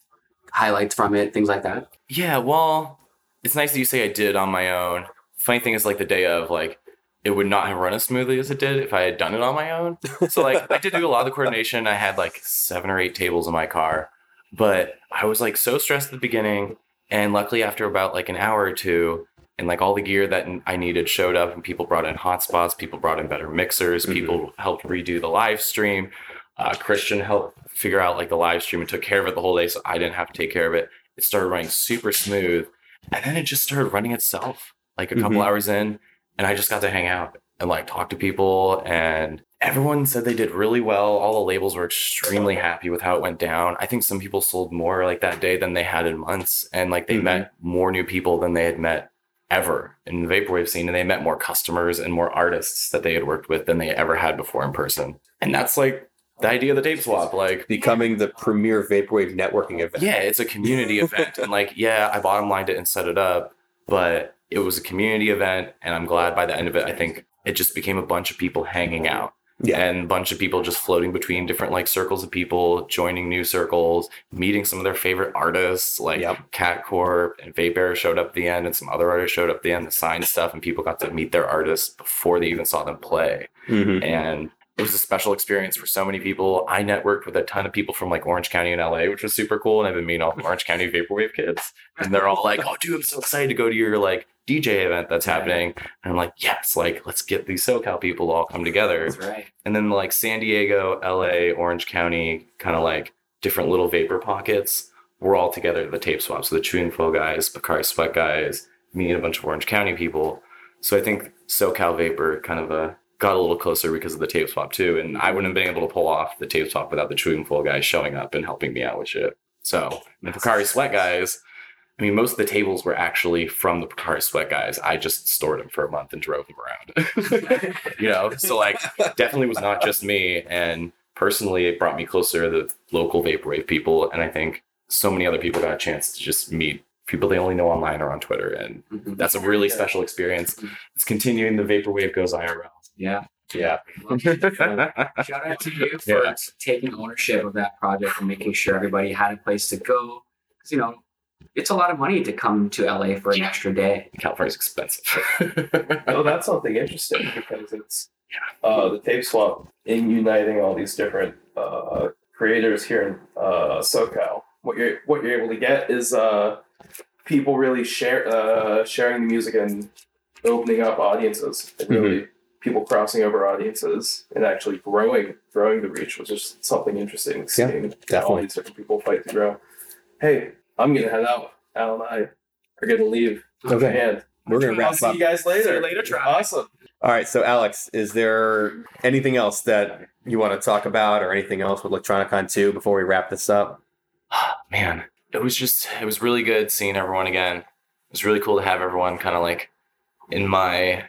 I: highlights from it, things like that.
G: Yeah, well, it's nice that you say I did on my own. Funny thing is, like the day of, like it would not have run as smoothly as it did if I had done it on my own. So like I did do a lot of the coordination. I had like seven or eight tables in my car, but I was like so stressed at the beginning. And luckily, after about like an hour or two, and like all the gear that I needed showed up, and people brought in hotspots, people brought in better mixers,
B: Mhm.
G: people helped redo the live stream. Uh, Christian helped figure out like the live stream and took care of it the whole day, so I didn't have to take care of it it started running super smooth and then it just started running itself like a couple
B: Mhm.
G: hours in and i just got to hang out and like talk to people and everyone said they did really well all the labels were extremely happy with how it went down i think some people sold more like that day than they had in months and like they
B: Mhm.
G: met more new people than they had met ever in the vaporwave scene and they met more customers and more artists that they had worked with than they ever had before in person and that's like the idea of the tape swap like
B: becoming Oh, the premier vaporwave networking event.
G: yeah, it's a community event. And like, yeah, I bottom lined it and set it up, but it was a community event. And I'm glad by the end of it, I think it just became a bunch of people hanging out.
B: Yeah.
G: And a bunch of people just floating between different like circles of people, joining new circles, meeting some of their favorite artists, like
B: Yep.
G: Cat Corp and Vape Bear showed up at the end, and some other artists showed up at the end, the signed stuff, and people got to meet their artists before they even saw them play
B: Mhm.
G: and it was a special experience for so many people. I networked with a ton of people from like Orange County in LA, which was super cool. And I've been meeting all the Orange County Vaporwave kids, and they're all like, "Oh, dude, I'm so excited to go to your like DJ event that's happening." And I'm like, "Yes, like let's get these SoCal people to all come together."
I: That's right.
G: And then like San Diego, LA, Orange County, kind of like different little vapor pockets. We're all together at the tape swap. So the Chewing Flow guys, Bakari Sweat guys, me and a bunch of Orange County people. So I think SoCal Vapor kind of uh, got a little closer because of the tape swap too. And I wouldn't have been able to pull off the tape swap without the Chewing Flow guys showing up and helping me out with shit. So the Bakari Sweat guys, I mean, most of the tables were actually from the Bakari Sweat guys. I just stored them for a month and drove them around. you know, so like definitely was not just me. And personally, it brought me closer to the local vaporwave people. And I think so many other people got a chance to just meet people they only know online or on Twitter. And
I: Mhm.
G: that's a really special experience. It's continuing the vaporwave goes IRL.
I: Yeah.
G: Yeah.
I: Shout out to you for
G: Yeah.
I: taking ownership of that project and making sure everybody had a place to go. Because you know, it's a lot of money to come to LA for an extra day.
G: California's expensive.
F: Oh, that's something interesting because it's uh, the tape swap in uniting all these different uh, creators here in uh, SoCal. What you're what you're able to get is uh, people really share uh, sharing the music and opening up audiences. And really,
B: Mm-hmm.
F: people crossing over audiences and actually growing growing the reach, which is something interesting. Seeing all
B: definitely.
F: these different people fight to grow. Hey, I'm gonna head out. Al and I are gonna leave.
B: Okay.
F: And
B: We're gonna
F: I'll
B: wrap
F: see
B: up.
F: you guys later. later, Awesome.
B: All right, so Alex, is there anything else that you want to talk about, or anything else with Electronicon two before we wrap this up?
G: man, it was just it was really good seeing everyone again. was really cool to have everyone kind of like in my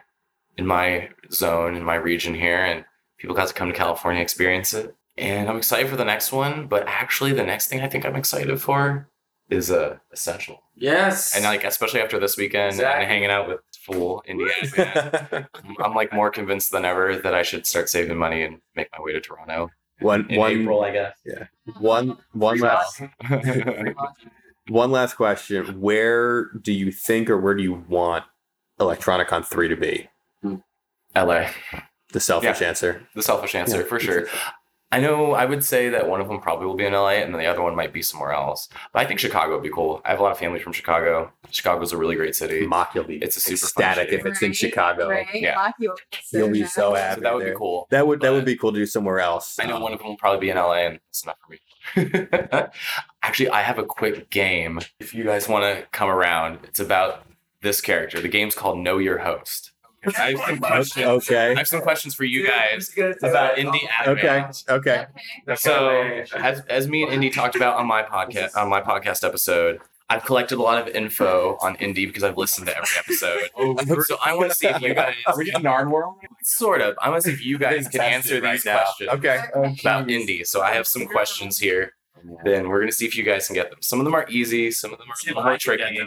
G: in my zone in my region here, and people got to come to California experience it. And I'm excited for the next one, but actually, the next thing I think I'm excited for is uh, essential.
I: Yes.
G: And like especially after this weekend
I: Exactly.
G: and hanging out with Fool Indiana, man, I'm- I'm like more convinced than ever that I should start saving money and make my way to Toronto
B: One
G: in
B: one
G: April, I guess.
B: one one last one last question. Where do you think or where do you want Electronicon three to be?
G: LA,
B: The selfish answer.
G: the selfish answer for sure. I know I would say that one of them probably will be in LA and then the other one might be somewhere else. But I think Chicago would be cool. I have a lot of family from Chicago. Chicago's a really great city.
B: Mock, you'll be
G: It's a super fun
B: ecstatic
G: city.
B: if it's in Chicago.
H: Right?
G: Yeah.
H: Lock you up.
B: You'll be so
H: nice.
B: happy.
G: So that would
B: there.
G: be cool.
B: That would that would
G: But-
B: be cool to do somewhere else.
G: Uh,
B: Um,
G: I know one of them will probably be in LA, and it's enough for me. Actually, I have a quick game. If you guys want to come around, it's about this character. The game's called Know Your Host. I have some questions. I
B: Okay.
G: have some questions for you guys about indie anime.
B: Okay. Okay.
H: Okay.
G: So, as, as me and Indy talked about on my podcast on my podcast episode, I've collected a lot of info on indie because I've listened to every episode.
B: Oh,
G: so I want to see if you guys,
D: Narnworld?
G: sort of, I want to see if you guys can answer these questions
B: Okay.
G: about indie. So I have some questions here. Then we're gonna see if you guys can get them. Some of them are easy, some of them are a little more tricky.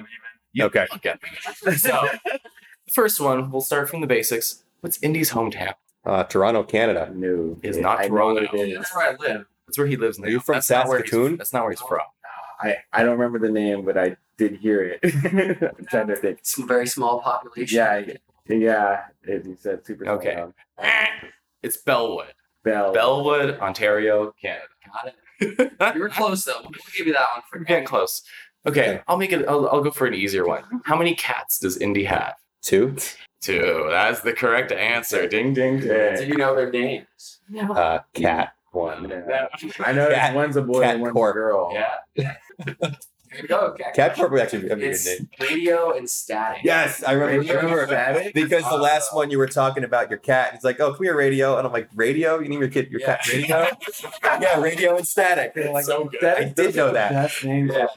B: Okay.
G: Okay. So first one, we'll start from the basics. What's Indy's hometown?
B: Uh, Toronto, Canada.
D: No.
G: Is not
D: I know
G: Toronto.
D: what it is.
G: where I live. That's where he lives now.
B: Are you from
G: that's not where he's-
B: Saskatoon?
G: that's not where he's from.
D: I, I don't remember the name, but I did hear it. I'm trying to think.
I: It's a very small population.
D: Yeah, I- yeah. It, you said super. small
G: Okay.
D: town.
G: It's Bellwood.
D: Bell.
G: Bellwood, Ontario, Canada.
I: Got it. You were close though. We'll give you that one for
G: We're getting close. Okay, I'll make it. I'll, I'll go for an easier one. How many cats does Indy have?
B: Two.
G: Two. That's the correct answer. Ding ding. ding.
I: Do
D: Yeah.
I: you know their names?
B: Uh, cat. One.
D: Yeah. I know
B: Cat-
D: one's a boy
B: Cat
D: and one's
B: Corp.
D: a girl.
I: Yeah. there you go.
B: Cat Corp would actually be a good
I: It's
B: name.
I: radio and static.
B: Yes, I remember. I remember
D: Remember that?
B: because the last one you were talking about your cat. It's like, oh, come here, radio, and I'm like, radio? You name your kid your cat radio? yeah, radio and static. And I'm like,
G: so good.
B: I did know that.
D: That's name.
B: Yeah.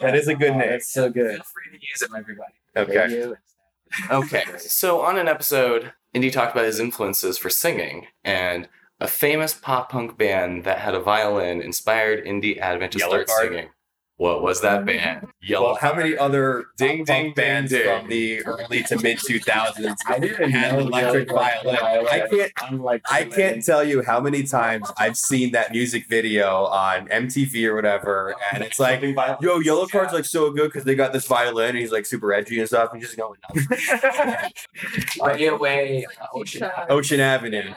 B: That is a good name.
D: That's so good.
I: Feel free to use them, everybody.
B: Okay.
D: Radio.
G: Okay. So on an episode, Indy talked about his influences for singing, and a famous pop punk band that had a violin inspired Indy Advent to
B: Yellow
G: start
B: Card.
G: singing. What was that band? Yellow.
B: Well, how many other pop
G: Ding, ding,
B: punk bands
G: ding, ding.
B: from the early to mid 2000s
D: I didn't
B: had
D: know
B: an electric violin? I can't.
D: I'm like
B: I can't tell you how many times I've seen that music video on MTV or whatever, and it's like, yo, Yellow Card's like so good because they got this violin, and he's like super edgy and stuff, and just going nuts.
I: Radio Way uh, Ocean.
B: Ocean Avenue.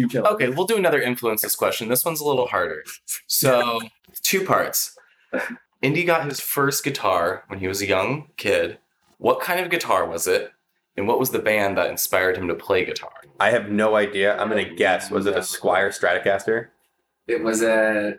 G: Okay, we'll do another influences question. This one's a little harder. So, two parts. Indy got his first guitar when he was a young kid. What kind of guitar was it? And what was the band that inspired him to play guitar?
B: I have no idea. I'm gonna guess. Was it a Squire Stratocaster?
I: It was a. It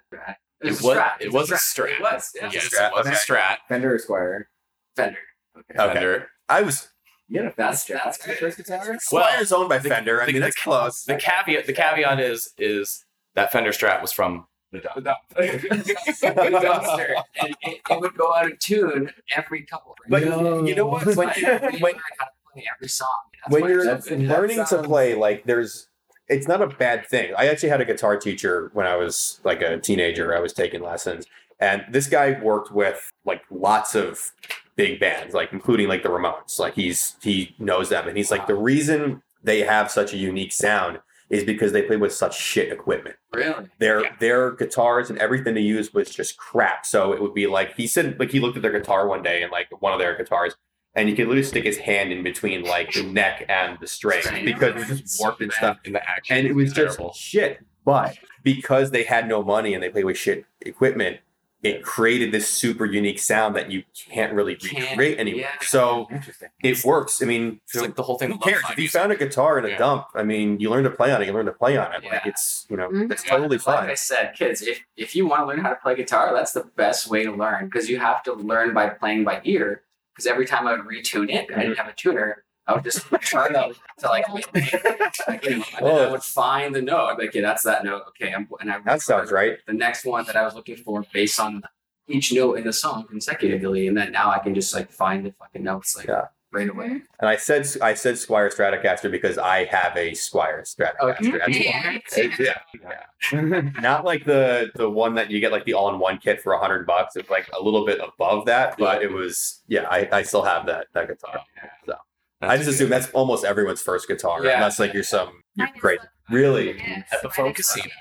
I: was,
G: It was-
I: a strat.
G: it was a strat.
I: It was. Yeah.
G: Yes,
B: Strat.
G: it was a
B: Okay.
G: Strat.
D: Fender or Squire.
I: Fender.
B: Okay.
G: Fender.
B: I was.
D: You had a
I: That's-
D: Fender
I: that's
D: Strat?
I: good.
D: First guitar?
B: Squire's owned by
G: the-
B: Fender. I
G: the-
B: mean, that's close.
G: The caveat. The caveat is is that Fender Strat was from the dump.
I: Dumpster. And it, it would go out of tune every couple. Right?
B: But you know what? When,
I: Like, we
B: when,
I: learned how to play every song. That's
B: when
I: why
B: you're
I: it's so good.
B: learning
I: That
B: to
I: song-
B: play, like there's, it's not a bad thing. I actually had a guitar teacher when I was like a teenager. I was taking lessons, and this guy worked with like lots of big bands, like including like the Ramones. Like he's he knows them, and he's like the reason they have such a unique sound is because they play with such shit equipment.
I: Really?
B: their
G: Yeah.
B: their guitars and everything they used was just crap. So it would be like he said, like he looked at their guitar one day and like one of their guitars, and you could literally stick his hand in between like the neck and the string because it was just warped and stuff,
G: in the action.
B: and it was just
G: terrible.
B: shit. But because they had no money and they played with shit equipment, it created this super unique sound that you can't really
I: Can't-
B: recreate anymore.
I: yeah.
B: So
D: Interesting.
B: it works. I mean,
G: It's like the whole thing.
B: who
G: with lo-fi
B: cares if you
G: music.
B: found a guitar in a
G: Yeah.
B: dump? I mean, you learn to play on it. You learn to play on it. Like
I: Yeah.
B: it's you know
E: Mm-hmm.
H: Mhm.
B: that's totally
I: like
B: fine.
I: I said, kids, if, if you want to learn how to play guitar, that's the best way to learn because you have to learn by playing by ear. Because every time I would retune it,
B: Mm-hmm.
I: I didn't have a tuner. I would just try to like, like, you know, and then I
B: Oh.
I: would find the note. I'd be like, yeah, that's that note. Okay, I'm, and I would
B: That sounds
I: record
B: right.
I: The next one that I was looking for, based on
E: each note in the song consecutively, and then now I can just like find the fucking notes like
B: Yeah.
E: right away.
B: And I said I said Squire Stratocaster because I have a Squire Stratocaster. That's why.
C: Yeah.
B: It's- yeah. Not like the the one that you get like the all in one kit for a hundred bucks. It's like a little bit above that, but it was yeah. I, I still have that that guitar. So I just assume that's almost everyone's first guitar,
J: Yeah.
B: unless like you're some you're
C: Mine is
B: great.
C: like-
B: Really,
C: Yeah,
G: at the
C: so
G: phone
C: I just-
G: casino.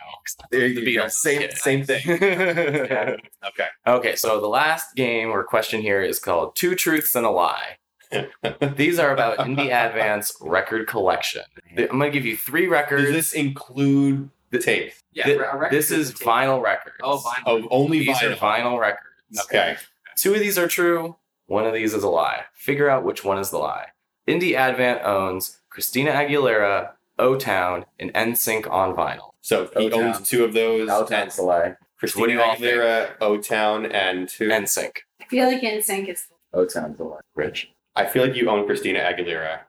B: There you
G: The
B: go.
G: Beatles.
B: Same
G: Yeah.
B: same thing. Okay.
G: Okay, so the last game or question here is called Two Truths and a Lie. These are about Indie Advance record collection. I'm going to give you three records.
B: Does this include the tape?
E: Yeah,
G: Thi-
E: a record
G: this
E: with
G: is
E: the tape.
G: vinyl records.
E: Oh, vinyl.
B: Oh, only
G: These are
B: vinyl.
G: vinyl records.
B: Okay.
G: Two of these are true, one of these is a lie. Figure out which one is the lie. Indie Advant owns Christina Aguilera, O Town, and NSYNC on vinyl.
B: So he
G: Oh,
D: O-Town.
B: owns two of those.
D: I'll tell
B: and
D: it's a lie.
G: What do
B: Christina
G: you all think?
B: Aguilera, O Town, and two.
G: NSYNC.
C: I feel like NSYNC is.
D: O Town's a lie.
G: Rich.
B: I feel like you own Christina Aguilera.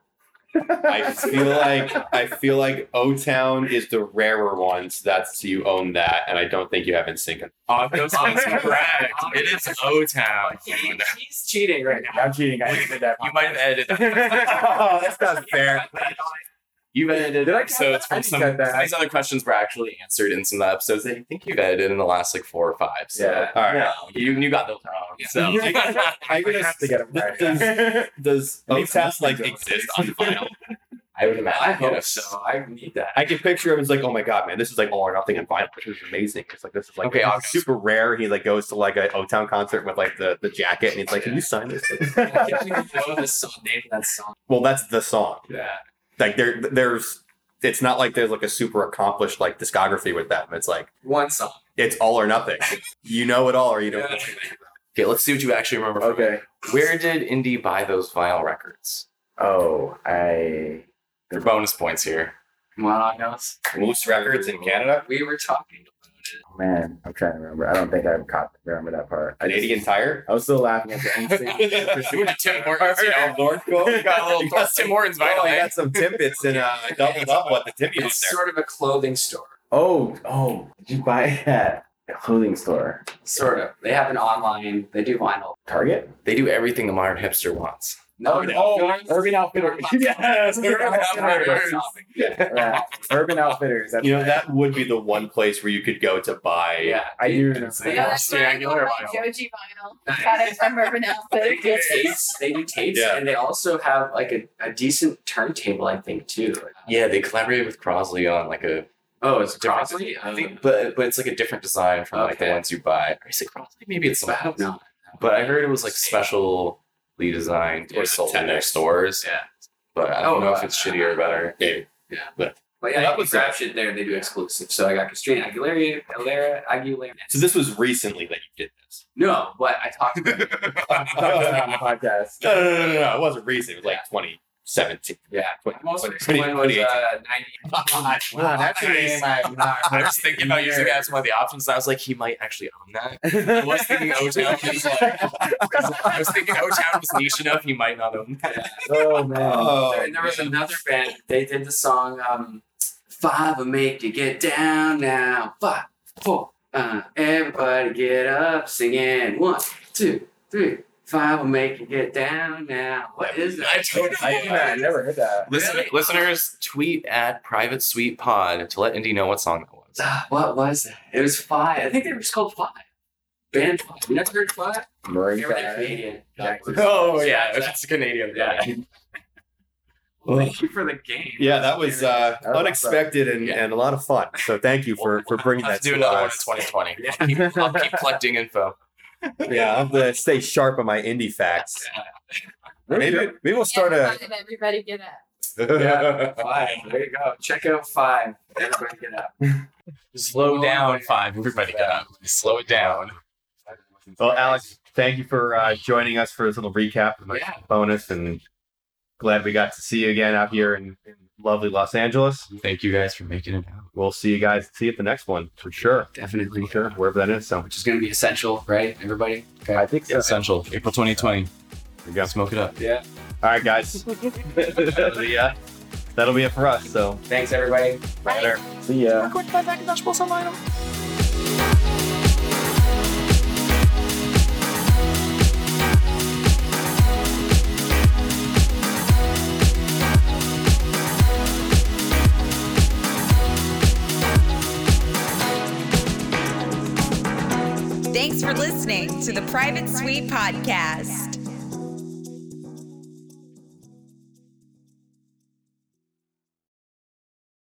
B: I feel like I feel like O Town is the rarer one, so that's you own that, and I don't think you have NSYNC.
G: Oh, those songs are correct. It is O Town. You
E: He's cheating right now.
D: I'm cheating. I did that.
G: might have edited that.
B: oh, that's not fair.
G: You've edited
D: Did I cut
G: episodes
D: that? I
G: from
D: didn't
G: some.
D: cut that.
G: These other questions were actually answered in some of the episodes that I think you've edited in the last like four or five. So
D: Yeah.
B: All right.
G: no, you you got those wrong. So
B: I
D: I have to get him right.
B: Does, does O Town like exist on vinyl?
G: I would imagine.
E: I hope
G: yes.
E: so. I need that.
B: I can picture him as like, oh my god, man, this is like all or nothing on vinyl, which is amazing. It's like this is like
G: Okay,
B: this is
G: August.
B: super rare. He like goes to like a O Town concert with like the, the jacket, and he's like, can you sign this?
E: I can't even know the song, name of that song.
B: well, that's the song.
E: Yeah.
B: like there there's it's not like there's like a super accomplished like discography with them. It's like
E: One song.
B: it's all or nothing. You know it all or you don't.
G: Okay, let's see what you actually remember. From
D: Okay.
G: it. Where did Indy buy those vinyl records?
D: Oh, I.
G: Your bonus points here.
E: Well, I knows.
B: Moose Records in Canada,
E: We were talking about
D: oh, Man, I'm trying to remember. I don't think I caught remember that part. I, just,
B: Canadian Tire.
D: I
E: Oh,
D: was still laughing at the NSYNC.
G: Tim Hortons, you know,
B: Northcote.
G: got a little plus Tim Hortons vinyl.
B: I
G: eh?
B: oh, got some timbits and uh, double double at the Timmy
E: it.
B: was
E: It's
B: there.
E: sort of a clothing store.
D: Oh, oh, did you buy that clothing store?
E: Sort of. They have an online. They do vinyl.
D: Target?
G: They do everything the modern hipster wants.
E: No,
B: Urban
E: no,
D: Oh, Urban Outfitters. yes,
G: Urban Outfitters.
D: Yeah, uh, Urban Outfitters. That's
B: You know that would be the one place where you could go to buy. uh,
E: Yeah.
D: I do remember.
C: Yeah, that's
G: Christina
C: where I got
G: Aguilera
C: my
G: vinyl.
C: Joji vinyl. Got it from Urban
E: They do
C: Outfitters.
E: tapes. They do tapes,
B: Yeah.
E: and they also have like a, a decent turntable, I think, too.
G: Yeah, they collaborated with Crosley on like a
E: Oh, it's
G: different-
E: Crosley.
G: I think, but but it's like a different design from like the
E: Okay.
G: ones you buy. Or is it Crosley? Maybe it's someone else.
E: no.
G: But I heard it was like specially designed
B: Yeah,
G: or sold in their
B: Tenex.
G: stores.
E: Yeah.
G: But I don't
E: Oh,
G: know if
E: uh,
G: it's shittier or better.
B: Yeah.
E: But yeah,
B: That
E: that
B: was
E: was grab shit there. They do exclusive. So I got Christina Aguilera, Aguilera, Aguilera.
B: So this was recently that you did this.
E: No, but I talked about it.
D: That was on the podcast.
B: no, no, no, no, no, It wasn't recent. It was like 2017.
E: Yeah.
B: What-
E: Most
B: what-
E: recent one was uh, 90.
D: Wow, that's a name I'm not.
G: I was thinking about using that as one of the options. And I was like, he might actually own that. I was thinking O Town. I was thinking O Town was niche enough. He might not own that.
D: Oh man.
B: Oh,
E: and there was another band. They did the song um, Five Will Make You Get Down Now. Five, four. Uh, everybody get up singing. One, two, three. Five will make you get down now. What is that?
G: I don't know.
D: I, I never heard that.
G: Listen,
E: Really?
G: listeners, tweet at Private Suite Pod to let Indy know what song that was.
E: Ah, what was that? It was Five. I think they were just called Five. Band Five. You never heard Five?
D: Maroon
E: They were like
D: five.
E: Canadian.
D: Jackson.
G: Oh yeah, it's a Canadian.
E: Yeah. Well, thank you for the game.
B: Yeah, that was uh,
D: That was
B: unexpected and,
G: Yeah.
B: and a lot of fun. So thank you for, for bringing that
G: Let's do
B: to
G: another one in
B: us.
G: 2020. I'll keep, I'll keep collecting info.
B: Yeah, I'm gonna stay sharp on my indie facts. Maybe maybe we'll start a.
C: Five, Everybody get up.
E: Five. There you go. Check out Five. Everybody get up.
G: Slow down, five. Everybody get up. Slow it down.
B: well, Alex, thank you for uh, joining us for this little recap of my
E: Yeah.
B: bonus, and glad we got to see you again out here in, in lovely Los Angeles.
G: Thank you guys for making it out.
B: We'll see you guys. See you at the next one for sure.
E: Definitely.
B: For sure, wherever that is. So
E: Which is going to be essential, right? Everybody? Okay.
D: I think so.
G: Essential. April 2020.
B: there you go.
G: Smoke it up.
B: All right, guys. that'll, be, uh, that'll be it for us. So
E: Thanks, everybody.
B: later.
D: See ya.
A: Thanks for listening to the Private Suite Podcast.